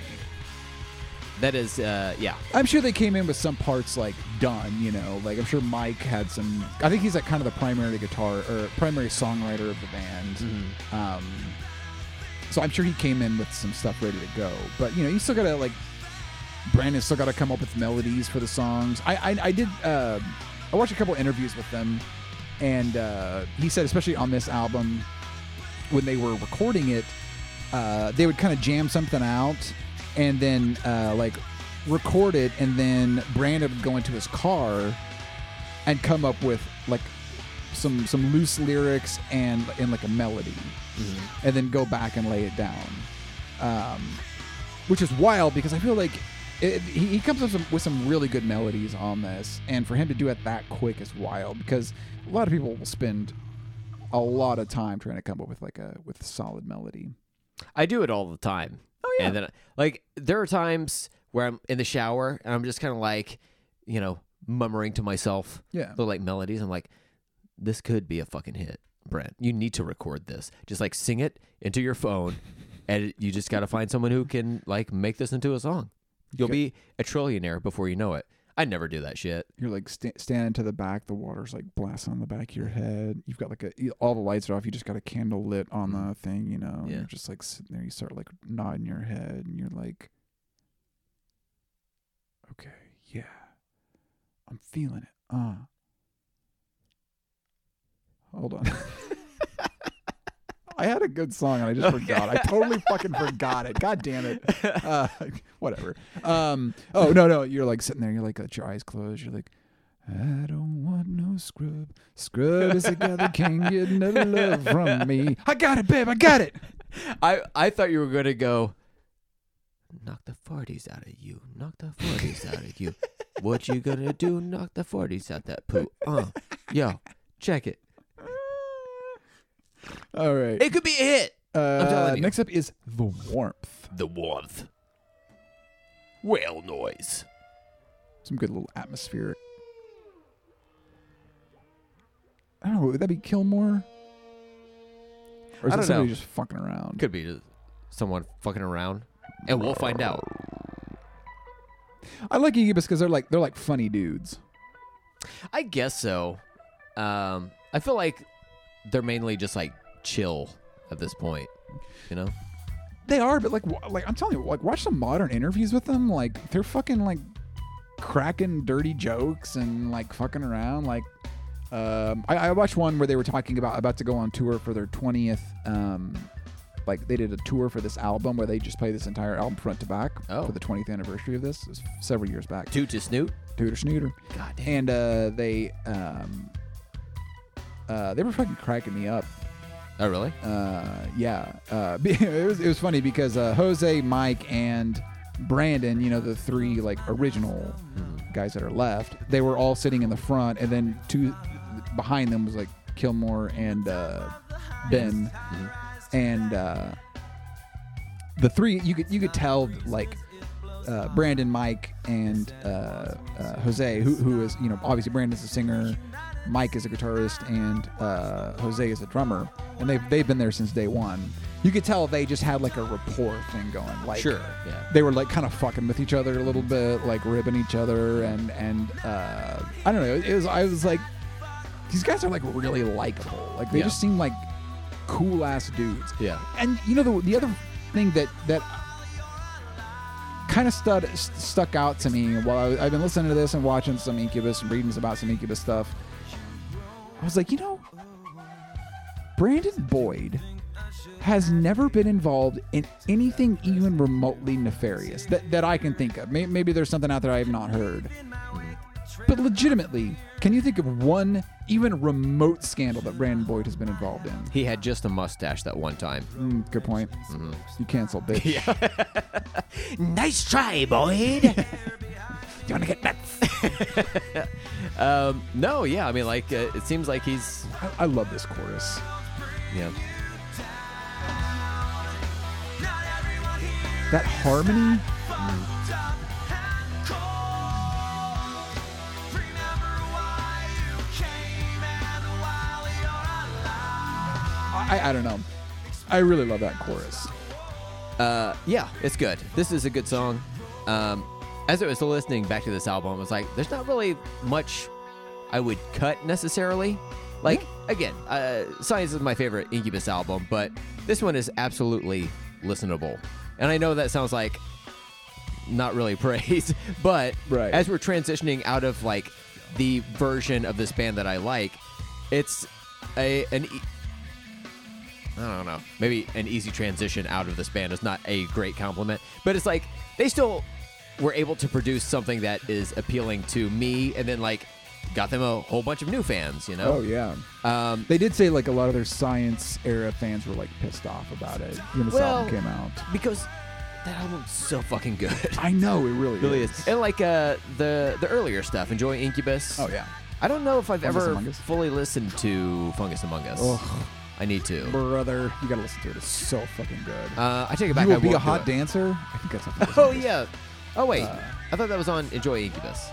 [SPEAKER 3] that is, uh, yeah,
[SPEAKER 2] I'm sure they came in with some parts like done, you know. Like I'm sure Mike had some. I think he's like kind of the primary guitar or primary songwriter of the band. Um, so I'm sure he came in with some stuff ready to go. But you know, you still gotta like. Brandon's still gotta come up with melodies for the songs. I I, I did. Uh, I watched a couple interviews with them, and uh, he said especially on this album when they were recording it, uh, they would kind of jam something out and then uh, like record it, and then Brandon would go into his car and come up with like some some loose lyrics and and like a melody, and then go back and lay it down, um, which is wild because I feel like. It, he he comes up some, with some really good melodies on this, and for him to do it that quick is wild because a lot of people will spend a lot of time trying to come up with like a with a solid melody.
[SPEAKER 3] I do it all the time. Oh yeah. And then like there are times where I'm in the shower and I'm just kind of like, you know, murmuring to myself.
[SPEAKER 2] Yeah.
[SPEAKER 3] Little like melodies. I'm like, this could be a fucking hit, Brent. You need to record this. Just like sing it into your phone, and you just got to find someone who can like make this into a song. You'll
[SPEAKER 2] Okay.
[SPEAKER 3] be a trillionaire before you know it. I never do that shit.
[SPEAKER 2] You're like sta standing to the back. The water's like blasting on the back of your head. You've got like a all the lights are off. You just got a candle lit on the thing. You know. and
[SPEAKER 3] Mm-hmm. Yeah.
[SPEAKER 2] You're just like sitting there. You start like nodding your head, and you're like, okay, yeah, I'm feeling it. Uh. Hold on. I had a good song and I just forgot. I totally fucking forgot it. God damn it. Uh, whatever. Um, oh no, no. You're like sitting there. You're like, got your eyes closed. You're like, I don't want no scrub. Scrub is a guy that can't get no love from me. I got it, babe. I got it.
[SPEAKER 3] I I thought you were gonna go. Knock the forties out of you. Knock the forties out of you. What you gonna do? Knock the forties out that poo. Uh, yo, check it.
[SPEAKER 2] All right.
[SPEAKER 3] It could be a hit.
[SPEAKER 2] Uh,
[SPEAKER 3] telling you.
[SPEAKER 2] next up is the warmth.
[SPEAKER 3] The warmth. Whale noise.
[SPEAKER 2] Some good little atmospheric. I don't know. Would that be Kilmore? Or is
[SPEAKER 3] I
[SPEAKER 2] that
[SPEAKER 3] don't
[SPEAKER 2] somebody
[SPEAKER 3] know.
[SPEAKER 2] just fucking around?
[SPEAKER 3] Could be just someone fucking around, and we'll find out.
[SPEAKER 2] I like Incubus because they're like they're like funny dudes.
[SPEAKER 3] I guess so. Um, I feel like they're mainly just like chill at this point. You know,
[SPEAKER 2] They are, but like, wa- like I'm telling you, like, watch some modern interviews with them. Like, they're fucking like cracking dirty jokes and like fucking around. Like, um, I, I watched one where they were talking about about to go on tour for their 20th. Um, like they did a tour for this album where they just play this entire album front to back
[SPEAKER 3] Oh.
[SPEAKER 2] for the 20th anniversary of this. It was several years back.
[SPEAKER 3] toot to snoot.
[SPEAKER 2] Dude or Snooter.
[SPEAKER 3] God damn.
[SPEAKER 2] And uh, they um, uh, they were fucking cracking me up
[SPEAKER 3] Oh really?
[SPEAKER 2] uh, yeah, uh, it was it was funny because uh, Jose, Mike, and Brandon, you know, the three like original guys that are left, they were all sitting in the front, and then two behind them was like Kilmore and uh, Ben, and uh, the three you could you could tell like. Uh, Brandon, Mike, and uh, uh, Jose, who, who is you know obviously Brandon's a singer, Mike is a guitarist, and uh, Jose is a drummer, and they've they've been there since day one. You could tell they just had like a rapport thing going. Like
[SPEAKER 3] Sure, yeah.
[SPEAKER 2] they were like kind of fucking with each other a little bit, like ribbing each other, and and uh, I don't know. It was I was like, these guys are like really likable. Like they
[SPEAKER 3] Yeah.
[SPEAKER 2] just seem like cool ass dudes.
[SPEAKER 3] Yeah.
[SPEAKER 2] And you know the the other thing that that kind of stud, st- stuck out to me while I, I've been listening to this and watching some Incubus and reading about some Incubus stuff. I was like, you know, Brandon Boyd has never been involved in anything even remotely nefarious that, that I can think of. May- Maybe there's something out there I have not heard. But legitimately, can you think of one even remote scandal that Brandon Boyd has been involved in?
[SPEAKER 3] He had just a mustache that one time.
[SPEAKER 2] Mm, good point. You cancel, bitch.
[SPEAKER 3] Mm-hmm. Nice try, Boyd.
[SPEAKER 2] Do you want to get nuts?
[SPEAKER 3] um, no, yeah, I mean, like, uh, it seems like he's,
[SPEAKER 2] I, I love this chorus.
[SPEAKER 3] yeah,
[SPEAKER 2] That harmony. I, I don't know. I really love that chorus.
[SPEAKER 3] uh, yeah, it's good. This is a good song. Um, as I was listening back to this album, I was like, there's not really much I would cut necessarily. Like, again, uh, Science is my favorite Incubus album, but this one is absolutely listenable. And I know that sounds like not really praise, but
[SPEAKER 2] Right.
[SPEAKER 3] as we're transitioning out of like the version of this band that I like, it's a an e- I don't know. Maybe an easy transition out of this band is not a great compliment, but it's like they still were able to produce something that is appealing to me, and then like got them a whole bunch of new fans. You know?
[SPEAKER 2] Oh yeah.
[SPEAKER 3] Um,
[SPEAKER 2] They did say like a lot of their science era fans were like pissed off about it when this
[SPEAKER 3] Well-
[SPEAKER 2] album came out.
[SPEAKER 3] because that album's so fucking good. It
[SPEAKER 2] I know it really,
[SPEAKER 3] really is. And like uh, the the earlier stuff, Enjoy Incubus.
[SPEAKER 2] Oh yeah.
[SPEAKER 3] I don't know if I've
[SPEAKER 2] Fungus
[SPEAKER 3] ever
[SPEAKER 2] Among Us?
[SPEAKER 3] fully listened to Fungus Among Us.
[SPEAKER 2] Ugh.
[SPEAKER 3] I need to.
[SPEAKER 2] Brother, you gotta listen to it. It's so fucking good.
[SPEAKER 3] Uh, I take it back.
[SPEAKER 2] you will
[SPEAKER 3] I
[SPEAKER 2] be
[SPEAKER 3] won't
[SPEAKER 2] a hot
[SPEAKER 3] do it.
[SPEAKER 2] dancer. I think that's how
[SPEAKER 3] Oh yeah. Oh wait.
[SPEAKER 2] Uh,
[SPEAKER 3] I thought that was on Enjoy Incubus.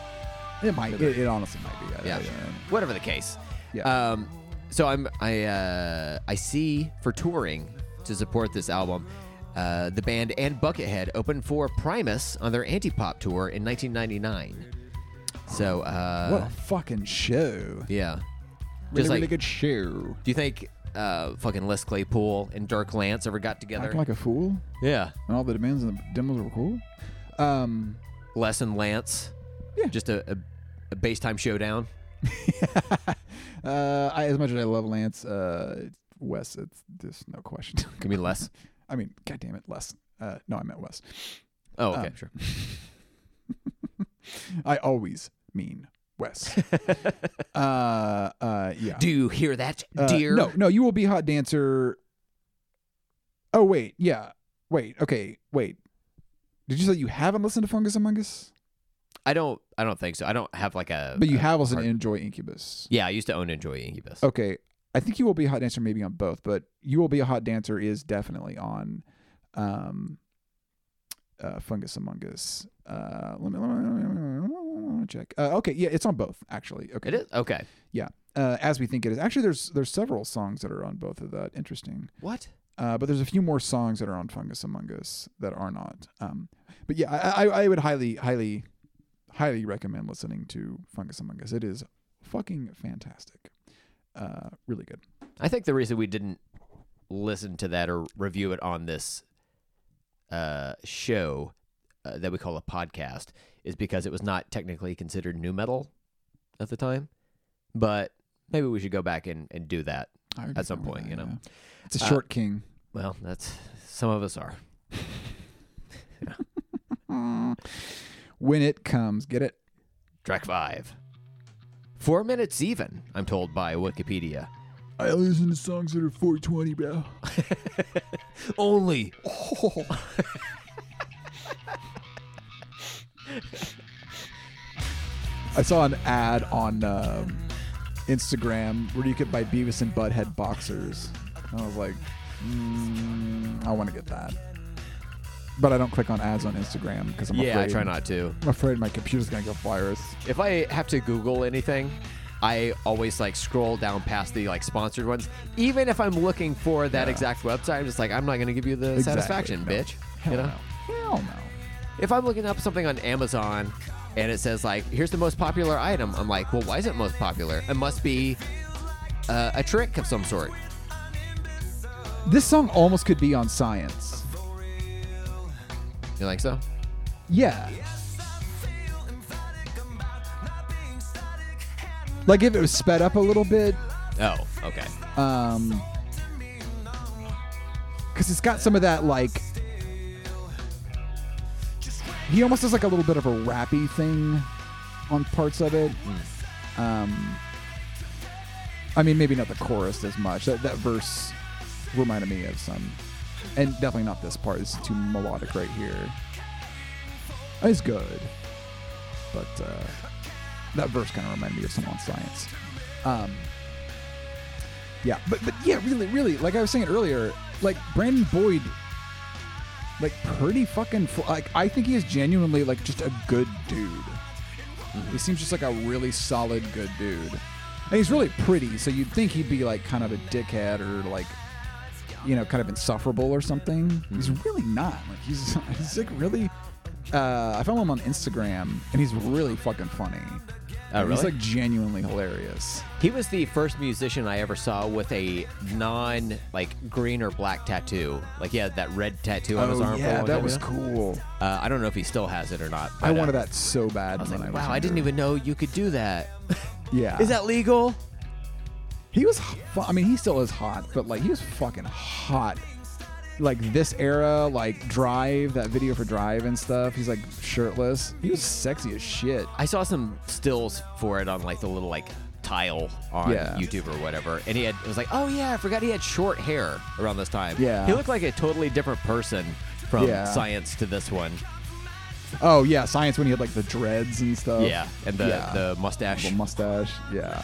[SPEAKER 2] It might. It, it honestly might be. I don't
[SPEAKER 3] yeah.
[SPEAKER 2] know.
[SPEAKER 3] Whatever the case.
[SPEAKER 2] Yeah.
[SPEAKER 3] Um, so I'm I uh, I see for touring to support this album, uh, the band and Buckethead opened for Primus on their anti-pop tour in 1999. So
[SPEAKER 2] What
[SPEAKER 3] uh,
[SPEAKER 2] a fucking show.
[SPEAKER 3] yeah,
[SPEAKER 2] Really,
[SPEAKER 3] just
[SPEAKER 2] really
[SPEAKER 3] like-
[SPEAKER 2] good show.
[SPEAKER 3] do you think uh, fucking Les Claypool and Dirk Lance ever got together?
[SPEAKER 2] Act like a fool,
[SPEAKER 3] yeah,
[SPEAKER 2] and all the demands and the demos were cool. Um,
[SPEAKER 3] Les and Lance.
[SPEAKER 2] Yeah.
[SPEAKER 3] Just a, a, a bass time showdown.
[SPEAKER 2] uh, I, as much as I love Lance, uh, Wes, it's just no question.
[SPEAKER 3] Give me Les.
[SPEAKER 2] I mean, god damn it, Les. Uh, no, I meant Wes.
[SPEAKER 3] Oh, okay,
[SPEAKER 2] Um,
[SPEAKER 3] sure.
[SPEAKER 2] I always mean Wes. uh, uh, yeah.
[SPEAKER 3] Do you hear that,
[SPEAKER 2] Uh,
[SPEAKER 3] dear?
[SPEAKER 2] No, no, you will be hot dancer. Oh wait, yeah, wait, okay, wait. Did you say you haven't listened to Fungus Among Us?
[SPEAKER 3] I don't. I don't think so. I don't have like a.
[SPEAKER 2] But you
[SPEAKER 3] a
[SPEAKER 2] have listened
[SPEAKER 3] hard-
[SPEAKER 2] to Enjoy Incubus.
[SPEAKER 3] Yeah, I used to own Enjoy Incubus.
[SPEAKER 2] Okay, I think you will be a hot dancer maybe on both, but you will be a hot dancer is definitely on, um, uh, Fungus Among Us. Uh, let me, let me, let me- let me check. Uh, okay, yeah, it's on both actually. Okay,
[SPEAKER 3] It is okay.
[SPEAKER 2] Yeah, uh, as we think it is. Actually, there's there's several songs that are on both of that. Interesting.
[SPEAKER 3] What?
[SPEAKER 2] Uh, but there's a few more songs that are on Fungus Among Us that are not. Um, but yeah, I, I, I would highly, highly, highly recommend listening to Fungus Among Us. It is fucking fantastic. Uh, really good.
[SPEAKER 3] I think the reason we didn't listen to that or review it on this uh, show uh, that we call a podcast is because it was not technically considered new metal at the time. But maybe we should go back and, and do that.
[SPEAKER 2] I would
[SPEAKER 3] At some
[SPEAKER 2] agree with
[SPEAKER 3] point, you know.
[SPEAKER 2] yeah. it's a
[SPEAKER 3] Uh,
[SPEAKER 2] short king.
[SPEAKER 3] Well, that's some of us are.
[SPEAKER 2] Ah. When it comes, get it.
[SPEAKER 3] Track five. Four minutes even, I'm told by Wikipedia.
[SPEAKER 2] I listen to songs that are 420, bro.
[SPEAKER 3] Only.
[SPEAKER 2] I saw an ad on um, Instagram where you could buy Beavis and Butthead boxers. And I was like, mm, I want to get that. But I don't click on ads on Instagram because I'm
[SPEAKER 3] Yeah, I
[SPEAKER 2] afraid.
[SPEAKER 3] try not to.
[SPEAKER 2] I'm afraid my computer's gonna go virus.
[SPEAKER 3] If I have to Google anything, I always like scroll down past the like sponsored ones. Even if I'm looking for that exact website, I'm just like, I'm not gonna give you the
[SPEAKER 2] Exactly.
[SPEAKER 3] satisfaction,
[SPEAKER 2] No.
[SPEAKER 3] bitch.
[SPEAKER 2] Hell
[SPEAKER 3] you know?
[SPEAKER 2] no. Hell no.
[SPEAKER 3] If I'm looking up something on Amazon and it says like, here's the most popular item, I'm like, well, why is it most popular? It must be uh, a trick of some sort.
[SPEAKER 2] This song almost could be on Science.
[SPEAKER 3] You like so?
[SPEAKER 2] Yeah. Like if it was sped up a little bit,
[SPEAKER 3] Oh, okay.
[SPEAKER 2] um, because it's got some of that like. He almost does like a little bit of a rappy thing on parts of it. Um, I mean, maybe not the chorus as much. That that verse reminded me of some, and definitely not this part. It's too melodic right here. It's good, but uh, that verse kind of reminded me of some on science. Um, yeah, but but yeah, really, really, like I was saying earlier, like Brandon Boyd, like pretty fucking, fl- like I think he is genuinely like just a good dude.
[SPEAKER 3] Mm-hmm.
[SPEAKER 2] He seems just like a really solid good dude, and he's really pretty, so you'd think he'd be like kind of a dickhead or like, you know, kind of insufferable or something. He's
[SPEAKER 3] Mm-hmm.
[SPEAKER 2] really not. Like he's he's like really. Uh, I found him on Instagram, and he's really fucking funny.
[SPEAKER 3] Oh,
[SPEAKER 2] He's
[SPEAKER 3] really?
[SPEAKER 2] like genuinely hilarious.
[SPEAKER 3] He was the first musician I ever saw with a non like green or black tattoo. Like he had that red tattoo on his arm. for a
[SPEAKER 2] Oh, yeah,
[SPEAKER 3] long
[SPEAKER 2] that
[SPEAKER 3] time,
[SPEAKER 2] was
[SPEAKER 3] you know?
[SPEAKER 2] cool.
[SPEAKER 3] Uh, I don't know if he still has it or not.
[SPEAKER 2] I
[SPEAKER 3] but, uh,
[SPEAKER 2] wanted that so bad.
[SPEAKER 3] I was
[SPEAKER 2] when
[SPEAKER 3] like,
[SPEAKER 2] was
[SPEAKER 3] wow, I didn't
[SPEAKER 2] younger.
[SPEAKER 3] even know you could do that.
[SPEAKER 2] Yeah,
[SPEAKER 3] Is that legal?
[SPEAKER 2] he was? h- fu- I mean, he still is hot, but like he was fucking hot. Like this era, like Drive, that video for Drive and stuff. He's like shirtless. He was sexy as shit.
[SPEAKER 3] I saw some stills for it on like the little like tile on
[SPEAKER 2] Yeah.
[SPEAKER 3] YouTube or whatever, and he had. It was like, oh yeah, I forgot he had short hair around this time.
[SPEAKER 2] Yeah.
[SPEAKER 3] he looked like a totally different person from
[SPEAKER 2] Yeah.
[SPEAKER 3] science to this one.
[SPEAKER 2] Oh yeah, science when he had like the dreads and stuff.
[SPEAKER 3] yeah, and the
[SPEAKER 2] Yeah.
[SPEAKER 3] the mustache.
[SPEAKER 2] Little mustache. Yeah.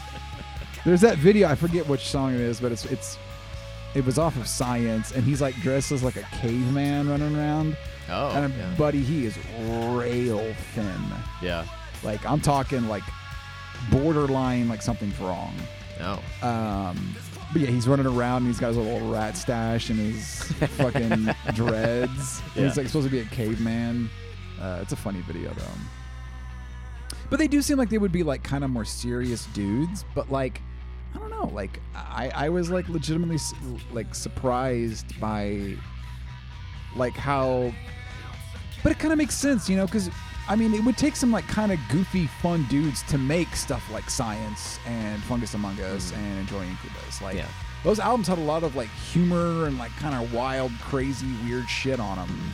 [SPEAKER 2] There's that video. I forget which song it is, but it's it's it was off of Science, and he's like dressed as like a caveman running around.
[SPEAKER 3] Oh,
[SPEAKER 2] and
[SPEAKER 3] yeah.
[SPEAKER 2] buddy, he is rail thin.
[SPEAKER 3] yeah.
[SPEAKER 2] Like I'm talking like borderline like something's wrong.
[SPEAKER 3] Oh,
[SPEAKER 2] Um, but yeah, he's running around and he's got his little rat stash and his fucking dreads. And
[SPEAKER 3] Yeah.
[SPEAKER 2] he's like supposed to be a caveman. Uh, it's a funny video though. But they do seem like they would be like kind of more serious dudes. But like, I don't know. Like I, I was like legitimately s- like surprised by like how but it kind of makes sense, you know, because I mean, it would take some like kind of goofy, fun dudes to make stuff like Science and Fungus Among Us and Enjoy Incubus. Like
[SPEAKER 3] Yeah.
[SPEAKER 2] those albums had a lot of like humor and like kind of wild, crazy, weird shit on them.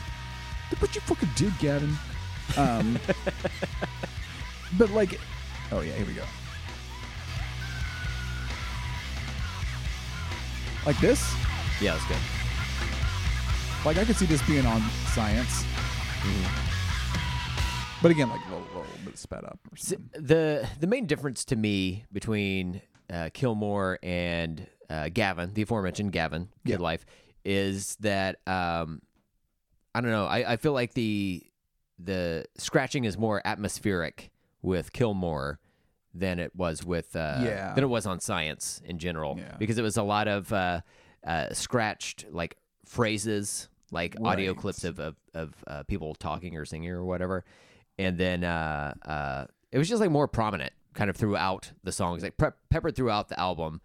[SPEAKER 2] Look what you fucking did, Gavin. Um, but like, oh yeah, here we go. Like this.
[SPEAKER 3] yeah, that's good.
[SPEAKER 2] Like I could see this being on science. But again, like a little, little bit sped up or
[SPEAKER 3] Hmm. S-
[SPEAKER 2] something.
[SPEAKER 3] the the main difference to me between uh, Kilmore and uh, Gavin, the aforementioned Gavin, Kid
[SPEAKER 2] Yeah.
[SPEAKER 3] Life, is that um, I don't know. I, I feel like the the scratching is more atmospheric with Kilmore than it was with uh,
[SPEAKER 2] Yeah.
[SPEAKER 3] than it was on Science in general
[SPEAKER 2] Yeah.
[SPEAKER 3] because it was a lot of uh, uh, scratched like phrases like audio
[SPEAKER 2] Right.
[SPEAKER 3] clips of of, of uh, people talking or singing or whatever, and then uh, uh, it was just like more prominent. kind of throughout the songs, like prep peppered throughout the album.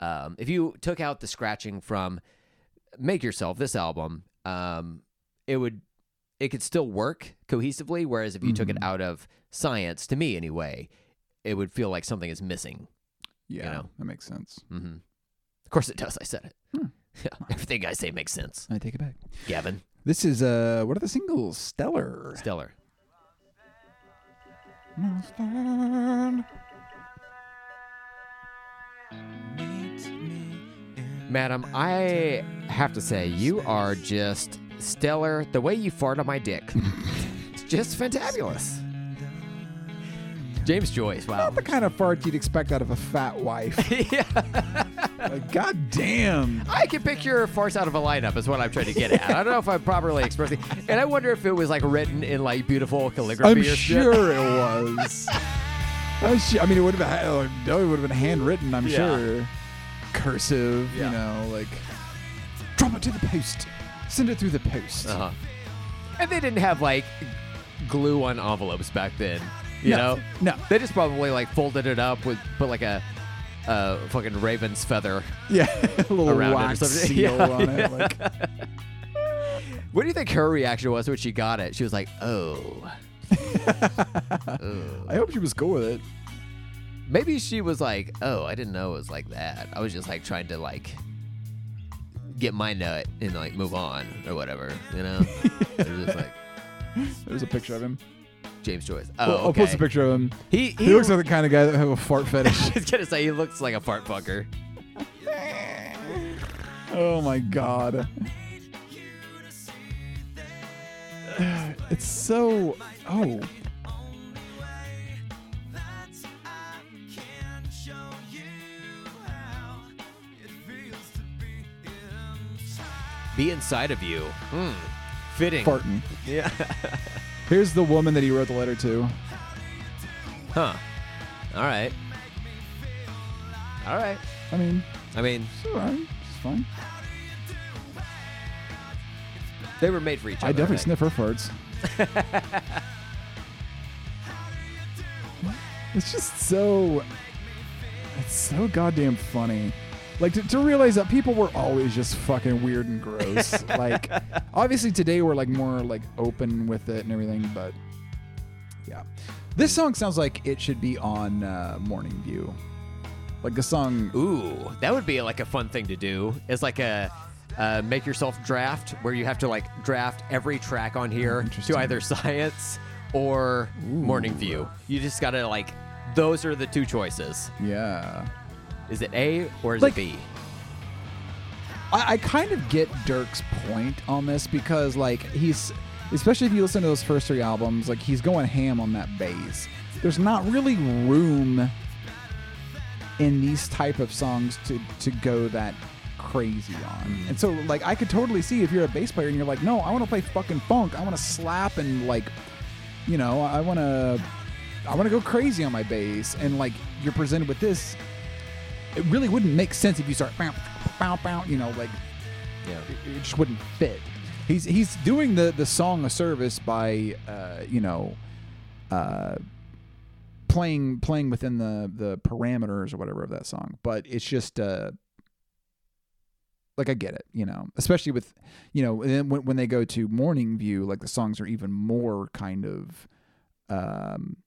[SPEAKER 3] Um, if you took out the scratching from "Make Yourself" this album, um, it would it could still work cohesively. Whereas if you took it out of "Science," to me anyway, it would feel like something is missing.
[SPEAKER 2] Yeah,
[SPEAKER 3] know.
[SPEAKER 2] that makes sense.
[SPEAKER 3] hmm Of course, it does. I said it. Yeah, everything I say makes sense.
[SPEAKER 2] I take it back.
[SPEAKER 3] Gavin,
[SPEAKER 2] This is uh, what are the singles? Stellar.
[SPEAKER 3] stellar. Madam, I have to say, you are just stellar. The way you fart on my dick, it's just fantabulous. James Joyce, wow.
[SPEAKER 2] Not the kind of fart you'd expect out of a fat wife. Uh,
[SPEAKER 3] yeah,
[SPEAKER 2] like, God damn.
[SPEAKER 3] I can pick your farts out of a lineup, is what I'm trying to get at. I don't know if I'm properly expressing. And I wonder if it was like written in like beautiful calligraphy
[SPEAKER 2] I'm
[SPEAKER 3] or shit.
[SPEAKER 2] sure it was. I'm su- I mean, it would have been, uh, no, it would have been handwritten. I'm
[SPEAKER 3] Yeah.
[SPEAKER 2] sure, cursive.
[SPEAKER 3] Yeah.
[SPEAKER 2] You know, like drop it to the post, send it through the post.
[SPEAKER 3] Uh-huh. And they didn't have like glue on envelopes back then, you
[SPEAKER 2] No,
[SPEAKER 3] know?
[SPEAKER 2] no.
[SPEAKER 3] They just probably like folded it up with put like a a fucking raven's feather.
[SPEAKER 2] Yeah, a little
[SPEAKER 3] Around it or
[SPEAKER 2] wax
[SPEAKER 3] something.
[SPEAKER 2] seal
[SPEAKER 3] Yeah,
[SPEAKER 2] on it. Like,
[SPEAKER 3] What do you think her reaction was when she got it? She was like, "Oh."
[SPEAKER 2] I hope she was cool with it.
[SPEAKER 3] Maybe she was like, "Oh, I didn't know it was like that. I was just like trying to like get my nut and like move on or whatever, you know?" it was just like
[SPEAKER 2] There's a picture of him.
[SPEAKER 3] James Joyce. Oh,
[SPEAKER 2] I'll- I'll
[SPEAKER 3] okay.
[SPEAKER 2] post a picture of him.
[SPEAKER 3] He
[SPEAKER 2] He, looks like the kind of guy that would have a fart fetish.
[SPEAKER 3] I was gonna say he looks like a fart fucker.
[SPEAKER 2] oh my god. It's so. Oh.
[SPEAKER 3] Be inside of you. Hmm. Fitting.
[SPEAKER 2] farting.
[SPEAKER 3] Yeah.
[SPEAKER 2] Here's the woman that he wrote the letter to.
[SPEAKER 3] Huh. All right. All right.
[SPEAKER 2] I mean,
[SPEAKER 3] I mean,
[SPEAKER 2] it's all right. It's fine.
[SPEAKER 3] they were made for each other.
[SPEAKER 2] I definitely
[SPEAKER 3] right?
[SPEAKER 2] sniff her farts. it's just so. It's so goddamn funny. Like to, to realize that people were always just fucking weird and gross. like, obviously today we're like more like open with it and everything, but yeah, this song sounds like it should be on uh, Morning View. Like the song
[SPEAKER 3] Ooh, that would be like a fun thing to do. It's like a uh, make yourself draft where you have to like draft every track on here
[SPEAKER 2] Interesting.
[SPEAKER 3] to either science or morning view. You just gotta like, those are the two choices.
[SPEAKER 2] Yeah.
[SPEAKER 3] Is it A or is
[SPEAKER 2] Like-
[SPEAKER 3] it B?
[SPEAKER 2] I, I kind of get Dirk's point on this because, like, he's, especially if you listen to those first three albums, like, he's going ham on that bass. There's not really room in these type of songs to, to go that crazy on. And so, like, I could totally see if you're a bass player and you're like, no, I want to play fucking funk. I want to slap and, like, you know, I want to. I want to go crazy on my bass, and like you're presented with this, it really wouldn't make sense if you start bow, bow, bow, you know, like
[SPEAKER 3] Yeah.
[SPEAKER 2] it it just wouldn't fit. He's he's doing the the song a service by uh, you know uh, playing playing within the the parameters or whatever of that song, but it's just uh, like I get it, you know, especially with you know and then when when they go to Morning View, like the songs are even more kind of. Um,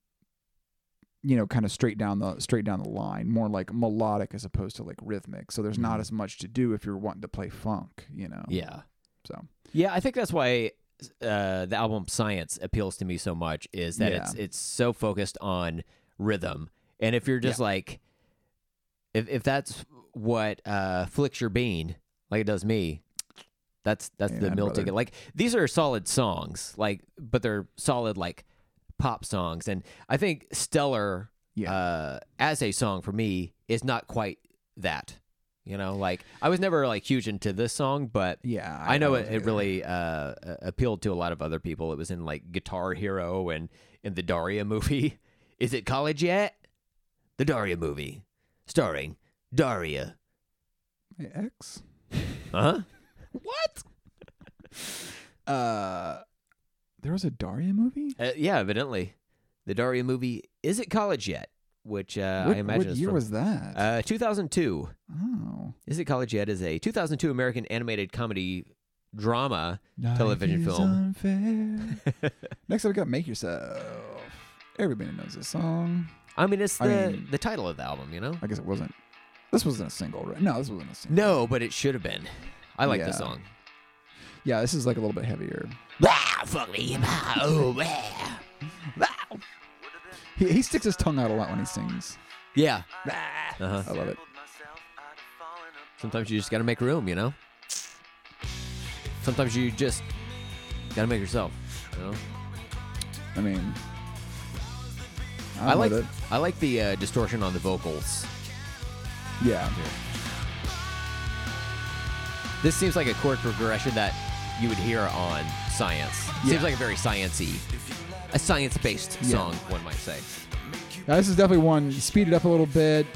[SPEAKER 2] you know, kind of straight down the straight down the line, more like melodic as opposed to like rhythmic. So there's not as much to do if you're wanting to play funk, you know.
[SPEAKER 3] Yeah.
[SPEAKER 2] So
[SPEAKER 3] Yeah, I think that's why uh, the album Science appeals to me so much is that
[SPEAKER 2] Yeah.
[SPEAKER 3] it's it's so focused on rhythm, and if you're just like, if if that's what uh, flicks your bean like it does me, that's that's the
[SPEAKER 2] Amen,
[SPEAKER 3] meal
[SPEAKER 2] brother.
[SPEAKER 3] ticket. Like these are solid songs, like but they're solid like pop songs, and I think Stellar
[SPEAKER 2] Yeah.
[SPEAKER 3] uh, as a song for me is not quite that. You know, like I was never like huge into this song, but
[SPEAKER 2] yeah,
[SPEAKER 3] I know
[SPEAKER 2] don't
[SPEAKER 3] it,
[SPEAKER 2] either.
[SPEAKER 3] it really uh, uh, appealed to a lot of other people. It was in like Guitar Hero and in the Daria movie. Is it college yet? The Daria movie, starring Daria.
[SPEAKER 2] My ex.
[SPEAKER 3] Huh? what?
[SPEAKER 2] Uh, there was a Daria movie.
[SPEAKER 3] Uh, yeah, evidently, the Daria movie. Is it college yet? which uh,
[SPEAKER 2] what,
[SPEAKER 3] I imagine
[SPEAKER 2] what
[SPEAKER 3] is
[SPEAKER 2] year
[SPEAKER 3] from
[SPEAKER 2] was that?
[SPEAKER 3] uh, 2002.
[SPEAKER 2] oh,
[SPEAKER 3] Is it College Yet? Is a 2002 American animated comedy drama. television
[SPEAKER 2] Life is
[SPEAKER 3] film.
[SPEAKER 2] unfair. Next up, we got "Make Yourself." Everybody knows this song.
[SPEAKER 3] I mean, it's the
[SPEAKER 2] I mean-
[SPEAKER 3] the title of the album, you know.
[SPEAKER 2] I guess it wasn't. This wasn't a single, right? No, this wasn't a single.
[SPEAKER 3] No, but it should have been. I like the
[SPEAKER 2] Yeah.
[SPEAKER 3] song.
[SPEAKER 2] Yeah, this is like a little bit heavier.
[SPEAKER 3] Wow, fuck me. Wow, oh, wow. Wow.
[SPEAKER 2] He, he sticks his tongue out a lot when he sings.
[SPEAKER 3] Yeah. Uh-huh.
[SPEAKER 2] I love it.
[SPEAKER 3] Sometimes you just gotta make room, you know. Sometimes you just gotta make yourself. You know.
[SPEAKER 2] I mean, I'm
[SPEAKER 3] I like
[SPEAKER 2] with it.
[SPEAKER 3] I like the uh, distortion on the vocals.
[SPEAKER 2] Yeah,
[SPEAKER 3] This seems like a chord progression that you would hear on Science.
[SPEAKER 2] Yeah.
[SPEAKER 3] Seems like a very sciencey, a science-based
[SPEAKER 2] Yeah.
[SPEAKER 3] song, one might say.
[SPEAKER 2] Now, this is definitely one. Speed it up a little bit.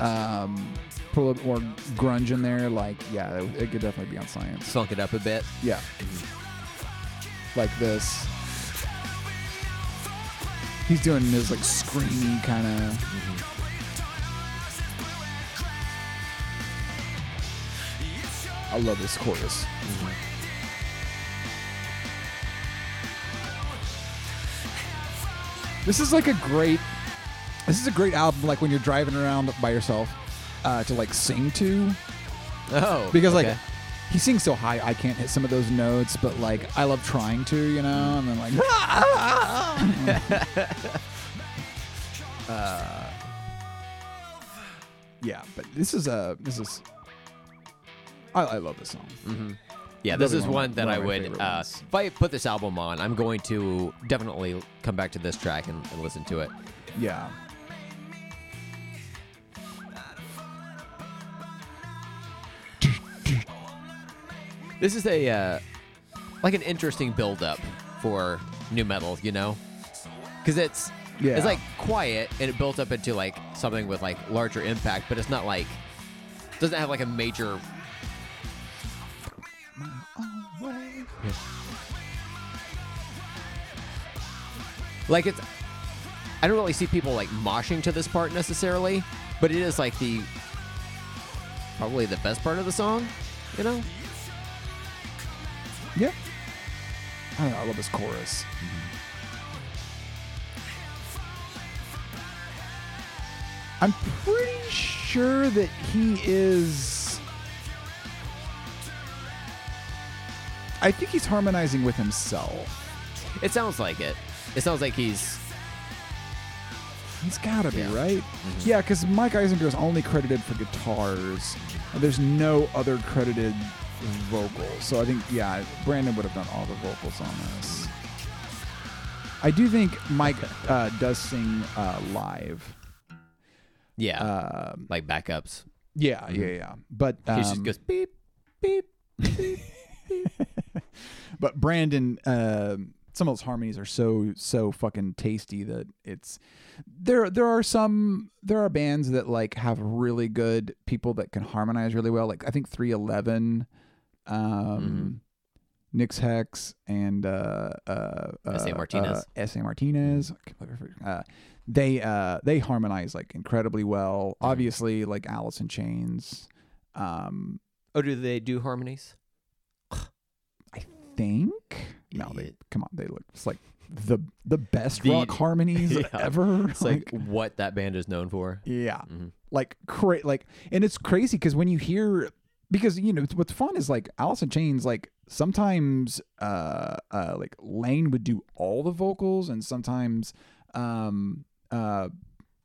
[SPEAKER 2] Um, put a little more grunge in there. Like, yeah, it, it could definitely be on science.
[SPEAKER 3] Funk it up a bit.
[SPEAKER 2] Yeah. Mm-hmm. Like this. He's doing his like screamy kind of. I love this chorus. This is like a great. This is a great album. Like when you're driving around by yourself, uh, to like sing to
[SPEAKER 3] Oh,
[SPEAKER 2] because like
[SPEAKER 3] okay.
[SPEAKER 2] he sings so high i can't hit some of those notes but like i love trying to you know and then like Uh, yeah but this is a this is i, I love this song
[SPEAKER 3] yeah, this
[SPEAKER 2] Another one of
[SPEAKER 3] is one
[SPEAKER 2] my-
[SPEAKER 3] that
[SPEAKER 2] one
[SPEAKER 3] I
[SPEAKER 2] of my
[SPEAKER 3] would.
[SPEAKER 2] favorite
[SPEAKER 3] Uh,
[SPEAKER 2] ones.
[SPEAKER 3] if I put this album on, I'm going to definitely come back to this track and, and listen to it.
[SPEAKER 2] yeah
[SPEAKER 3] This is a uh, like an interesting build-up for new metal, you know, because it's
[SPEAKER 2] Yeah.
[SPEAKER 3] it's like quiet and it built up into like something with like larger impact, but it's not like doesn't have like a major. Like it's, I don't really see people like moshing to this part necessarily, but it is like the probably the best part of the song, you know.
[SPEAKER 2] yeah i don't know i love this chorus i'm pretty sure that he is i think he's harmonizing with himself
[SPEAKER 3] It sounds like it. It sounds like he's
[SPEAKER 2] He's gotta be
[SPEAKER 3] Yeah.
[SPEAKER 2] right. Yeah, because Mike Eisinger is only credited for guitars. There's no other credited vocals. So I think yeah, Brandon would have done all the vocals on this. I do think Mike uh, does sing uh, live.
[SPEAKER 3] yeah,
[SPEAKER 2] Um,
[SPEAKER 3] like backups.
[SPEAKER 2] yeah, yeah, yeah. But
[SPEAKER 3] Mm-hmm. He
[SPEAKER 2] um,
[SPEAKER 3] just goes beep beep.
[SPEAKER 2] but Brandon, um some of those harmonies are so so fucking tasty that it's there. There are some there are bands that like have really good people that can harmonize really well. Like I think Three Eleven,
[SPEAKER 3] Mm-hmm.
[SPEAKER 2] um, Nick's Hex, and uh, uh, uh,
[SPEAKER 3] S.A. Martinez.
[SPEAKER 2] uh, S.A. Martinez. I can't believe I forgot- Uh, they uh, they harmonize like incredibly well.
[SPEAKER 3] Mm-hmm.
[SPEAKER 2] Obviously, like Alice in Chains. Um,
[SPEAKER 3] Oh, do they do harmonies?
[SPEAKER 2] I think. No, they
[SPEAKER 3] Idiot.
[SPEAKER 2] come on. They look it's like the the best
[SPEAKER 3] The-
[SPEAKER 2] rock harmonies
[SPEAKER 3] Yeah.
[SPEAKER 2] ever.
[SPEAKER 3] It's like, what that band is known for.
[SPEAKER 2] yeah,
[SPEAKER 3] Mhm.
[SPEAKER 2] like cra- like, and it's crazy because when you hear because you know it's- what's fun is like Alice in Chains like sometimes uh uh like Lane would do all the vocals and sometimes um uh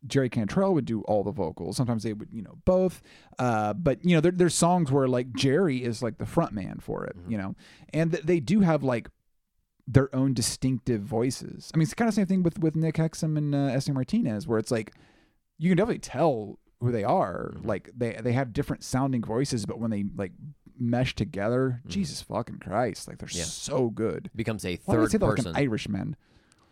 [SPEAKER 2] Jerry Cantrell would do all the vocals. Sometimes they would, you know, both. Uh, but you know, there, there's songs where like Jerry is like the front man for it, you know, and th- they do have like their own distinctive voices. I mean, it's kind of same thing with with Nick Hexum and uh, Esme Martinez, where it's like you can definitely tell who they are. Like they they have different sounding voices, but when they like mesh together, Jesus fucking Christ, like they're
[SPEAKER 3] Yeah.
[SPEAKER 2] so good.
[SPEAKER 3] Becomes a
[SPEAKER 2] Why do we
[SPEAKER 3] third
[SPEAKER 2] say that like
[SPEAKER 3] person.
[SPEAKER 2] an Irishman?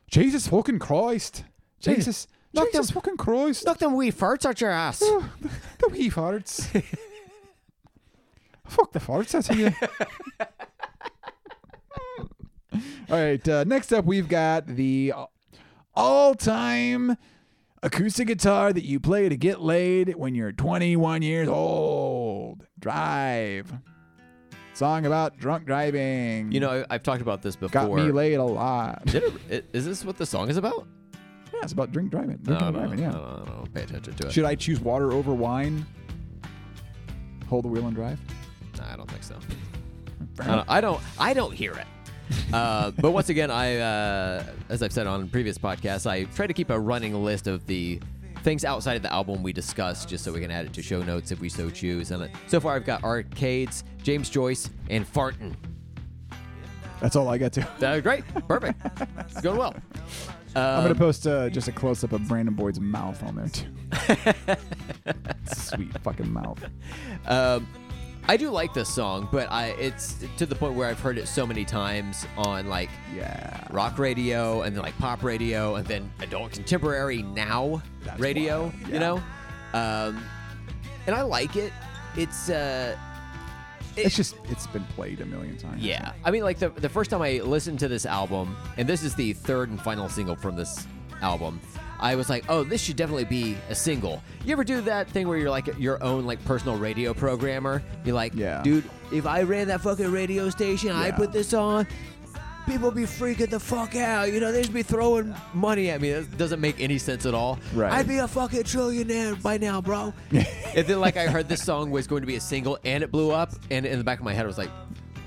[SPEAKER 2] Jesus fucking Christ. Jesus.
[SPEAKER 3] Knock
[SPEAKER 2] Jesus fucking Christ.
[SPEAKER 3] Knock them wee farts out your ass.
[SPEAKER 2] The wee farts. Fuck the farts, I tell you. All right, uh, next up we've got the all time acoustic guitar that you play to get laid when you're 21 years old. Drive. Song about drunk driving.
[SPEAKER 3] You know, I, I've talked about this before.
[SPEAKER 2] got me laid a lot.
[SPEAKER 3] Did it, i- is this what the song is about?
[SPEAKER 2] Yeah, it's about drink driving.
[SPEAKER 3] No,
[SPEAKER 2] Drink and
[SPEAKER 3] no,
[SPEAKER 2] driving, yeah.
[SPEAKER 3] no, no, no, no. Pay attention to it.
[SPEAKER 2] Should I choose water over wine? Hold the wheel and drive.
[SPEAKER 3] Nah, I don't think so. I don't. I don't, I don't hear it. Uh, but once again, I, uh, as I've said on previous podcasts, I try to keep a running list of the things outside of the album we discussed, just so we can add it to show notes if we so choose. And uh, so far, I've got Arcades, James Joyce, and Fartin.
[SPEAKER 2] That's all I got to.
[SPEAKER 3] Uh, great, perfect, it's going well. Um,
[SPEAKER 2] I'm gonna post uh, just a close up of Brandon Boyd's mouth on there too. Sweet fucking mouth.
[SPEAKER 3] Um, I do like this song, but I it's to the point where I've heard it so many times on like
[SPEAKER 2] Yeah.
[SPEAKER 3] rock radio and then like pop radio and then adult contemporary now
[SPEAKER 2] That's
[SPEAKER 3] radio,
[SPEAKER 2] wild.
[SPEAKER 3] you know? Um, and I like it. It's uh
[SPEAKER 2] It's just it's been played a million times.
[SPEAKER 3] yeah. I mean like the the first time I listened to this album, and this is the third and final single from this album. I was like, "Oh, this should definitely be a single." You ever do that thing where you're like your own like personal radio programmer? You're like,
[SPEAKER 2] Yeah.
[SPEAKER 3] dude, if I ran that fucking radio station, I
[SPEAKER 2] Yeah.
[SPEAKER 3] put this on, people be freaking the fuck out. You know, they'd be throwing money at me. That doesn't make any sense at all.
[SPEAKER 2] Right.
[SPEAKER 3] I'd be a fucking trillionaire by now, bro. and then, like, I heard this song was going to be a single and it blew up. And in the back of my head, I was like,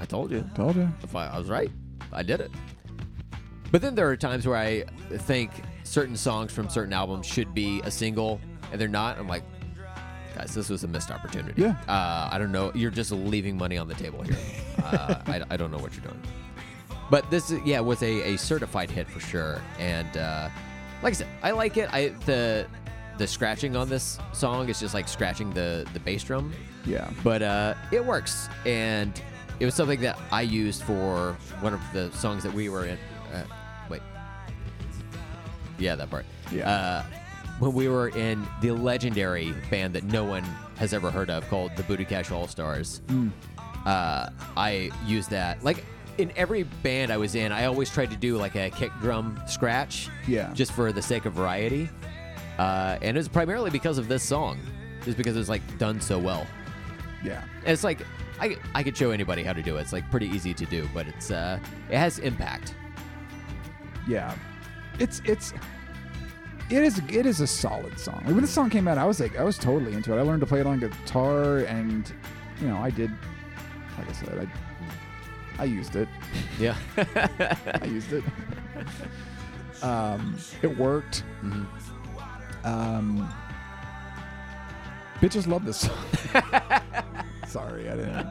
[SPEAKER 3] I told you.
[SPEAKER 2] Told you.
[SPEAKER 3] If I, I was right, I did it. But then there are times where I think certain songs from certain albums should be a single and they're not. I'm like, guys, this was a missed opportunity.
[SPEAKER 2] Yeah.
[SPEAKER 3] Uh, I don't know. You're just leaving money on the table here. uh, I, I don't know what you're doing. But this, is- yeah, was a, a certified hit for sure. And uh, like I said, I like it. I the the scratching on this song is just like scratching the the bass drum
[SPEAKER 2] Yeah.
[SPEAKER 3] but uh, it works and it was something that i used for one of the songs that we were in uh, wait yeah that part
[SPEAKER 2] Yeah.
[SPEAKER 3] uh, when we were in the legendary band that no one has ever heard of called the booty cash all stars
[SPEAKER 2] Mm.
[SPEAKER 3] uh, i used that like in every band i was in i always tried to do like a kick drum scratch
[SPEAKER 2] Yeah.
[SPEAKER 3] just for the sake of variety uh, and it was primarily because of this song just because it was like done so well
[SPEAKER 2] Yeah.
[SPEAKER 3] it's like I, I could show anybody how to do it. It's like pretty easy to do, but it's uh it has impact.
[SPEAKER 2] Yeah. It's it's it is it is a solid song. Like, when this song came out, I was like I was totally into it. I learned to play it on guitar and you know, I did like I said, I I used it.
[SPEAKER 3] Yeah.
[SPEAKER 2] I used it. um, it worked.
[SPEAKER 3] Mm-hmm.
[SPEAKER 2] Um, bitches love this song. Sorry, I didn't.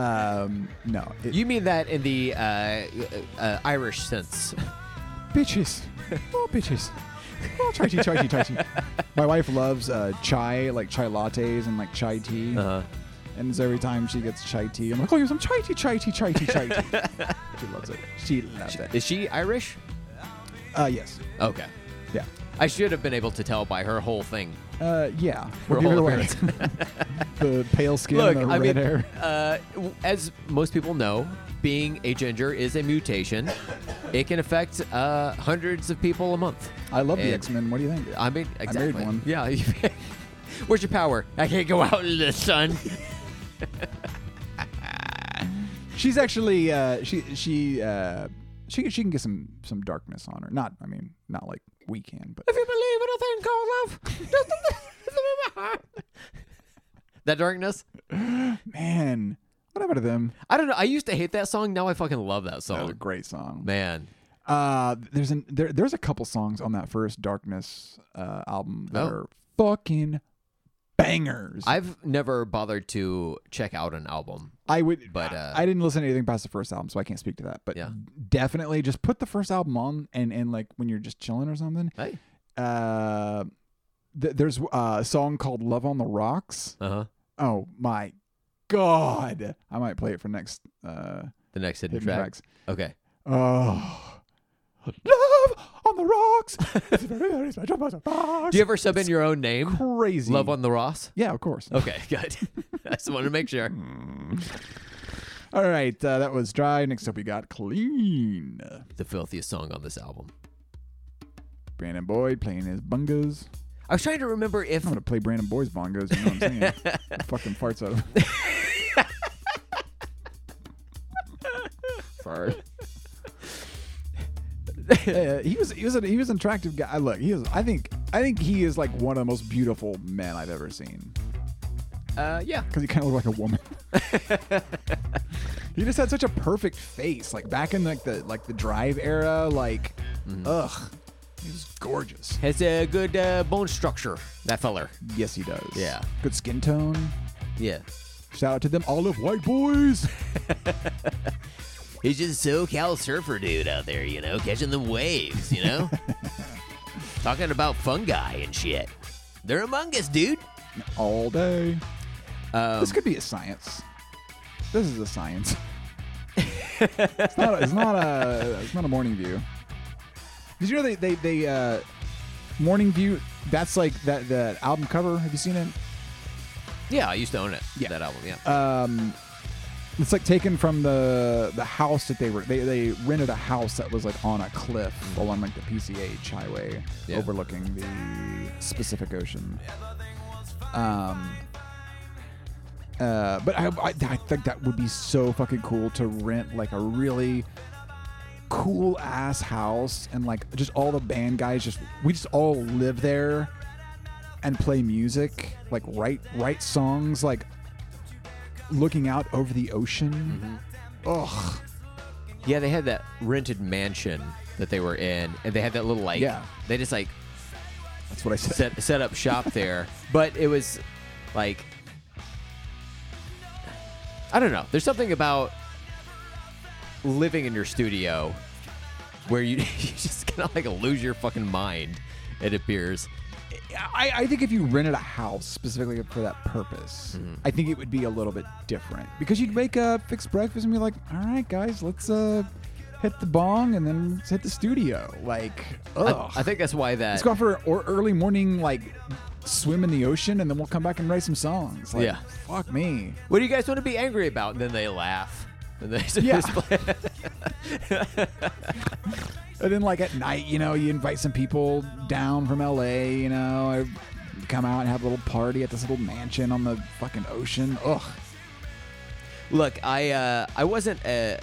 [SPEAKER 2] Um, no, it,
[SPEAKER 3] you mean that in the uh, uh, Irish sense?
[SPEAKER 2] bitches. Oh, bitches. Oh, chai tea, chai tea, chai tea. My wife loves uh, chai, like chai lattes and like chai tea.
[SPEAKER 3] Uh-huh.
[SPEAKER 2] And so every time she gets chai tea, I'm like, oh, you have some chai tea, chai tea, chai tea, chai tea. she loves it. She loves it.
[SPEAKER 3] Is she Irish?
[SPEAKER 2] Uh, yes.
[SPEAKER 3] Okay.
[SPEAKER 2] Yeah.
[SPEAKER 3] I should have been able to tell by her whole thing.
[SPEAKER 2] Uh, yeah. We'll
[SPEAKER 3] Her
[SPEAKER 2] give it
[SPEAKER 3] whole
[SPEAKER 2] away.
[SPEAKER 3] appearance.
[SPEAKER 2] the pale skin,
[SPEAKER 3] Look,
[SPEAKER 2] the
[SPEAKER 3] I
[SPEAKER 2] red
[SPEAKER 3] mean,
[SPEAKER 2] hair.
[SPEAKER 3] uh, w- as most people know, being a ginger is a mutation. It can affect uh, hundreds of people a month.
[SPEAKER 2] I love the
[SPEAKER 3] and-
[SPEAKER 2] X Men. What do you think?
[SPEAKER 3] I mean, exactly.
[SPEAKER 2] one.
[SPEAKER 3] Yeah. Where's your power? I can't go out in the sun.
[SPEAKER 2] She's actually uh, she she uh, she she can get some some darkness on her. Not I mean not like we can, but
[SPEAKER 3] If you believe in a thing called love, just a little bit of heart. That darkness?
[SPEAKER 2] man, what happened to them?
[SPEAKER 3] I don't know. I used to hate that song. Now I fucking love that
[SPEAKER 2] That was a
[SPEAKER 3] song.
[SPEAKER 2] great song.
[SPEAKER 3] Oh. Man.
[SPEAKER 2] Uh, there's an there there's a couple songs on that first Darkness uh, album that
[SPEAKER 3] Oh.
[SPEAKER 2] are fucking bangers.
[SPEAKER 3] I've never bothered to check out an album.
[SPEAKER 2] I would,
[SPEAKER 3] But, uh,
[SPEAKER 2] I didn't listen to anything past the first album, so I can't speak to that. But
[SPEAKER 3] Yeah.
[SPEAKER 2] definitely, just put the first album on, and and like when you're just chilling or something.
[SPEAKER 3] Hey.
[SPEAKER 2] Uh, th- there's uh, a song called "Love on the Rocks."
[SPEAKER 3] Uh huh.
[SPEAKER 2] Oh my god! I might play it for next uh,
[SPEAKER 3] The next hidden,
[SPEAKER 2] hidden
[SPEAKER 3] track.
[SPEAKER 2] tracks.
[SPEAKER 3] Okay.
[SPEAKER 2] Oh, "Love on the Rocks." It's very, very special, but it's a box.
[SPEAKER 3] Do you ever sub in your own name?
[SPEAKER 2] crazy
[SPEAKER 3] Love on the Ross?
[SPEAKER 2] Yeah, of course.
[SPEAKER 3] Okay, good. I just wanted to make sure.
[SPEAKER 2] All right, uh, that was dry. Next up, we got clean.
[SPEAKER 3] The filthiest song on this album.
[SPEAKER 2] Brandon Boyd playing his bongos.
[SPEAKER 3] I was trying to remember if
[SPEAKER 2] I'm gonna play Brandon Boyd's bongos. You know what I'm saying? fucking farts out of. Sorry. Yeah, he was he was an, he was an attractive guy. Look, he was. I think I think he is like one of the most beautiful men I've ever seen
[SPEAKER 3] uh, yeah.
[SPEAKER 2] because he kind of looked like a woman. he just had such a perfect face. Like back in like the like the drive era, like
[SPEAKER 3] Mm-hmm.
[SPEAKER 2] ugh, he was gorgeous.
[SPEAKER 3] Has a good uh, bone structure, that feller.
[SPEAKER 2] Yes, he does.
[SPEAKER 3] Yeah.
[SPEAKER 2] good skin tone.
[SPEAKER 3] Yeah.
[SPEAKER 2] Shout out to them olive white boys.
[SPEAKER 3] He's just so cal surfer dude out there, you know, catching them waves, you know? Talking about fungi and shit. They're among us, dude.
[SPEAKER 2] All day.
[SPEAKER 3] Um,
[SPEAKER 2] this could be a science. This is a science. it's not. It's not a. It's not a morning view. Did you know they they they uh, morning view? That's like that that album cover. Have you seen it?
[SPEAKER 3] yeah, I used to own it.
[SPEAKER 2] Yeah.
[SPEAKER 3] That album, yeah. Uh,
[SPEAKER 2] um, it's like taken from the the house that they were they, they rented a house that was like on a cliff along like the PCH highway
[SPEAKER 3] Yeah.
[SPEAKER 2] overlooking the Pacific Ocean. Um, uh, but I, I I think that would be so fucking cool to rent like a really cool ass house and like just all the band guys just we just all live there and play music like write write songs like looking out over the ocean. Ugh.
[SPEAKER 3] yeah, they had that rented mansion that they were in, and they had that little, like,
[SPEAKER 2] Yeah.
[SPEAKER 3] they just, like,
[SPEAKER 2] That's what I said.
[SPEAKER 3] set, set up shop there. But it was like, I don't know. There's something about living in your studio where you, you just kind of like lose your fucking mind, it appears.
[SPEAKER 2] I, I think if you rented a house specifically for that purpose, I think it would be a little bit different because you'd wake up, fix breakfast, and be like, "All right, guys, let's uh, hit the bong and then let's hit the studio." Like,
[SPEAKER 3] I,
[SPEAKER 2] ugh,
[SPEAKER 3] I think that's why that.
[SPEAKER 2] let's go out for or early morning like swim in the ocean, and then we'll come back and write some songs. Like,
[SPEAKER 3] Yeah.
[SPEAKER 2] fuck me.
[SPEAKER 3] What do you guys want to be angry about? And then they laugh. And they just
[SPEAKER 2] Yeah.
[SPEAKER 3] play-
[SPEAKER 2] And then like at night, you know, you invite some people down from LA, you know, or come out and have a little party at this little mansion on the fucking ocean. Ugh.
[SPEAKER 3] Look, I uh, I wasn't uh,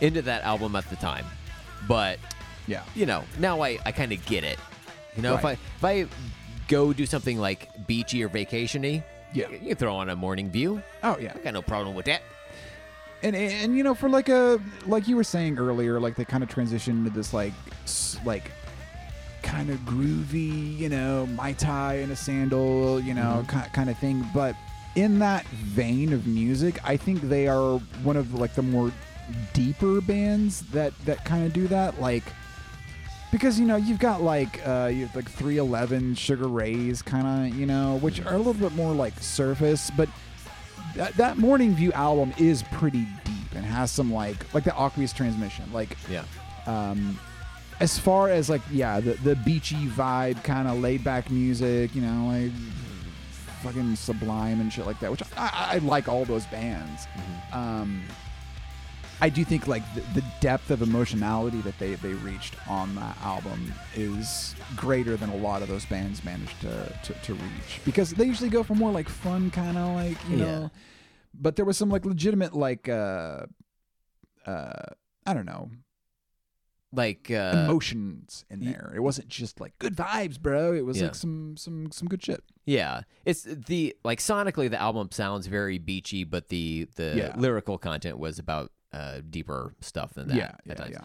[SPEAKER 3] into that album at the time, but
[SPEAKER 2] Yeah.
[SPEAKER 3] you know, now I, I kind of get it. You know,
[SPEAKER 2] Right.
[SPEAKER 3] if I if I go do something like beachy or vacationy,
[SPEAKER 2] Yeah.
[SPEAKER 3] you can throw on a morning view.
[SPEAKER 2] Oh yeah.
[SPEAKER 3] I got no problem with that.
[SPEAKER 2] and, and and, you know for like a like you were saying earlier like they kind of transitioned to this like s- like kind of groovy you know mai tai and a sandal you know ki kind of thing but in that vein of music i think they are one of like the more deeper bands that that kind of do that like because you know you've got like uh you've like 311 sugar rays kind of you know which are a little bit more like surface but that, that morning view album is pretty deep and has some like like the aqueous transmission like
[SPEAKER 3] Yeah,
[SPEAKER 2] Um, as far as like yeah the, the beachy vibe kind of laid back music you know like fucking sublime and shit like that which i, I, I like all those bands um, i do think like the, the depth of emotionality that they, they reached on that album is greater than a lot of those bands managed to, to, to reach because they usually go for more like fun kind of like you
[SPEAKER 3] Yeah.
[SPEAKER 2] know but there was some like legitimate like uh uh i don't know
[SPEAKER 3] like uh,
[SPEAKER 2] Oh. emotions in there. It wasn't just like good vibes, bro. It was
[SPEAKER 3] Yeah.
[SPEAKER 2] like some some some good shit.
[SPEAKER 3] yeah, it's the like sonically the album sounds very beachy, but the the
[SPEAKER 2] Yeah.
[SPEAKER 3] lyrical content was about uh, deeper stuff than that.
[SPEAKER 2] yeah,
[SPEAKER 3] at
[SPEAKER 2] yeah,
[SPEAKER 3] times.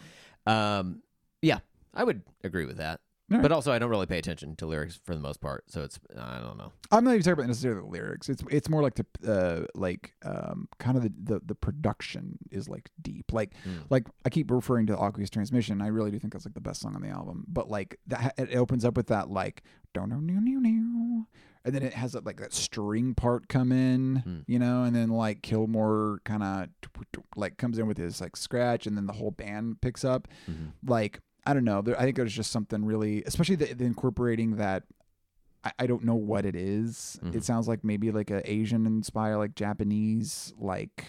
[SPEAKER 2] yeah.
[SPEAKER 3] Um, yeah, I would agree with that.
[SPEAKER 2] All right.
[SPEAKER 3] But also, I don't really pay attention to lyrics for the most part, so it's I don't know.
[SPEAKER 2] I'm not even talking about necessarily the lyrics. It's it's more like the uh, like um kind of the, the the production is like deep. Like
[SPEAKER 3] Hmm.
[SPEAKER 2] like I keep referring to Aqueous Transmission. I really do think that's like the best song on the album. But like that it opens up with that like don't know new new new. And then it has that like that string part come in,
[SPEAKER 3] Hmm.
[SPEAKER 2] you know, and then like Kilmore kind of like comes in with his like scratch, and then the whole band picks up. Like I don't know, there, I think there's just something really, especially the, the incorporating that I, I don't know what it
[SPEAKER 3] Mm-hmm.
[SPEAKER 2] is. It sounds like maybe like a Asian inspired, like Japanese, like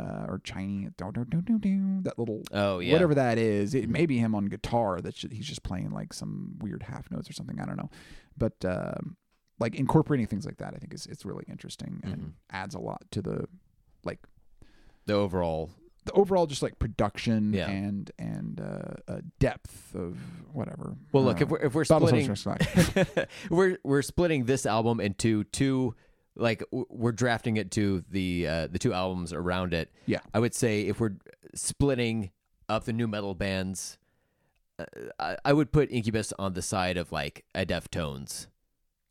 [SPEAKER 2] uh, or Chinese, do, do, do, do, do, that little
[SPEAKER 3] Oh yeah.
[SPEAKER 2] whatever that is. It may be him on guitar that sh- he's just playing like some weird half notes or something. I don't know, but um, like incorporating things like that, I think is it's really interesting and
[SPEAKER 3] Mm-hmm.
[SPEAKER 2] adds a lot to the like
[SPEAKER 3] The overall.
[SPEAKER 2] the overall just like production
[SPEAKER 3] Yeah.
[SPEAKER 2] and and uh, uh, depth of whatever.
[SPEAKER 3] Well, look
[SPEAKER 2] Uh,
[SPEAKER 3] if we're if we're
[SPEAKER 2] Battlestar
[SPEAKER 3] splitting,
[SPEAKER 2] Galactica.
[SPEAKER 3] we're we're splitting this album into two. Like w- we're drafting it to the uh, the two albums around it.
[SPEAKER 2] Yeah.
[SPEAKER 3] I would say if we're splitting up the new metal bands, uh, I, I would put Incubus on the side of like a Deftones.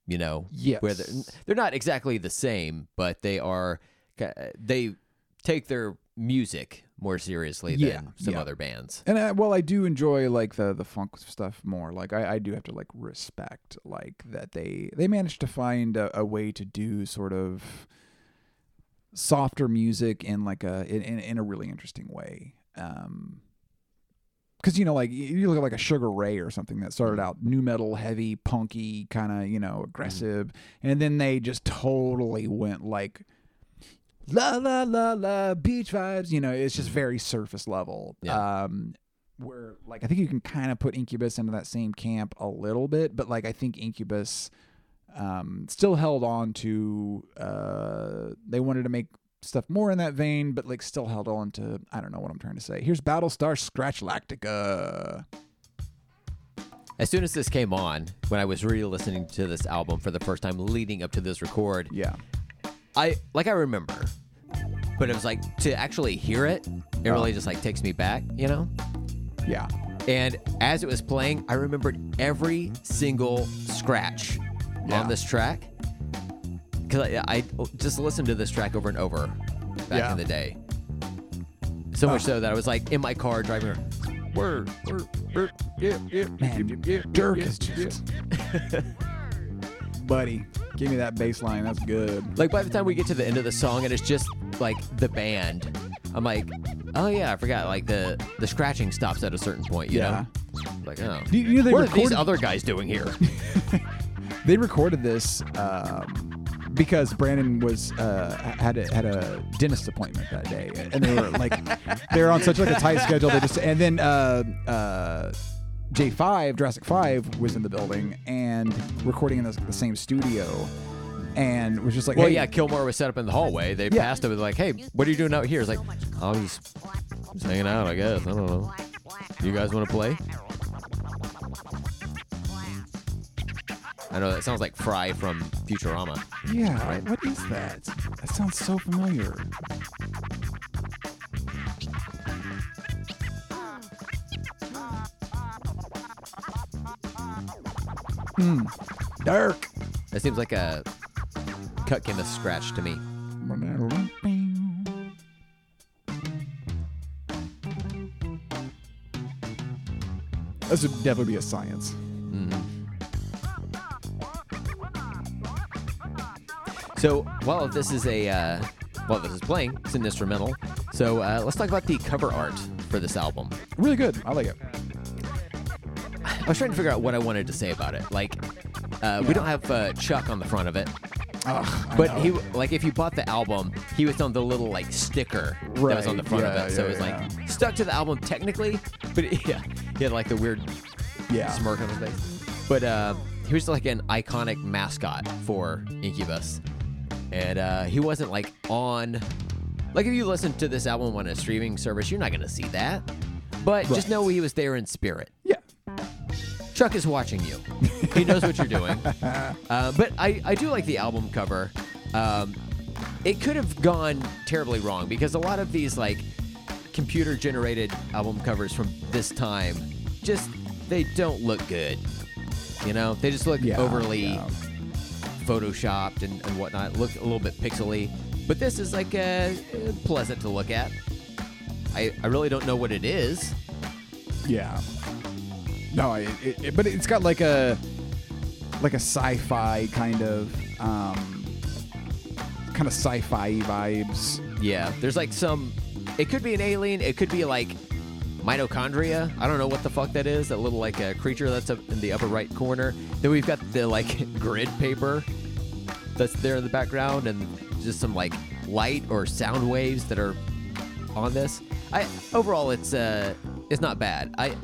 [SPEAKER 3] You know,
[SPEAKER 2] yes.
[SPEAKER 3] where they're, they're not exactly the same, but they are ca- they take their music more seriously
[SPEAKER 2] Yeah,
[SPEAKER 3] than some
[SPEAKER 2] yeah.
[SPEAKER 3] other bands.
[SPEAKER 2] And I, well, I do enjoy like the the funk stuff more. Like I, I do have to like respect like that they they managed to find a, a way to do sort of softer music in like a in, in, in a really interesting way. Um, because you know, like you- you look at like a Sugar Ray or something that started out new metal, heavy, punky, kind of you know aggressive, and then they just totally went like la la la la beach vibes. You know, it's just very surface level.
[SPEAKER 3] Yeah.
[SPEAKER 2] Um, where like I think you can kind of put Incubus into that same camp a little bit, but like I think Incubus um, still held on to uh, they wanted to make stuff more in that vein, but like still held on to I don't know what I'm trying to say. Here's Battlestar Scratch Lactica.
[SPEAKER 3] As soon as this came on, when I was re-listening to this album for the first time leading up to this record,
[SPEAKER 2] Yeah.
[SPEAKER 3] I like I remember, but it was like to actually hear it,
[SPEAKER 2] Oh.
[SPEAKER 3] it really just like takes me back, you know.
[SPEAKER 2] Yeah.
[SPEAKER 3] And as it was playing, I remembered every single scratch
[SPEAKER 2] Yeah.
[SPEAKER 3] on this track because I, I just listened to this track over and over back
[SPEAKER 2] Yeah.
[SPEAKER 3] in the day. So much so that I was like in my car driving. around, Word, word, word, yeah, yeah,
[SPEAKER 2] Man,
[SPEAKER 3] yeah,
[SPEAKER 2] Dirk
[SPEAKER 3] yeah,
[SPEAKER 2] is just
[SPEAKER 3] yeah."
[SPEAKER 2] buddy. Give me that bass line. That's good.
[SPEAKER 3] Like by the time we get to the end of the song and it's just like the band, I'm like, oh yeah, I forgot. Like the the scratching stops at a certain point, you
[SPEAKER 2] Yeah.
[SPEAKER 3] know? Like oh,
[SPEAKER 2] Do you know they
[SPEAKER 3] what are these
[SPEAKER 2] recorded-
[SPEAKER 3] other guys doing here?
[SPEAKER 2] They recorded this um, because Brandon was uh, had a, had a dentist appointment that day, and they were like they were on such like a tight schedule. They just and then uh, uh, J Five Jurassic Five was in the building and recording in the, the same studio, and was just like,
[SPEAKER 3] Well,
[SPEAKER 2] hey,
[SPEAKER 3] yeah, Kilmore was set up in the hallway. They
[SPEAKER 2] Yeah.
[SPEAKER 3] passed him and like, hey, what are you doing out here? It's like, oh, I'm just, just hanging out, I guess. I don't know. You guys want to play? I know that sounds like Fry from Futurama.
[SPEAKER 2] yeah, right, what is that? That sounds so familiar. Mm, Dirk.
[SPEAKER 3] That seems like a cut chemist scratch to me.
[SPEAKER 2] This would definitely be a science.
[SPEAKER 3] So while this is a uh, while this is playing, it's an instrumental. So uh, let's talk about the cover art for this album.
[SPEAKER 2] Really good. I like it.
[SPEAKER 3] I was trying to figure out what I wanted to say about it. Like, uh, we don't have uh, Chuck on the front of it,
[SPEAKER 2] Ugh, I
[SPEAKER 3] but
[SPEAKER 2] know.
[SPEAKER 3] he like if you bought the album, he was on the little like sticker that was
[SPEAKER 2] Right,
[SPEAKER 3] on the front
[SPEAKER 2] yeah,
[SPEAKER 3] of it. So
[SPEAKER 2] yeah,
[SPEAKER 3] it was
[SPEAKER 2] yeah.
[SPEAKER 3] like stuck to the album technically, but it- yeah, he had like the weird
[SPEAKER 2] yeah.
[SPEAKER 3] smirk on his face. But uh, he was like an iconic mascot for Incubus, and uh, he wasn't like on. Like if you listen to this album on a streaming service, you're not gonna see that. But just
[SPEAKER 2] Right.
[SPEAKER 3] know he was there in spirit.
[SPEAKER 2] Yeah.
[SPEAKER 3] Chuck is watching you. He knows what you're doing. Uh, but I, I do like the album cover. Um, it could have gone terribly wrong because a lot of these like computer generated album covers from this time just they don't look good. You know, they just look
[SPEAKER 2] Yeah.
[SPEAKER 3] overly
[SPEAKER 2] yeah.
[SPEAKER 3] photoshopped and, and whatnot. Look a little bit pixely. But this is like uh, pleasant to look at. I, I really don't know what it is.
[SPEAKER 2] Yeah. No, it, it, it- but it's got like a like a sci-fi kind of um, kind of sci-fi vibes.
[SPEAKER 3] Yeah, there's like some. It could be an alien. It could be like mitochondria. I don't know what the fuck that is. That little like uh, creature that's up in the upper right corner. Then we've got the like grid paper that's there in the background, and just some like light or sound waves that are on this. I overall, it's uh, it's not bad. I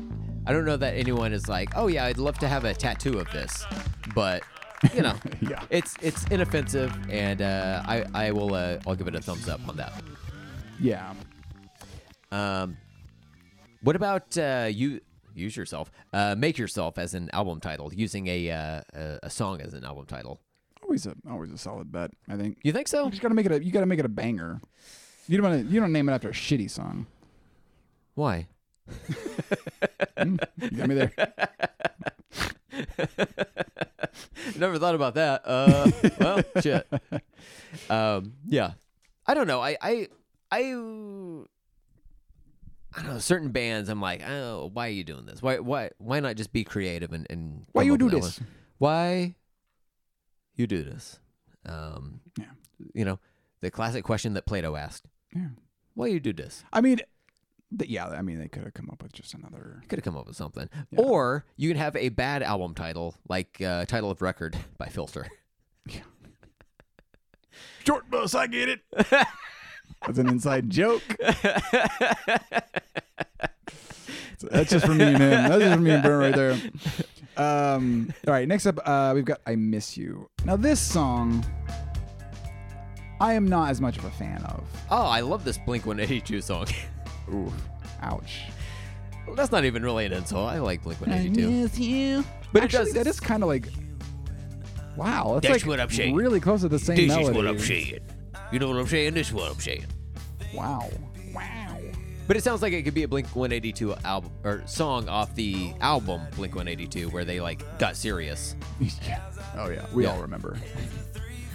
[SPEAKER 3] I don't know that anyone is like, oh yeah, I'd love to have a tattoo of this, but you know,
[SPEAKER 2] Yeah.
[SPEAKER 3] it's it's inoffensive, and uh, I I will uh, I'll give it a thumbs up on that.
[SPEAKER 2] Yeah.
[SPEAKER 3] Um, what about uh, you? Use yourself, uh, make yourself as an album title, using a, uh, a a song as an album title.
[SPEAKER 2] Always a always a solid bet, I think.
[SPEAKER 3] You think so?
[SPEAKER 2] You just gotta make it a you gotta make it a banger. You don't want to you don't name it after a shitty song.
[SPEAKER 3] Why?
[SPEAKER 2] You got me there.
[SPEAKER 3] Never thought about that. Uh, well, shit. Um, yeah, I don't know. I, I, I, I don't know. Certain bands, I'm like, oh, why are you doing this? Why, why, why not just be creative and and
[SPEAKER 2] Why
[SPEAKER 3] come
[SPEAKER 2] you
[SPEAKER 3] up
[SPEAKER 2] do
[SPEAKER 3] with that
[SPEAKER 2] this?
[SPEAKER 3] one? Why you do this? Um,
[SPEAKER 2] Yeah.
[SPEAKER 3] you know, the classic question that Plato asked:
[SPEAKER 2] Yeah.
[SPEAKER 3] Why you do this?
[SPEAKER 2] I mean th- yeah, I mean they could have come up with just another
[SPEAKER 3] Could have come up with something.
[SPEAKER 2] Yeah.
[SPEAKER 3] Or you can have a bad album title, like uh, title of record by Filter.
[SPEAKER 2] short bus, I get it. That's an inside joke. That's just for me and him. That's just for me and Burn right there. Um, all right, next up, uh, we've got I Miss You. Now, this song, I am not as much of a fan of.
[SPEAKER 3] Oh, I love this Blink 182 song.
[SPEAKER 2] Ooh, ouch.
[SPEAKER 3] Well, That's not even really an insult. I like Blink 182.
[SPEAKER 2] miss you. But
[SPEAKER 3] Actually,
[SPEAKER 2] it does, that is kind of like, wow. That's
[SPEAKER 3] That's
[SPEAKER 2] like
[SPEAKER 3] what I'm saying.
[SPEAKER 2] really close to the same melody.
[SPEAKER 3] saying. You know what I'm saying? This is what I'm saying.
[SPEAKER 2] Wow. Wow.
[SPEAKER 3] But it sounds like it could be a Blink 182 album or song off the album Blink 182 where they like got serious.
[SPEAKER 2] Yeah. Oh, yeah. We
[SPEAKER 3] Yeah.
[SPEAKER 2] all remember.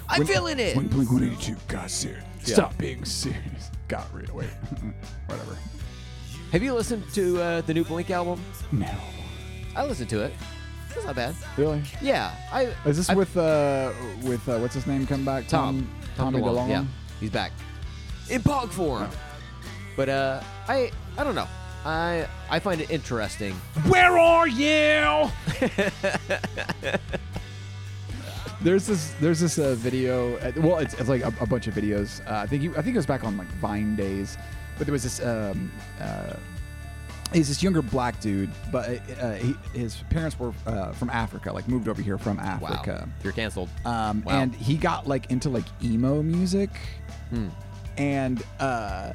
[SPEAKER 3] I'm feeling it.
[SPEAKER 2] When Blink 182 got serious. Stop being serious. Got real. Wait. Whatever.
[SPEAKER 3] Have you listened to uh, the new Blink album?
[SPEAKER 2] No.
[SPEAKER 3] I listened to it. It's not bad.
[SPEAKER 2] Really?
[SPEAKER 3] Yeah, I.
[SPEAKER 2] Is this
[SPEAKER 3] I-
[SPEAKER 2] with uh with uh, what's his name come back?
[SPEAKER 3] Tom. Tom
[SPEAKER 2] Tommy DeLonge.
[SPEAKER 3] Yeah, he's back in pog form. But uh, I I don't know. I I find it interesting.
[SPEAKER 2] Where are you? there's this there's this uh, video. uh, Well, it's, it's like a, a bunch of videos. Uh, I think you, I think it was back on like Vine days, but there was this. Um, uh, He's this younger black dude, but uh, he, his parents were uh, from Africa, like moved over here from
[SPEAKER 3] Wow,
[SPEAKER 2] Africa.
[SPEAKER 3] you're canceled.
[SPEAKER 2] um,
[SPEAKER 3] Wow.
[SPEAKER 2] and he got like into like emo music
[SPEAKER 3] Hmm.
[SPEAKER 2] and uh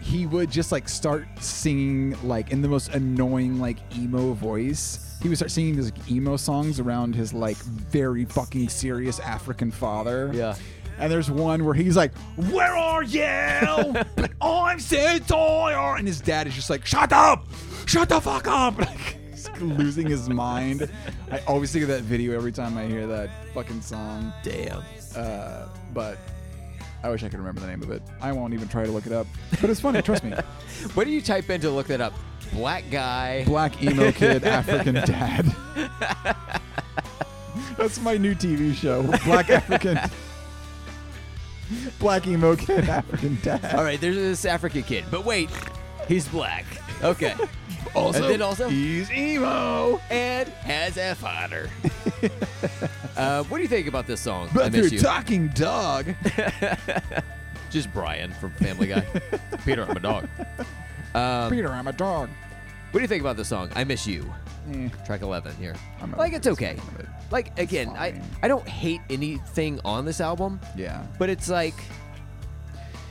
[SPEAKER 2] he would just like start singing like in the most annoying like emo voice he would start singing these like, emo songs around his like very fucking serious african father
[SPEAKER 3] Yeah.
[SPEAKER 2] and there's one where he's like where are you but i'm so tired and his dad is just like shut up shut the fuck up like he's losing his mind i always think of that video every time i hear that fucking song
[SPEAKER 3] Damn.
[SPEAKER 2] uh, but I wish I could remember the name of it. I won't even try to look it up. But it's funny, trust me.
[SPEAKER 3] What do you type in to look that up? Black guy.
[SPEAKER 2] Black emo kid, African dad. That's my new TV show. Black African. Black emo kid, African dad.
[SPEAKER 3] All right, there's this African kid, but wait, he's black. Okay.
[SPEAKER 2] Also,
[SPEAKER 3] And then also-
[SPEAKER 2] he's emo.
[SPEAKER 3] and has a fodder. uh, what do you think about this song? I
[SPEAKER 2] But
[SPEAKER 3] miss
[SPEAKER 2] they're
[SPEAKER 3] you.
[SPEAKER 2] talking dog.
[SPEAKER 3] Just Brian from Family Guy. Peter, I'm a dog. Um,
[SPEAKER 2] Peter, I'm a dog.
[SPEAKER 3] What do you think about this song? I miss you.
[SPEAKER 2] Eh,
[SPEAKER 3] Track 11 here.
[SPEAKER 2] I'm not
[SPEAKER 3] like
[SPEAKER 2] a
[SPEAKER 3] it's
[SPEAKER 2] big
[SPEAKER 3] okay.
[SPEAKER 2] fan of it.
[SPEAKER 3] Like again, I
[SPEAKER 2] Fine.
[SPEAKER 3] I don't hate anything on this album,
[SPEAKER 2] yeah.
[SPEAKER 3] but it's like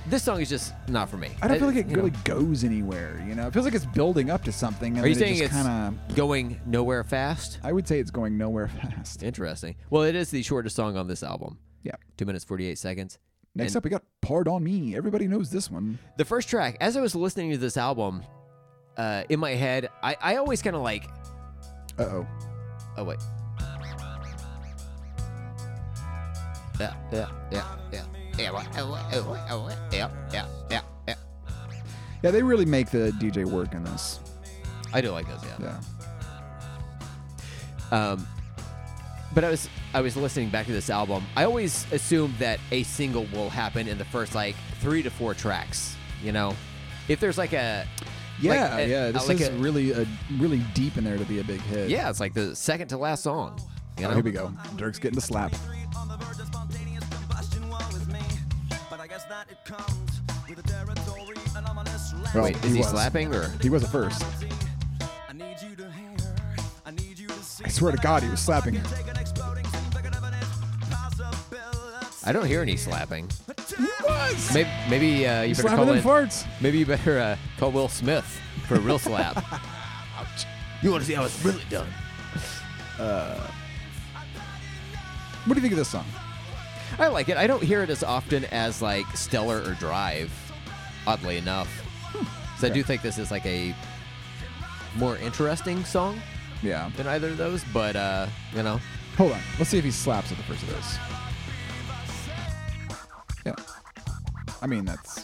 [SPEAKER 3] this song is just not for me.
[SPEAKER 2] I don't feel like it
[SPEAKER 3] you know,
[SPEAKER 2] really goes anywhere, you know? It feels like it's building up to something. And
[SPEAKER 3] Are you
[SPEAKER 2] then it
[SPEAKER 3] saying
[SPEAKER 2] just
[SPEAKER 3] it's
[SPEAKER 2] kinda,
[SPEAKER 3] going nowhere fast?
[SPEAKER 2] I would say it's going nowhere fast.
[SPEAKER 3] Interesting. Well, it is the shortest song on this album.
[SPEAKER 2] Yeah.
[SPEAKER 3] 2 minutes 48 seconds.
[SPEAKER 2] Next
[SPEAKER 3] And-
[SPEAKER 2] up, we got Pardon Me. Everybody knows this one.
[SPEAKER 3] the first track as i was listening to this album uh, in my head i, I always kind of like
[SPEAKER 2] Uh oh.
[SPEAKER 3] oh wait yeah yeah yeah yeah yeah what- oh, what- oh, what- oh, what- yeah yeah yeah yeah
[SPEAKER 2] Yeah, they really make the DJ work in this.
[SPEAKER 3] i do like those yeah
[SPEAKER 2] Yeah.
[SPEAKER 3] um, but i was i was listening back to this album i always assume that a single will happen in the first like three to four tracks you know if there's like a like
[SPEAKER 2] Yeah,
[SPEAKER 3] a-
[SPEAKER 2] yeah.
[SPEAKER 3] uh,
[SPEAKER 2] This
[SPEAKER 3] like
[SPEAKER 2] is
[SPEAKER 3] a-
[SPEAKER 2] really a really deep in there to be a big hit.
[SPEAKER 3] yeah it's like the second to last song you
[SPEAKER 2] Oh,
[SPEAKER 3] know?
[SPEAKER 2] here we go. Dirk's getting the slap.
[SPEAKER 4] on the verge of spontaneous combustion, woe is me. But I guess that it comes with the territory.
[SPEAKER 2] Well,
[SPEAKER 3] Wait, is he
[SPEAKER 2] was.
[SPEAKER 3] slapping or?
[SPEAKER 2] He was at first. I swear to God, he was slapping her.
[SPEAKER 3] I don't hear any slapping.
[SPEAKER 2] He was.
[SPEAKER 3] Maybe, maybe uh, you better
[SPEAKER 2] slapping
[SPEAKER 3] call
[SPEAKER 2] them
[SPEAKER 3] in.
[SPEAKER 2] farts.
[SPEAKER 3] Maybe you better uh, call Will Smith for a real slap. You want to see how it's really done?
[SPEAKER 2] What do you think of this song?
[SPEAKER 3] I like it. I don't hear it as often as like Stellar or Drive, oddly enough. So I do think this is like a more interesting song
[SPEAKER 2] Yeah.
[SPEAKER 3] than either of those. But uh, you know,
[SPEAKER 2] Hold on. Let's see if he slaps at the first of this. Yeah. I mean, that's.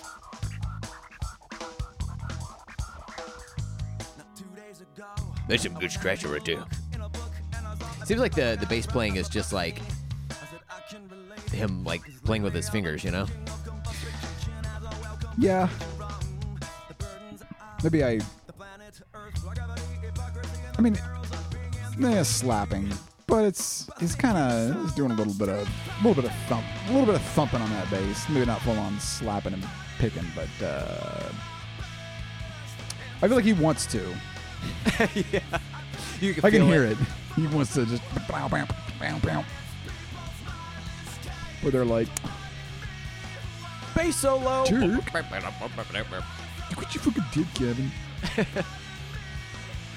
[SPEAKER 3] there's some good scratcher or two. Seems like the the bass playing is just like him like playing with his fingers. You know,
[SPEAKER 2] Yeah. Maybe I. I mean, yeah, slapping, but it's it's kind of it's doing a little bit of a little bit of thump, a little bit of thumping on that bass. Maybe not full on slapping and picking, but uh, I feel like he wants to.
[SPEAKER 3] you can
[SPEAKER 2] I can
[SPEAKER 3] feel
[SPEAKER 2] hear it. He wants to just bow, bow, bow, bow. Where they're like,
[SPEAKER 3] Bass solo.
[SPEAKER 2] Jerk. look what you fucking did, Kevin.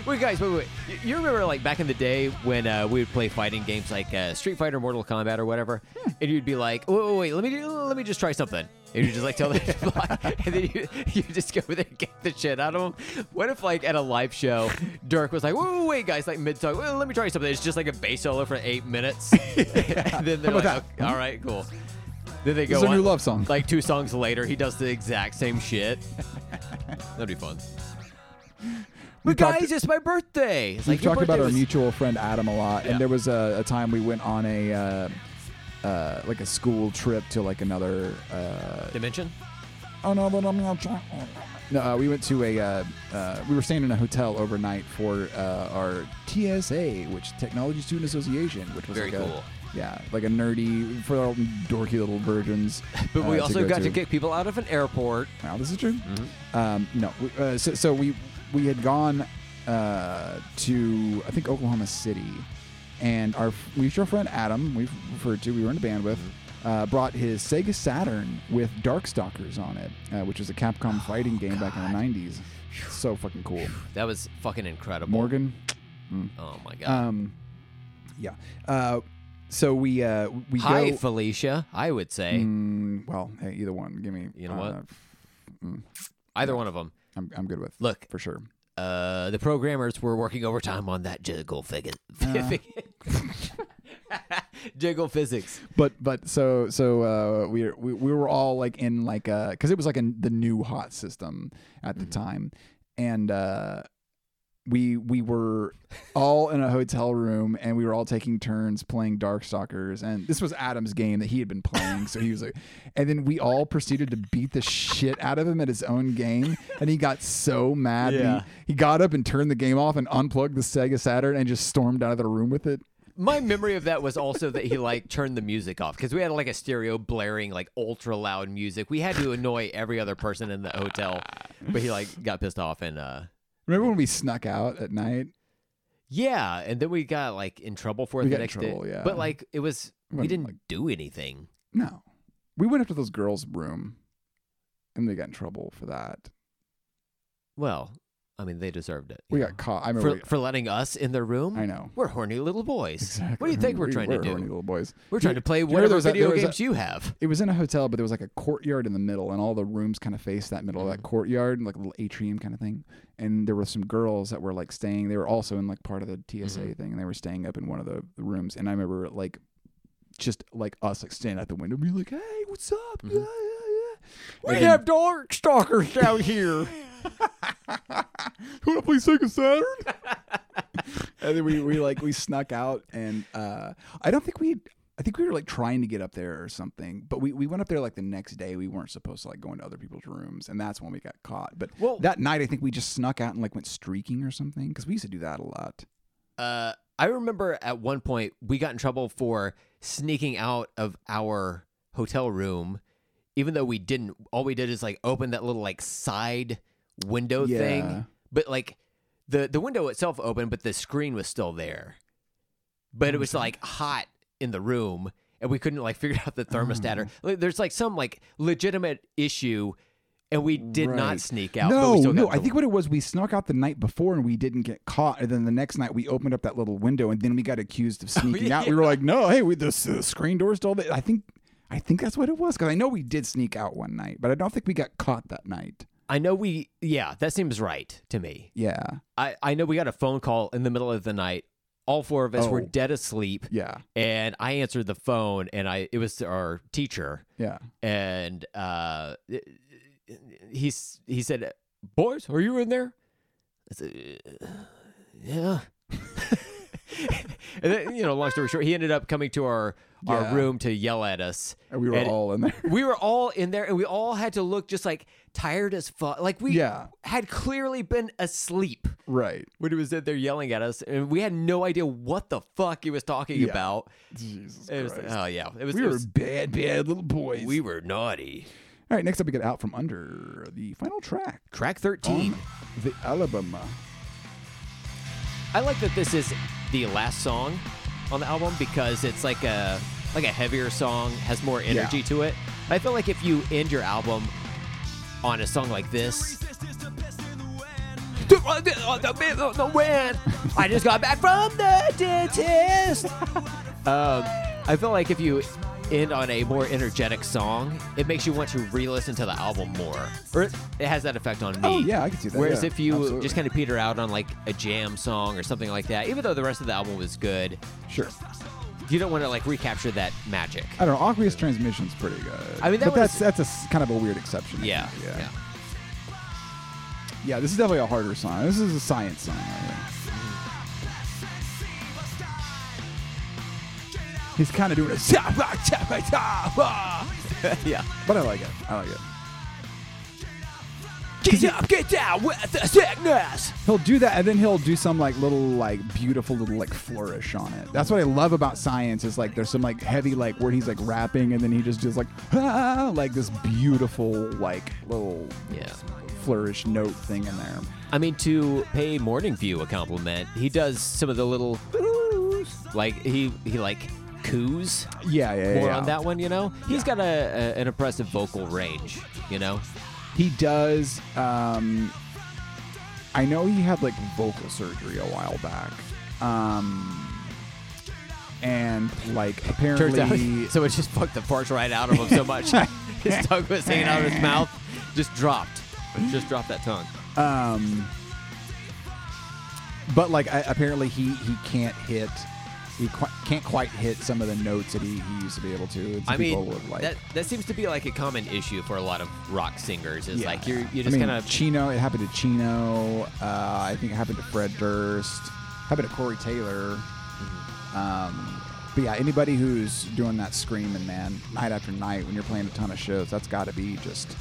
[SPEAKER 3] Wait, guys, wait, wait. You- You remember, like, back in the day when uh, we would play fighting games like uh, Street Fighter, Mortal Kombat, or whatever,
[SPEAKER 2] Hmm.
[SPEAKER 3] and you'd be like, wait, wait, wait, let me, do, let me just try something. And you just like tell them to block, and then you, you just go over there and kick the shit out of them. What if, like, at a live show, Dirk was like, wait, wait, wait, guys, like mid talk, well, let me try something. It's just like a bass solo for eight minutes. and then
[SPEAKER 2] How
[SPEAKER 3] they're
[SPEAKER 2] about
[SPEAKER 3] like,
[SPEAKER 2] that?
[SPEAKER 3] "Okay, all right, cool. Then they go
[SPEAKER 2] This is our
[SPEAKER 3] on,
[SPEAKER 2] new love song.
[SPEAKER 3] Like, two songs later, he does the exact same shit. That'd be fun.
[SPEAKER 2] We
[SPEAKER 3] But guys,
[SPEAKER 2] talked-
[SPEAKER 3] it's my birthday. It's
[SPEAKER 2] We've
[SPEAKER 3] your
[SPEAKER 2] talked about
[SPEAKER 3] birthday
[SPEAKER 2] our
[SPEAKER 3] was-
[SPEAKER 2] mutual friend Adam a lot,
[SPEAKER 3] Yeah.
[SPEAKER 2] and there was a, a time we went on a uh, uh, like a school trip to like another. Uh,
[SPEAKER 3] dimension.
[SPEAKER 2] oh no, but I'm not trying. No, uh, we went to a. Uh, uh, we were staying in a hotel overnight for uh, our TSA, which Technology Student Association, which was
[SPEAKER 3] Very
[SPEAKER 2] like
[SPEAKER 3] cool.
[SPEAKER 2] A, yeah, like a nerdy for our dorky little virgins.
[SPEAKER 3] But
[SPEAKER 2] uh,
[SPEAKER 3] we also
[SPEAKER 2] go
[SPEAKER 3] got to kick people out of an airport.
[SPEAKER 2] Now this is true. Um, no, we- uh, so, so we we had gone uh, to I think Oklahoma City, and our mutual friend Adam, we've referred to, we were in a band with,
[SPEAKER 3] Mm-hmm.
[SPEAKER 2] uh, brought his Sega Saturn with Darkstalkers on it, uh, which was a Capcom
[SPEAKER 3] Oh,
[SPEAKER 2] fighting game back in the '90s. So fucking cool,
[SPEAKER 3] That was fucking incredible.
[SPEAKER 2] Morgan.
[SPEAKER 3] Oh my god.
[SPEAKER 2] Um, yeah. Uh, so we uh, we
[SPEAKER 3] Hi,
[SPEAKER 2] go.
[SPEAKER 3] Felicia. I would say
[SPEAKER 2] Mm, well, hey, either one. Give me.
[SPEAKER 3] You know
[SPEAKER 2] uh,
[SPEAKER 3] what? either one of them.
[SPEAKER 2] I'm I'm good with
[SPEAKER 3] Look,
[SPEAKER 2] for sure.
[SPEAKER 3] uh, the programmers were working overtime on that jiggle figure.
[SPEAKER 2] Uh.
[SPEAKER 3] jiggle physics.
[SPEAKER 2] but but so so uh, we, we we were all like in like a because it was like in the new hot system at the time, and uh, we we were all in a hotel room and we were all taking turns playing Darkstalkers and this was Adam's game that he had been playing so he was like, and then we all proceeded to beat the shit out of him at his own game and he got so mad that
[SPEAKER 3] Yeah.
[SPEAKER 2] he, he got up and turned the game off and unplugged the Sega Saturn and just stormed out of the room with it.
[SPEAKER 3] My memory of that was also that he like turned the music off because we had like a stereo blaring like ultra loud music. We had to annoy every other person in the hotel, but he like got pissed off and uh,
[SPEAKER 2] Remember when we snuck out at night?
[SPEAKER 3] Yeah, and then we got like in trouble for it
[SPEAKER 2] We
[SPEAKER 3] the
[SPEAKER 2] got in
[SPEAKER 3] next
[SPEAKER 2] trouble,
[SPEAKER 3] day.
[SPEAKER 2] yeah.
[SPEAKER 3] But like it was, we
[SPEAKER 2] Wasn't,
[SPEAKER 3] didn't
[SPEAKER 2] like-
[SPEAKER 3] do anything.
[SPEAKER 2] No. We went up to those girls' room and they got in trouble for that.
[SPEAKER 3] Well, I mean, they deserved it. you
[SPEAKER 2] We
[SPEAKER 3] know?
[SPEAKER 2] got caught. I remember.
[SPEAKER 3] for for letting us in their room.
[SPEAKER 2] we- I know.
[SPEAKER 3] We're horny little boys.
[SPEAKER 2] Exactly.
[SPEAKER 3] What do you think we're trying
[SPEAKER 2] we
[SPEAKER 3] to
[SPEAKER 2] were
[SPEAKER 3] do?
[SPEAKER 2] horny little boys.
[SPEAKER 3] We're trying
[SPEAKER 2] You-
[SPEAKER 3] to play
[SPEAKER 2] you know,
[SPEAKER 3] whatever
[SPEAKER 2] there was that-
[SPEAKER 3] video
[SPEAKER 2] there was
[SPEAKER 3] games you have.
[SPEAKER 2] It was in a hotel, but there was like a courtyard in the middle, and all the rooms kind of faced that middle of
[SPEAKER 3] Mm-hmm.
[SPEAKER 2] that courtyard, and like a little atrium kind of thing. And there were some girls that were like staying. They were also in like part of the TSA
[SPEAKER 3] Mm-hmm.
[SPEAKER 2] thing, and they were staying up in one of the, the rooms. And I remember like just like us like standing out the window, being like, "Hey, what's
[SPEAKER 3] Mm-hmm.
[SPEAKER 2] up?" Yeah, yeah, yeah. And then-
[SPEAKER 3] dark stalkers down here.
[SPEAKER 2] You want to play Sega Saturn? and then we, we like we snuck out, and uh, I don't think we. I think we were like trying to get up there or something, but we, we went up there like the next day. We weren't supposed to like go into other people's rooms, and that's when we got caught. But
[SPEAKER 3] Well-
[SPEAKER 2] that night, I think we just snuck out and like went streaking or something because we used to do that a lot.
[SPEAKER 3] uh, I remember at one point we got in trouble for sneaking out of our hotel room, even though we didn't. All we did is like open that little like side window
[SPEAKER 2] Yeah.
[SPEAKER 3] thing, but like the the window itself opened, but the screen was still there. But it was like hot in the room, and we couldn't like figure out the thermostat
[SPEAKER 2] Mm.
[SPEAKER 3] or like, there's like some like legitimate issue, and we did
[SPEAKER 2] Right.
[SPEAKER 3] not sneak out. but
[SPEAKER 2] No,
[SPEAKER 3] we still
[SPEAKER 2] no.
[SPEAKER 3] got
[SPEAKER 2] I
[SPEAKER 3] the-
[SPEAKER 2] think what it was, we snuck out the night before and we didn't get caught. And then the next night, we opened up that little window and then we got accused of
[SPEAKER 3] Oh,
[SPEAKER 2] sneaking out. We were like, no, hey, we, the, the screen door's still there. I think, I think that's what it was because I know we did sneak out one night, but I don't think we got caught that night.
[SPEAKER 3] I know we yeah that seems right to me.
[SPEAKER 2] Yeah,
[SPEAKER 3] I, I know we got a phone call in the middle of the night. All four of us were
[SPEAKER 2] Oh.
[SPEAKER 3] dead asleep,
[SPEAKER 2] yeah,
[SPEAKER 3] and I answered the phone, and I it was our teacher,
[SPEAKER 2] yeah.
[SPEAKER 3] and uh, he s- he said, "Boys, are you in there?" I said, "Uh, "Yeah." and then, you know, long story short, he ended up coming to our
[SPEAKER 2] Yeah.
[SPEAKER 3] our room to yell at us.
[SPEAKER 2] And we were
[SPEAKER 3] And-
[SPEAKER 2] all in there.
[SPEAKER 3] We were all in there, and we all had to look just like tired as fuck. Like we
[SPEAKER 2] Yeah.
[SPEAKER 3] had clearly been asleep
[SPEAKER 2] Right.
[SPEAKER 3] when he was in there yelling at us, and we had no idea what the fuck he was talking
[SPEAKER 2] Yeah.
[SPEAKER 3] about.
[SPEAKER 2] Jesus
[SPEAKER 3] It was
[SPEAKER 2] Christ.
[SPEAKER 3] oh yeah, it was
[SPEAKER 2] we
[SPEAKER 3] it
[SPEAKER 2] were
[SPEAKER 3] was-
[SPEAKER 2] bad, bad little boys.
[SPEAKER 3] we were naughty.
[SPEAKER 2] all right, next up, we get out from under the final track
[SPEAKER 3] Track thirteen.
[SPEAKER 2] on the album.
[SPEAKER 3] I like that this is the last song on the album because it's like a like a heavier song, has more energy
[SPEAKER 2] Yeah.
[SPEAKER 3] to it. I feel like if you end your album on a song like this. uh, I just got back from the dentist. Um, I feel like if you end on a more energetic song, it makes you want to re-listen to the album more, or it, it has that effect on me.
[SPEAKER 2] Oh, yeah, I can see that,
[SPEAKER 3] Whereas
[SPEAKER 2] yeah,
[SPEAKER 3] if you
[SPEAKER 2] absolutely.
[SPEAKER 3] just kind of peter out on like a jam song or something like that, even though the rest of the album was good,
[SPEAKER 2] Sure.
[SPEAKER 3] you don't want to like recapture that magic.
[SPEAKER 2] I don't know. Aqueous Transmission's pretty good.
[SPEAKER 3] I mean, that
[SPEAKER 2] but that's
[SPEAKER 3] was-
[SPEAKER 2] that's a s- kind of a weird exception. I
[SPEAKER 3] Yeah,
[SPEAKER 2] think.
[SPEAKER 3] yeah.
[SPEAKER 2] yeah, Yeah, This is definitely a harder song. This is a science song. I think. He's kind of doing a but
[SPEAKER 3] Yeah.
[SPEAKER 2] I like it. I like it.
[SPEAKER 3] Get up, get down with the sickness.
[SPEAKER 2] He'll do that, and then he'll do some like little, like beautiful little like flourish on it. That's what I love about science is like there's some like heavy like where he's like rapping, and then he just does like ah, like this beautiful like little
[SPEAKER 3] Yeah.
[SPEAKER 2] flourish note thing in there.
[SPEAKER 3] I mean, to pay Morning View a compliment, he does some of the little like he he like coos
[SPEAKER 2] Yeah, yeah, yeah.
[SPEAKER 3] more
[SPEAKER 2] yeah.
[SPEAKER 3] on that one. You know, he's got a, a an impressive vocal range. You know,
[SPEAKER 2] He does. Um, I know he had like vocal surgery a while back, um, and like
[SPEAKER 3] turns out
[SPEAKER 2] apparently,
[SPEAKER 3] so it just fucked the farts right out of him so much his tongue was hanging out of his mouth, just dropped, just dropped that tongue.
[SPEAKER 2] um, but like I, apparently he he can't hit. He qui- can't quite hit some of the notes that he, he used to be able to. and some
[SPEAKER 3] I
[SPEAKER 2] people
[SPEAKER 3] mean,
[SPEAKER 2] would, like,
[SPEAKER 3] that that seems to be like a common issue for a lot of rock singers. Is
[SPEAKER 2] Yeah.
[SPEAKER 3] like you're
[SPEAKER 2] I
[SPEAKER 3] you just
[SPEAKER 2] mean,
[SPEAKER 3] kind of
[SPEAKER 2] Chino. It happened to Chino. Uh, I think it happened to Fred Durst. Happened to Corey Taylor.
[SPEAKER 3] Mm-hmm.
[SPEAKER 2] Um, but yeah, anybody who's doing that screaming, man, night after night when you're playing a ton of shows, that's got to be just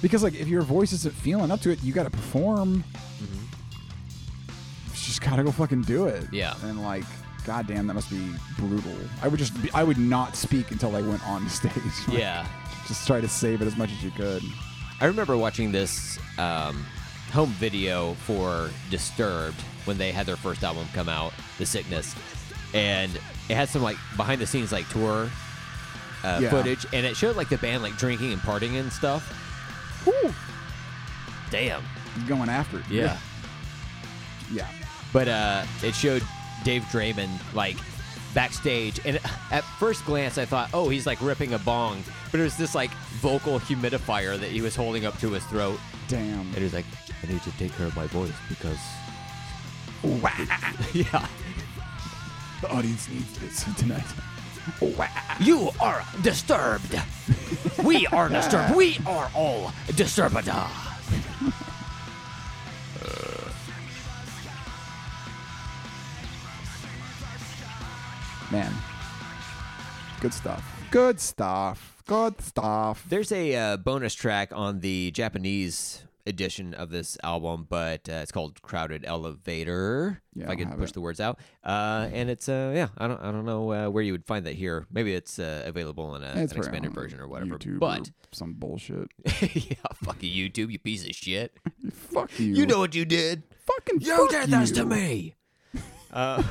[SPEAKER 2] because like if your voice isn't feeling up to it, you got to perform. You just gotta go fucking do it.
[SPEAKER 3] Mm-hmm. Yeah.
[SPEAKER 2] and like. God damn, that must be brutal. I would just, be, I would not speak until I went on stage. Like,
[SPEAKER 3] yeah.
[SPEAKER 2] just try to save it as much as you could.
[SPEAKER 3] I remember watching this um, home video for Disturbed when they had their first album come out, The Sickness, and it had some like behind the scenes like tour uh,
[SPEAKER 2] Yeah.
[SPEAKER 3] footage, and it showed like the band like drinking and partying and stuff.
[SPEAKER 2] Whew.
[SPEAKER 3] Damn.
[SPEAKER 2] going after it.
[SPEAKER 3] Yeah.
[SPEAKER 2] Yeah.
[SPEAKER 3] But uh, it showed Dave Draymond like backstage, and at first glance, I thought, oh, he's like ripping a bong, but it was this like vocal humidifier that he was holding up to his throat,
[SPEAKER 2] Damn.
[SPEAKER 3] and he was like, I need to take care of my voice because
[SPEAKER 2] Wah.
[SPEAKER 3] yeah.
[SPEAKER 2] The audience needs this tonight. Wah.
[SPEAKER 3] You are disturbed. We are disturbed. We are all disturbed.
[SPEAKER 2] Man. Good stuff. Good stuff. Good stuff.
[SPEAKER 3] There's a uh, bonus track on the Japanese edition of this album, but uh, it's called Crowded Elevator.
[SPEAKER 2] Yeah,
[SPEAKER 3] if
[SPEAKER 2] I
[SPEAKER 3] I
[SPEAKER 2] don't
[SPEAKER 3] could
[SPEAKER 2] have
[SPEAKER 3] push
[SPEAKER 2] it.
[SPEAKER 3] the words out, uh, and it's uh, yeah, I don't I don't know uh, where you would find that here. Maybe it's uh, available in a, an
[SPEAKER 2] It's probably
[SPEAKER 3] expanded
[SPEAKER 2] on
[SPEAKER 3] version or whatever.
[SPEAKER 2] YouTube or
[SPEAKER 3] but
[SPEAKER 2] some bullshit.
[SPEAKER 3] yeah, fuck you, YouTube, you piece of shit.
[SPEAKER 2] Fuck you.
[SPEAKER 3] You know what you did.
[SPEAKER 2] fucking
[SPEAKER 3] You
[SPEAKER 2] fuck
[SPEAKER 3] did this to
[SPEAKER 2] you.
[SPEAKER 3] me. Uh,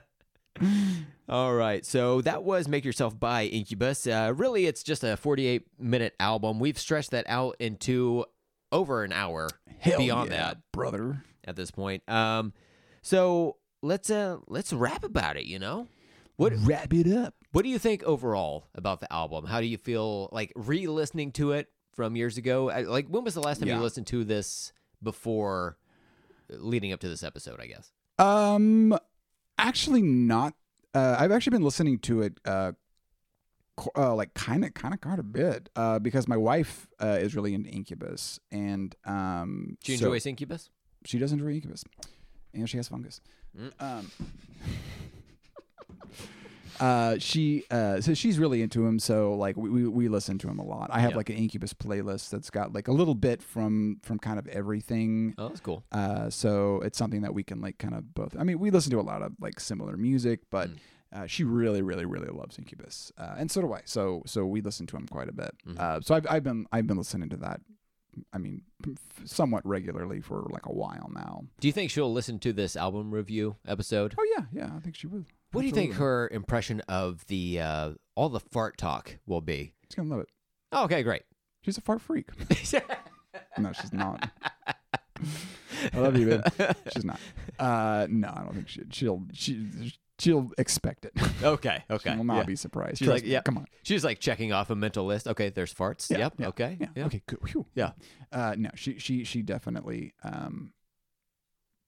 [SPEAKER 3] all right, so that was "Make Yourself" by Incubus. Uh, really, it's just a 48-minute album. We've stretched that out into over an hour
[SPEAKER 2] Hell
[SPEAKER 3] beyond
[SPEAKER 2] yeah,
[SPEAKER 3] that
[SPEAKER 2] brother.
[SPEAKER 3] at this point. Um, so let's uh let's rap about it. You know, what
[SPEAKER 2] Wrap it up.
[SPEAKER 3] what do you think overall about the album? How do you feel like re-listening to it from years ago? I- Like when was the last time
[SPEAKER 2] Yeah.
[SPEAKER 3] you listened to this before leading up to this episode, I guess?
[SPEAKER 2] Um, actually, not. Uh, I've actually been listening to it, uh, qu- uh like kind of, kind of, quite a bit, uh, because my wife uh, is really into Incubus, and um,
[SPEAKER 3] Do you
[SPEAKER 2] so-
[SPEAKER 3] enjoy Incubus?
[SPEAKER 2] she does enjoy Incubus, and she has fungus.
[SPEAKER 3] Mm.
[SPEAKER 2] Um, uh, she uh, so she's really into him. So like we, we, we listen to him a lot. I have
[SPEAKER 3] Yeah.
[SPEAKER 2] like an Incubus playlist that's got like a little bit from from kind of everything.
[SPEAKER 3] Oh, that's cool.
[SPEAKER 2] Uh, so it's something that we can like kind of both. I mean, we listen to a lot of like similar music, but
[SPEAKER 3] Mm.
[SPEAKER 2] uh, she really, really, really loves Incubus, uh, and so do I. So so we listen to him quite a bit.
[SPEAKER 3] Mm-hmm.
[SPEAKER 2] Uh, so I've I've been I've been listening to that. I mean, f- somewhat regularly for like a while now.
[SPEAKER 3] Do you think she'll listen to this album review episode?
[SPEAKER 2] Oh yeah, yeah. I think she would.
[SPEAKER 3] What do you think
[SPEAKER 2] Absolutely.
[SPEAKER 3] her impression of the uh, all the fart talk will be?
[SPEAKER 2] She's gonna love it.
[SPEAKER 3] Oh, okay, great.
[SPEAKER 2] She's a fart freak. No, she's not. I love you, babe. She's not. Uh, no, I don't think she, she'll. She, she'll expect it.
[SPEAKER 3] okay, Oh, okay.
[SPEAKER 2] she will not
[SPEAKER 3] yeah.
[SPEAKER 2] be surprised.
[SPEAKER 3] She's
[SPEAKER 2] Trust
[SPEAKER 3] like,
[SPEAKER 2] me.
[SPEAKER 3] yeah.
[SPEAKER 2] Come on.
[SPEAKER 3] She's like checking off a mental list. Okay, there's farts.
[SPEAKER 2] Yeah,
[SPEAKER 3] yep.
[SPEAKER 2] yeah,
[SPEAKER 3] okay.
[SPEAKER 2] Yeah. Okay. Good. Whew.
[SPEAKER 3] Yeah.
[SPEAKER 2] Uh, no, she she she definitely um,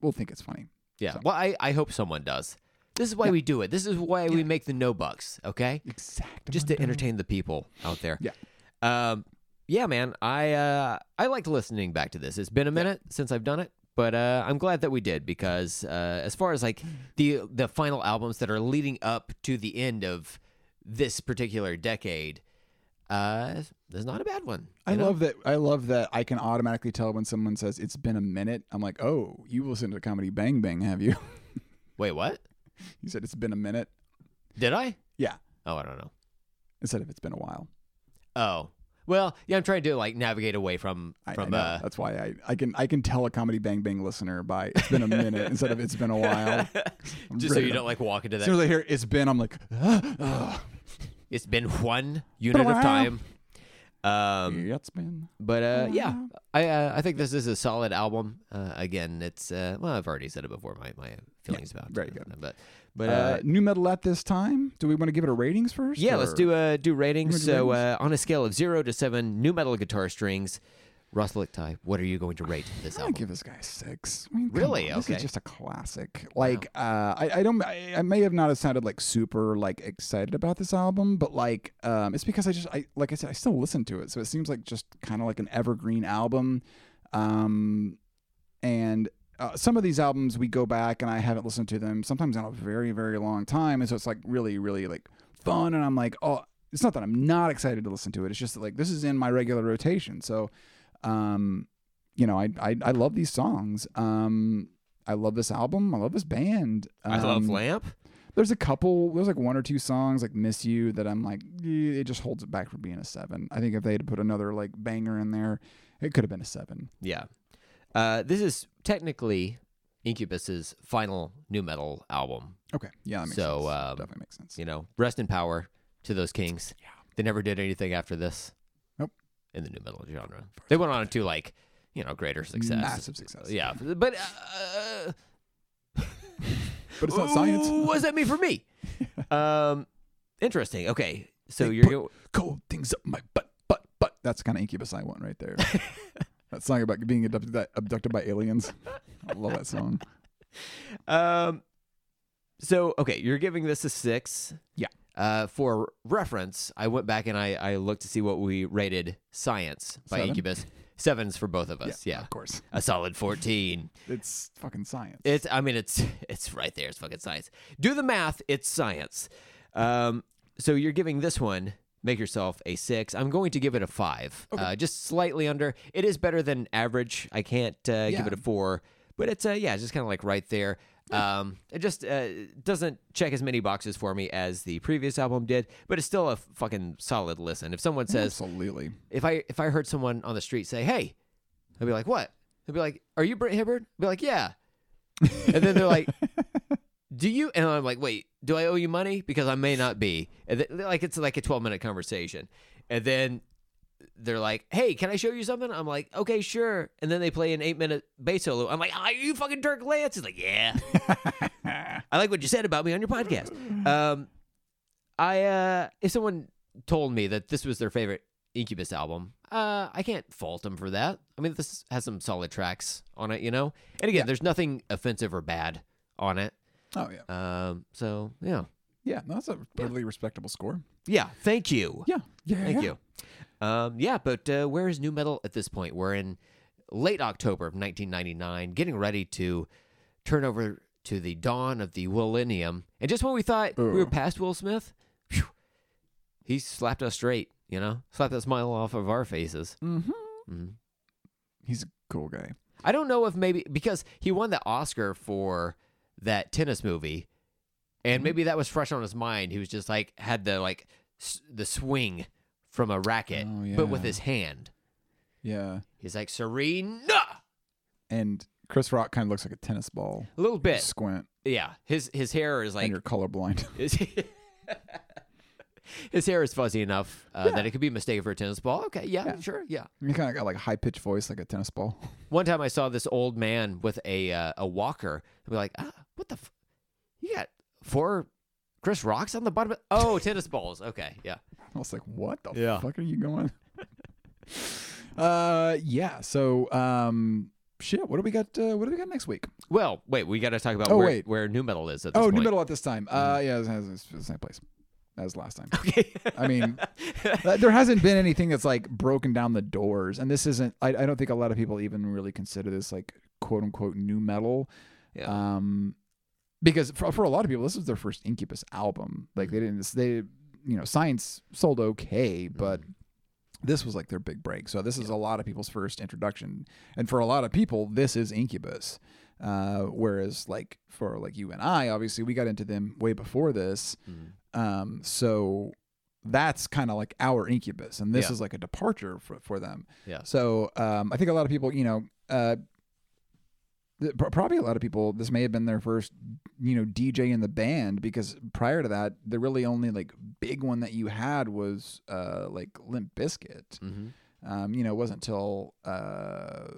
[SPEAKER 2] will think it's funny.
[SPEAKER 3] Yeah.
[SPEAKER 2] So-
[SPEAKER 3] Well, I, I hope someone does. This is why we do it. This is why we make the no bucks, okay?
[SPEAKER 2] Exactly.
[SPEAKER 3] Just to entertain the people out there.
[SPEAKER 2] Yeah.
[SPEAKER 3] Um yeah, man. I uh I liked listening back to this. It's been a minute since I've done it, but uh I'm glad that we did because uh as far as like the the final albums that are leading up to the end of this particular decade, uh there's not a bad one.
[SPEAKER 2] I
[SPEAKER 3] you know?
[SPEAKER 2] love that. I love that. I can automatically tell when someone says it's been a minute. I'm like, oh, you listened to comedy Bang Bang, have you?
[SPEAKER 3] Wait, what?
[SPEAKER 2] you said it's been a minute.
[SPEAKER 3] Did I?
[SPEAKER 2] Yeah.
[SPEAKER 3] Oh, I don't know.
[SPEAKER 2] Instead of it's been a while.
[SPEAKER 3] Oh. Well, yeah, I'm trying to like navigate away from
[SPEAKER 2] I, I
[SPEAKER 3] from
[SPEAKER 2] know.
[SPEAKER 3] uh
[SPEAKER 2] that's why I, I can I can tell a comedy Bang Bang listener by it's been a minute instead of it's been a while. I'm
[SPEAKER 3] just so
[SPEAKER 2] ready
[SPEAKER 3] you
[SPEAKER 2] to-
[SPEAKER 3] don't like walk into
[SPEAKER 2] As
[SPEAKER 3] that.
[SPEAKER 2] soon as I hear it's been, I'm like, ah, ah.
[SPEAKER 3] it's been one unit of
[SPEAKER 2] while.
[SPEAKER 3] time. Um,
[SPEAKER 2] yeah, it's been.
[SPEAKER 3] but uh, yeah,
[SPEAKER 2] while.
[SPEAKER 3] I uh, I think this is a solid album. Uh, again, it's uh, well, I've already said it before. My my feelings about
[SPEAKER 2] very
[SPEAKER 3] it,
[SPEAKER 2] good.
[SPEAKER 3] but but uh,
[SPEAKER 2] Uh, new metal at this time. Do we want to give it a ratings first?
[SPEAKER 3] yeah, let's
[SPEAKER 2] or-
[SPEAKER 3] do uh, do ratings.
[SPEAKER 2] You wanna do
[SPEAKER 3] so uh, on a scale of zero to seven, new metal guitar strings. Russ Lichtai, what are you going to rate this
[SPEAKER 2] I'm gonna
[SPEAKER 3] album?
[SPEAKER 2] give this guy a six. I mean, come
[SPEAKER 3] Really?
[SPEAKER 2] on, This
[SPEAKER 3] Okay.
[SPEAKER 2] is just a classic. Like, uh, I, I don't, I, I may have not have sounded like super like excited about this album, but like, um, it's because I just, I like I said, I still listen to it, so it seems like just kind of like an evergreen album. Um, and uh, some of these albums we go back and I haven't listened to them sometimes in a very, very long time, and so it's like really, really like fun, and I'm like, oh, it's not that I'm not excited to listen to it. It's just that, like this is in my regular rotation, so. Um, you know, I I, I love these songs. Um, I love this album. I love this band. Um,
[SPEAKER 3] I love Lamp.
[SPEAKER 2] There's a couple. There's like one or two songs like "Miss You" that I'm like, eh, it just holds it back from being a seven. I think if they had put another like banger in there, it could have been a seven.
[SPEAKER 3] Yeah. Uh, this is technically Incubus's final new metal album.
[SPEAKER 2] Okay, yeah, that makes
[SPEAKER 3] So,
[SPEAKER 2] sense.
[SPEAKER 3] um,
[SPEAKER 2] Definitely makes sense.
[SPEAKER 3] You know, rest in power to those kings. Yeah. They never did anything after this.
[SPEAKER 2] Nope.
[SPEAKER 3] In the new metal genre, they went on to like, you know, greater success.
[SPEAKER 2] Massive success.
[SPEAKER 3] Yeah, but uh,
[SPEAKER 2] but it's not science.
[SPEAKER 3] What does that mean for me? um, interesting. Okay, so
[SPEAKER 2] They
[SPEAKER 3] you're
[SPEAKER 2] put
[SPEAKER 3] go-
[SPEAKER 2] Cold things up my butt, butt, butt. That's the kind of Incubus I want right there. that song about being abducted, that abducted by aliens. I love that song.
[SPEAKER 3] Um, so okay, you're giving this a six.
[SPEAKER 2] Yeah.
[SPEAKER 3] Uh, for reference, I went back and I, I looked to see what we rated Science by
[SPEAKER 2] Seven?
[SPEAKER 3] Incubus. Sevens for both of us. Yeah.
[SPEAKER 2] of course.
[SPEAKER 3] A solid fourteen.
[SPEAKER 2] It's fucking science.
[SPEAKER 3] It's I mean it's it's right there. It's fucking science. Do the math. It's science. Um, so you're giving this one make yourself a six. I'm going to give it a five, uh, just slightly under. It is better than average. I can't uh, give
[SPEAKER 2] Yeah.
[SPEAKER 3] it a four, but it's uh, yeah, it's just kind of like right there. Um, it just uh, doesn't check as many boxes for me as the previous album did, but it's still a fucking solid listen. If someone says,
[SPEAKER 2] Absolutely.
[SPEAKER 3] if I if I heard someone on the street say, "Hey," I'd be like, "What?" I'd be like, "Are you Brent Hibbard?" I'd be like, "Yeah," and then they're like, "Do you?" And I'm like, "Wait, do I owe you money?" Because I may not be. And th- like it's like a 12 minute conversation, and then they're like, "Hey, can I show you something?" I'm like, "Okay, sure." And then they play an eight minute bass solo. I'm like, "Are you fucking Dirk Lance?" He's like, "Yeah." I like what you said about me on your podcast. Um, I uh, if someone told me that this was their favorite Incubus album, uh, I can't fault them for that. I mean, this has some solid tracks on it, you know. And again, there's nothing offensive or bad on it.
[SPEAKER 2] Oh yeah.
[SPEAKER 3] Um, so yeah,
[SPEAKER 2] Yeah, no, that's a perfectly respectable score.
[SPEAKER 3] yeah. Thank you.
[SPEAKER 2] Yeah. Yeah.
[SPEAKER 3] Thank you. Um, yeah, but uh, where is new metal at this point? We're in late October of 1999, getting ready to turn over to the dawn of the millennium. And just when we thought we were
[SPEAKER 2] Ugh.
[SPEAKER 3] past Will Smith, phew, he slapped us straight, you know? Slapped that smile off of our faces.
[SPEAKER 2] Mm-hmm.
[SPEAKER 3] Mhm.
[SPEAKER 2] He's a cool guy.
[SPEAKER 3] I don't know if maybe because he won the Oscar for that tennis movie,
[SPEAKER 2] Mm-hmm.
[SPEAKER 3] and maybe that was fresh on his mind. He was just like had the like s- the swing from a racket,
[SPEAKER 2] Oh,
[SPEAKER 3] but with
[SPEAKER 2] yeah.
[SPEAKER 3] his hand.
[SPEAKER 2] Yeah.
[SPEAKER 3] He's like Serena
[SPEAKER 2] And Chris Rock kind of looks like a tennis ball.
[SPEAKER 3] a little bit.
[SPEAKER 2] Squint.
[SPEAKER 3] Yeah, his his hair is
[SPEAKER 2] and
[SPEAKER 3] like
[SPEAKER 2] you're colorblind.
[SPEAKER 3] his, his hair is fuzzy enough uh, that it could be mistaken for a tennis ball. Okay, yeah, sure, yeah.
[SPEAKER 2] you kind of got like a high pitched voice like a tennis ball.
[SPEAKER 3] One time I saw this old man with a uh, a walker. I'd be like, ah, what the? F- you got four Chris Rocks on the bottom? Of- oh, tennis balls. Okay, yeah.
[SPEAKER 2] I was like, what the
[SPEAKER 3] Yeah.
[SPEAKER 2] fuck are you going? uh yeah. So um shit, what do we got uh, what do we got next week?
[SPEAKER 3] Well, wait, we got to talk about
[SPEAKER 2] Oh,
[SPEAKER 3] where,
[SPEAKER 2] wait.
[SPEAKER 3] where new metal is at this
[SPEAKER 2] Oh,
[SPEAKER 3] point. Mm-hmm.
[SPEAKER 2] new metal at this time. Uh yeah, it's, it's- it's the same place as last time.
[SPEAKER 3] Okay.
[SPEAKER 2] I mean, uh, there hasn't been anything that's like broken down the doors, and this isn't. I, I don't think a lot of people even really consider this like quote unquote new metal,
[SPEAKER 3] Yeah.
[SPEAKER 2] um, because for, for a lot of people, this was their first Incubus album. Like they
[SPEAKER 3] Mm-hmm.
[SPEAKER 2] didn't they you know Science sold okay, but.
[SPEAKER 3] Mm-hmm.
[SPEAKER 2] This was like their big break. So this is a lot of people's first introduction, and for a lot of people, this is Incubus. Uh, whereas, like for like you and I, obviously we got into them way before this.
[SPEAKER 3] Mm-hmm.
[SPEAKER 2] Um, so that's kind of like our incubus, and this
[SPEAKER 3] Yeah.
[SPEAKER 2] is like a departure for, for them.
[SPEAKER 3] Yeah.
[SPEAKER 2] So um, I think a lot of people, you know, uh, th- pr- probably a lot of people, this may have been their first, you know, DJ in the band because prior to that, the really only like big one that you had was uh, like Limp Biscuit.
[SPEAKER 3] hmm
[SPEAKER 2] Um, you know, it wasn't till uh,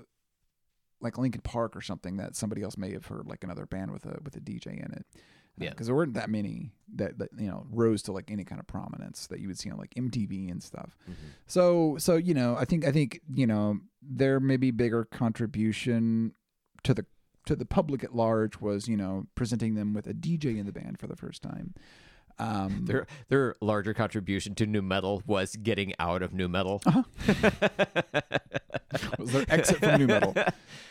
[SPEAKER 2] like Lincoln Park or something that somebody else may have heard like another band with a with a DJ in it.
[SPEAKER 3] Yeah.
[SPEAKER 2] because there weren't that many that, that you know rose to like any kind of prominence that you would see on like MTV and stuff. So so you know, I think I think you know their maybe bigger contribution to the to the public at large was you know presenting them with a DJ in the band for the first time. Um,
[SPEAKER 3] Their their larger contribution to new metal was getting out of new metal.
[SPEAKER 2] Uh-huh. was their exit from new metal.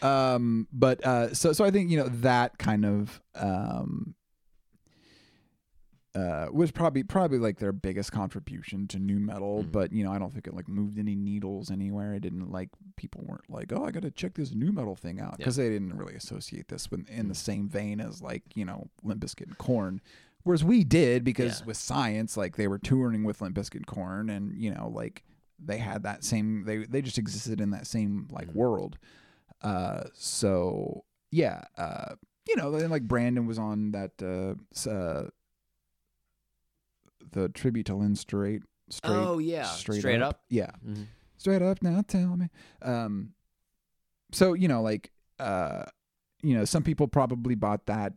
[SPEAKER 2] Um, but uh, so so I think you know that kind of um, uh, was probably probably like their biggest contribution to new metal. But you know I don't think it like moved any needles anywhere. It didn't like people weren't like oh I got to check this new metal thing out because they didn't really associate this with, in the same vein as like you know Limp Bizkit and Corn. Whereas we did because
[SPEAKER 3] Yeah.
[SPEAKER 2] with science, like they were touring with Limp Bizkit and Corn, and you know, like they had that same they they just existed in that same like world. Uh, so yeah, uh, you know, then like Brandon was on that uh, s- uh the tribute to Lynn Straight, straight,
[SPEAKER 3] oh yeah,
[SPEAKER 2] straight,
[SPEAKER 3] up.
[SPEAKER 2] yeah,
[SPEAKER 3] Mhm.
[SPEAKER 2] straight up now tell me um so you know like uh you know some people probably bought that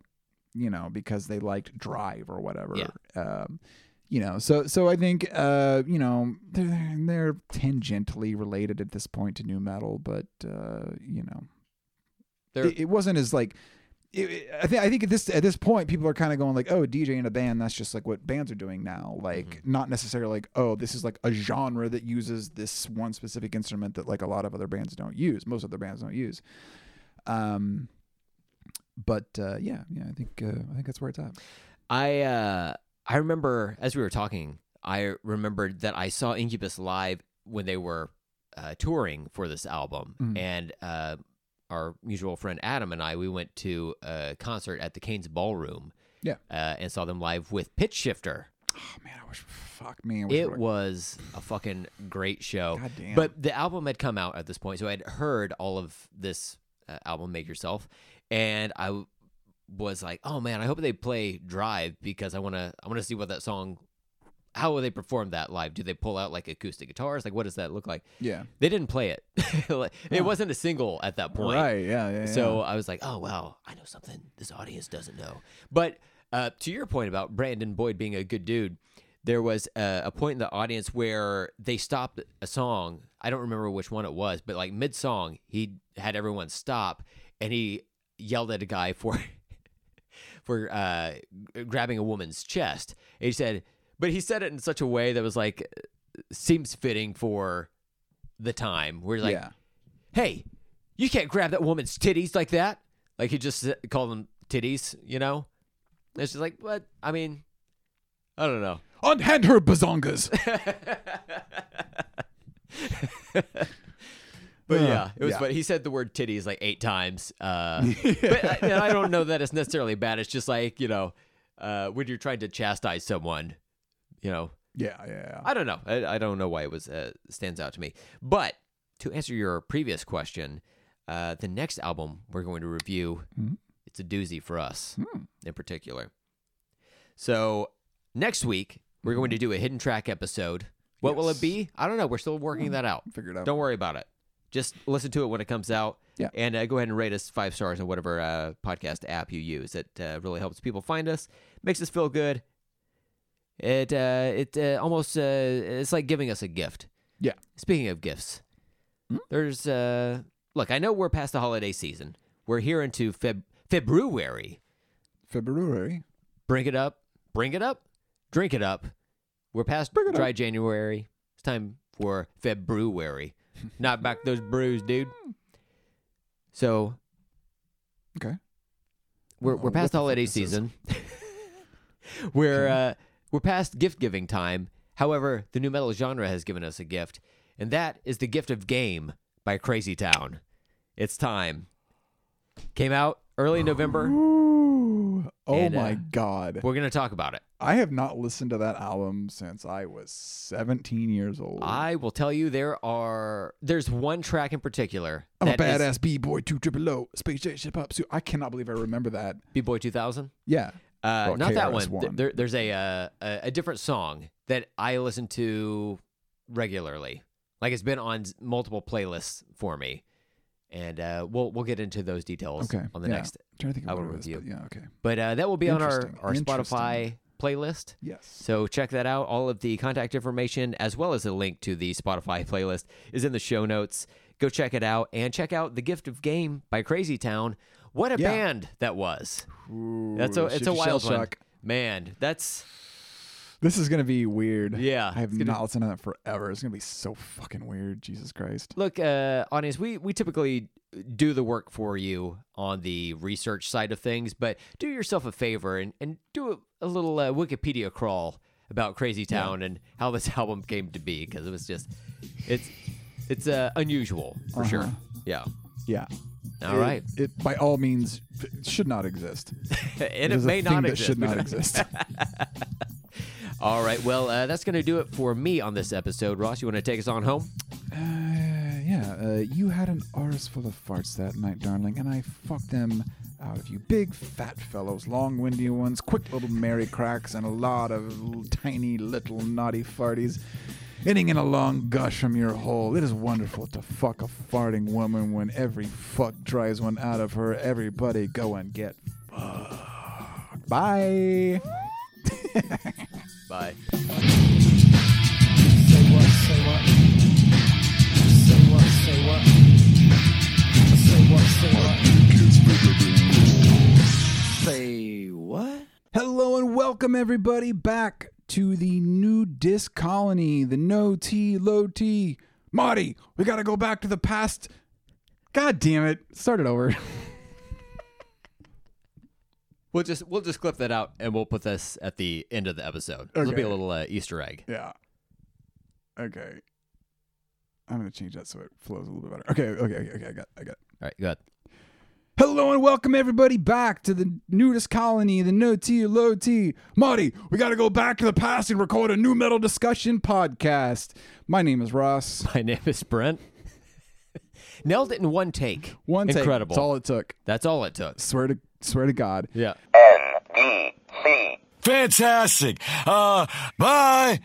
[SPEAKER 2] you know because they liked drive or whatever um you know so so i think uh you know they're, they're tangentially related at this point to new metal but uh you know
[SPEAKER 3] They're-
[SPEAKER 2] it, it wasn't as like it- it, I think I think at this at this point people are kind of going like oh DJ in a band that's just like what bands are doing now like not necessarily like oh this is like a genre that uses this one specific instrument that like a lot of other bands don't use most other bands don't use um but uh, yeah yeah I think uh, I think that's where it's at
[SPEAKER 3] I uh I remember as we were talking, I remembered that I saw Incubus live when they were uh, touring for this album,
[SPEAKER 2] Mhm.
[SPEAKER 3] and uh, our mutual friend Adam and I we went to a concert at the Canes Ballroom.
[SPEAKER 2] Yeah.
[SPEAKER 3] uh, and saw them live with Pitch Shifter.
[SPEAKER 2] Oh man, I wish. Fuck me. I wish
[SPEAKER 3] It
[SPEAKER 2] were-
[SPEAKER 3] was a fucking great show.
[SPEAKER 2] God damn.
[SPEAKER 3] But the album had come out at this point, so I'd heard all of this uh, album, Make Yourself, and I w- was like, "Oh man, I hope they play Drive because I want to. I want to see what that song. How will they perform that live? Do they pull out like acoustic guitars? Like, what does that look like?
[SPEAKER 2] yeah.
[SPEAKER 3] They didn't play it. Like, it
[SPEAKER 2] Huh.
[SPEAKER 3] wasn't a single at that point.
[SPEAKER 2] Right. Yeah. Yeah.
[SPEAKER 3] So I was like, oh, wow, I know something this audience doesn't know. But uh, to your point about Brandon Boyd being a good dude, there was uh, a point in the audience where they stopped a song. I don't remember which one it was, but like mid song, he had everyone stop and he yelled at a guy for for uh, g- grabbing a woman's chest. And he said, but he said it in such a way that was like seems fitting for the time. We're like,
[SPEAKER 2] yeah.
[SPEAKER 3] hey, you can't grab that woman's titties like that. Like he just s- called them titties, you know? And she's like, what? I mean, I don't know.
[SPEAKER 2] Unhand her bazongas.
[SPEAKER 3] But
[SPEAKER 2] Uh,
[SPEAKER 3] yeah, it was
[SPEAKER 2] yeah.
[SPEAKER 3] funny. He said the word titties like eight times. Uh, but I, and I don't know that it's necessarily bad. It's just like, you know, uh, when you're trying to chastise someone, you know,
[SPEAKER 2] yeah. Yeah.
[SPEAKER 3] I don't know. I, I don't know why it was uh, stands out to me. But to answer your previous question, uh, the next album we're going to review,
[SPEAKER 2] Mhm.
[SPEAKER 3] it's a doozy for us
[SPEAKER 2] Hmm.
[SPEAKER 3] in particular. So next week we're going to do a hidden track episode. What will it
[SPEAKER 2] Hmm. Yes. Hmm.
[SPEAKER 3] be? I don't know. We're still working that out.
[SPEAKER 2] Figure it out.
[SPEAKER 3] Don't worry about it. Just listen to it when it comes out.
[SPEAKER 2] Yeah.
[SPEAKER 3] And uh, go ahead and rate us five stars on whatever uh, podcast app you use. It uh, really helps people find us, makes us feel good. It uh, it uh, almost uh, it's like giving us a gift.
[SPEAKER 2] Yeah.
[SPEAKER 3] Speaking of gifts,
[SPEAKER 2] Hmm?
[SPEAKER 3] there's uh, look. I know we're past the holiday season. We're here into Feb February.
[SPEAKER 2] February.
[SPEAKER 3] Bring it up. Bring it up. Drink it up. We're past
[SPEAKER 2] Bring it
[SPEAKER 3] dry January. It's time for February. Knock back those brews, dude. So
[SPEAKER 2] Okay. Well,
[SPEAKER 3] we're we're
[SPEAKER 2] Oh, what
[SPEAKER 3] past
[SPEAKER 2] the fuck
[SPEAKER 3] the holiday
[SPEAKER 2] this is.
[SPEAKER 3] season. we're uh, we're past gift giving time. However, the new metal genre has given us a gift, and that is the gift of game by Crazy Town. It's time. Came out early November.
[SPEAKER 2] Ooh. Oh
[SPEAKER 3] And,
[SPEAKER 2] my
[SPEAKER 3] uh,
[SPEAKER 2] god.
[SPEAKER 3] We're gonna talk about it.
[SPEAKER 2] I have not listened to that album since I was 17 years old.
[SPEAKER 3] I will tell you there are there's one track in particular
[SPEAKER 2] I'm a
[SPEAKER 3] that is
[SPEAKER 2] badass b boy, two triple O, space jet ship up. So I cannot believe I remember that.
[SPEAKER 3] B-Boy 2000.
[SPEAKER 2] Yeah.
[SPEAKER 3] Uh,
[SPEAKER 2] Well,
[SPEAKER 3] not that one.
[SPEAKER 2] KRS-One.
[SPEAKER 3] Th- There, there's a, uh, a a different song that I listen to regularly. Like it's been on s- multiple playlists for me, and uh, we'll we'll get into those details
[SPEAKER 2] Okay,
[SPEAKER 3] on the
[SPEAKER 2] yeah.
[SPEAKER 3] next.
[SPEAKER 2] I'm trying to think of
[SPEAKER 3] Album
[SPEAKER 2] what it was.
[SPEAKER 3] review.
[SPEAKER 2] But yeah. Okay.
[SPEAKER 3] But uh, that will be on our
[SPEAKER 2] Interesting,
[SPEAKER 3] our Spotify
[SPEAKER 2] interesting.
[SPEAKER 3] playlist.
[SPEAKER 2] Yes.
[SPEAKER 3] So check that out. All of the contact information, as well as a link to the Spotify playlist, is in the show notes. Go check it out and check out The Gift of Game by Crazy Town. What a
[SPEAKER 2] Yeah.
[SPEAKER 3] band that was.
[SPEAKER 2] Ooh,
[SPEAKER 3] That's a it's a
[SPEAKER 2] shit,
[SPEAKER 3] wild one.
[SPEAKER 2] shell-shock.
[SPEAKER 3] Man, that's
[SPEAKER 2] This is gonna be weird.
[SPEAKER 3] Yeah,
[SPEAKER 2] I have
[SPEAKER 3] it's gonna-
[SPEAKER 2] not listened to that forever. It's gonna be so fucking weird. Jesus Christ.
[SPEAKER 3] look, uh, audience, we, we typically do the work for you on the research side of things, but do yourself a favor and, and do a, a little uh, Wikipedia crawl about Crazy Town and how this album came to be because it was just it's it's uh, unusual for
[SPEAKER 2] Uh-huh.
[SPEAKER 3] sure. Yeah.
[SPEAKER 2] Yeah.
[SPEAKER 3] All
[SPEAKER 2] it,
[SPEAKER 3] right.
[SPEAKER 2] It by all means it should not exist. There's
[SPEAKER 3] and it
[SPEAKER 2] a
[SPEAKER 3] may
[SPEAKER 2] thing
[SPEAKER 3] not
[SPEAKER 2] that
[SPEAKER 3] exist.
[SPEAKER 2] should not exist.
[SPEAKER 3] All right. Well, uh, that's going to do it for me on this episode. Ross, you want to take us on home?
[SPEAKER 2] Uh, yeah, uh, you had an arse full of farts that night, darling, and I fucked them out of you. Big fat fellows, long windy ones, quick little merry cracks, and a lot of l- tiny little naughty farties. Ending in a long gush from your hole. It is wonderful to fuck a farting woman when every fuck dries one out of her. Everybody go and get fucked. Bye.
[SPEAKER 3] Bye.
[SPEAKER 1] Say what, say what. Say what, say what. Say what, say what.
[SPEAKER 3] Say what?
[SPEAKER 2] Hello and welcome everybody back to the new disc colony, the no T, low T. Marty, we gotta go back to the past. God damn it. Start it over.
[SPEAKER 3] We'll just we'll just clip that out and we'll put this at the end of the episode. It'll be
[SPEAKER 2] Okay.
[SPEAKER 3] a little uh, Easter egg.
[SPEAKER 2] Yeah. Okay. I'm gonna change that so it flows a little bit better. Okay, okay, okay, okay. I got, I got. it.
[SPEAKER 3] All right, good.
[SPEAKER 2] Hello and welcome everybody back to the nudist colony, the no tea, low tea. Marty, we got to go back to the past and record a new metal discussion podcast. My name is Ross.
[SPEAKER 3] My name is Brent. Nailed it in one take.
[SPEAKER 2] One take.
[SPEAKER 3] incredible.
[SPEAKER 2] That's all it took.
[SPEAKER 3] That's all it took.
[SPEAKER 2] Swear to, swear to God.
[SPEAKER 3] Yeah.
[SPEAKER 4] Fantastic. Uh, bye.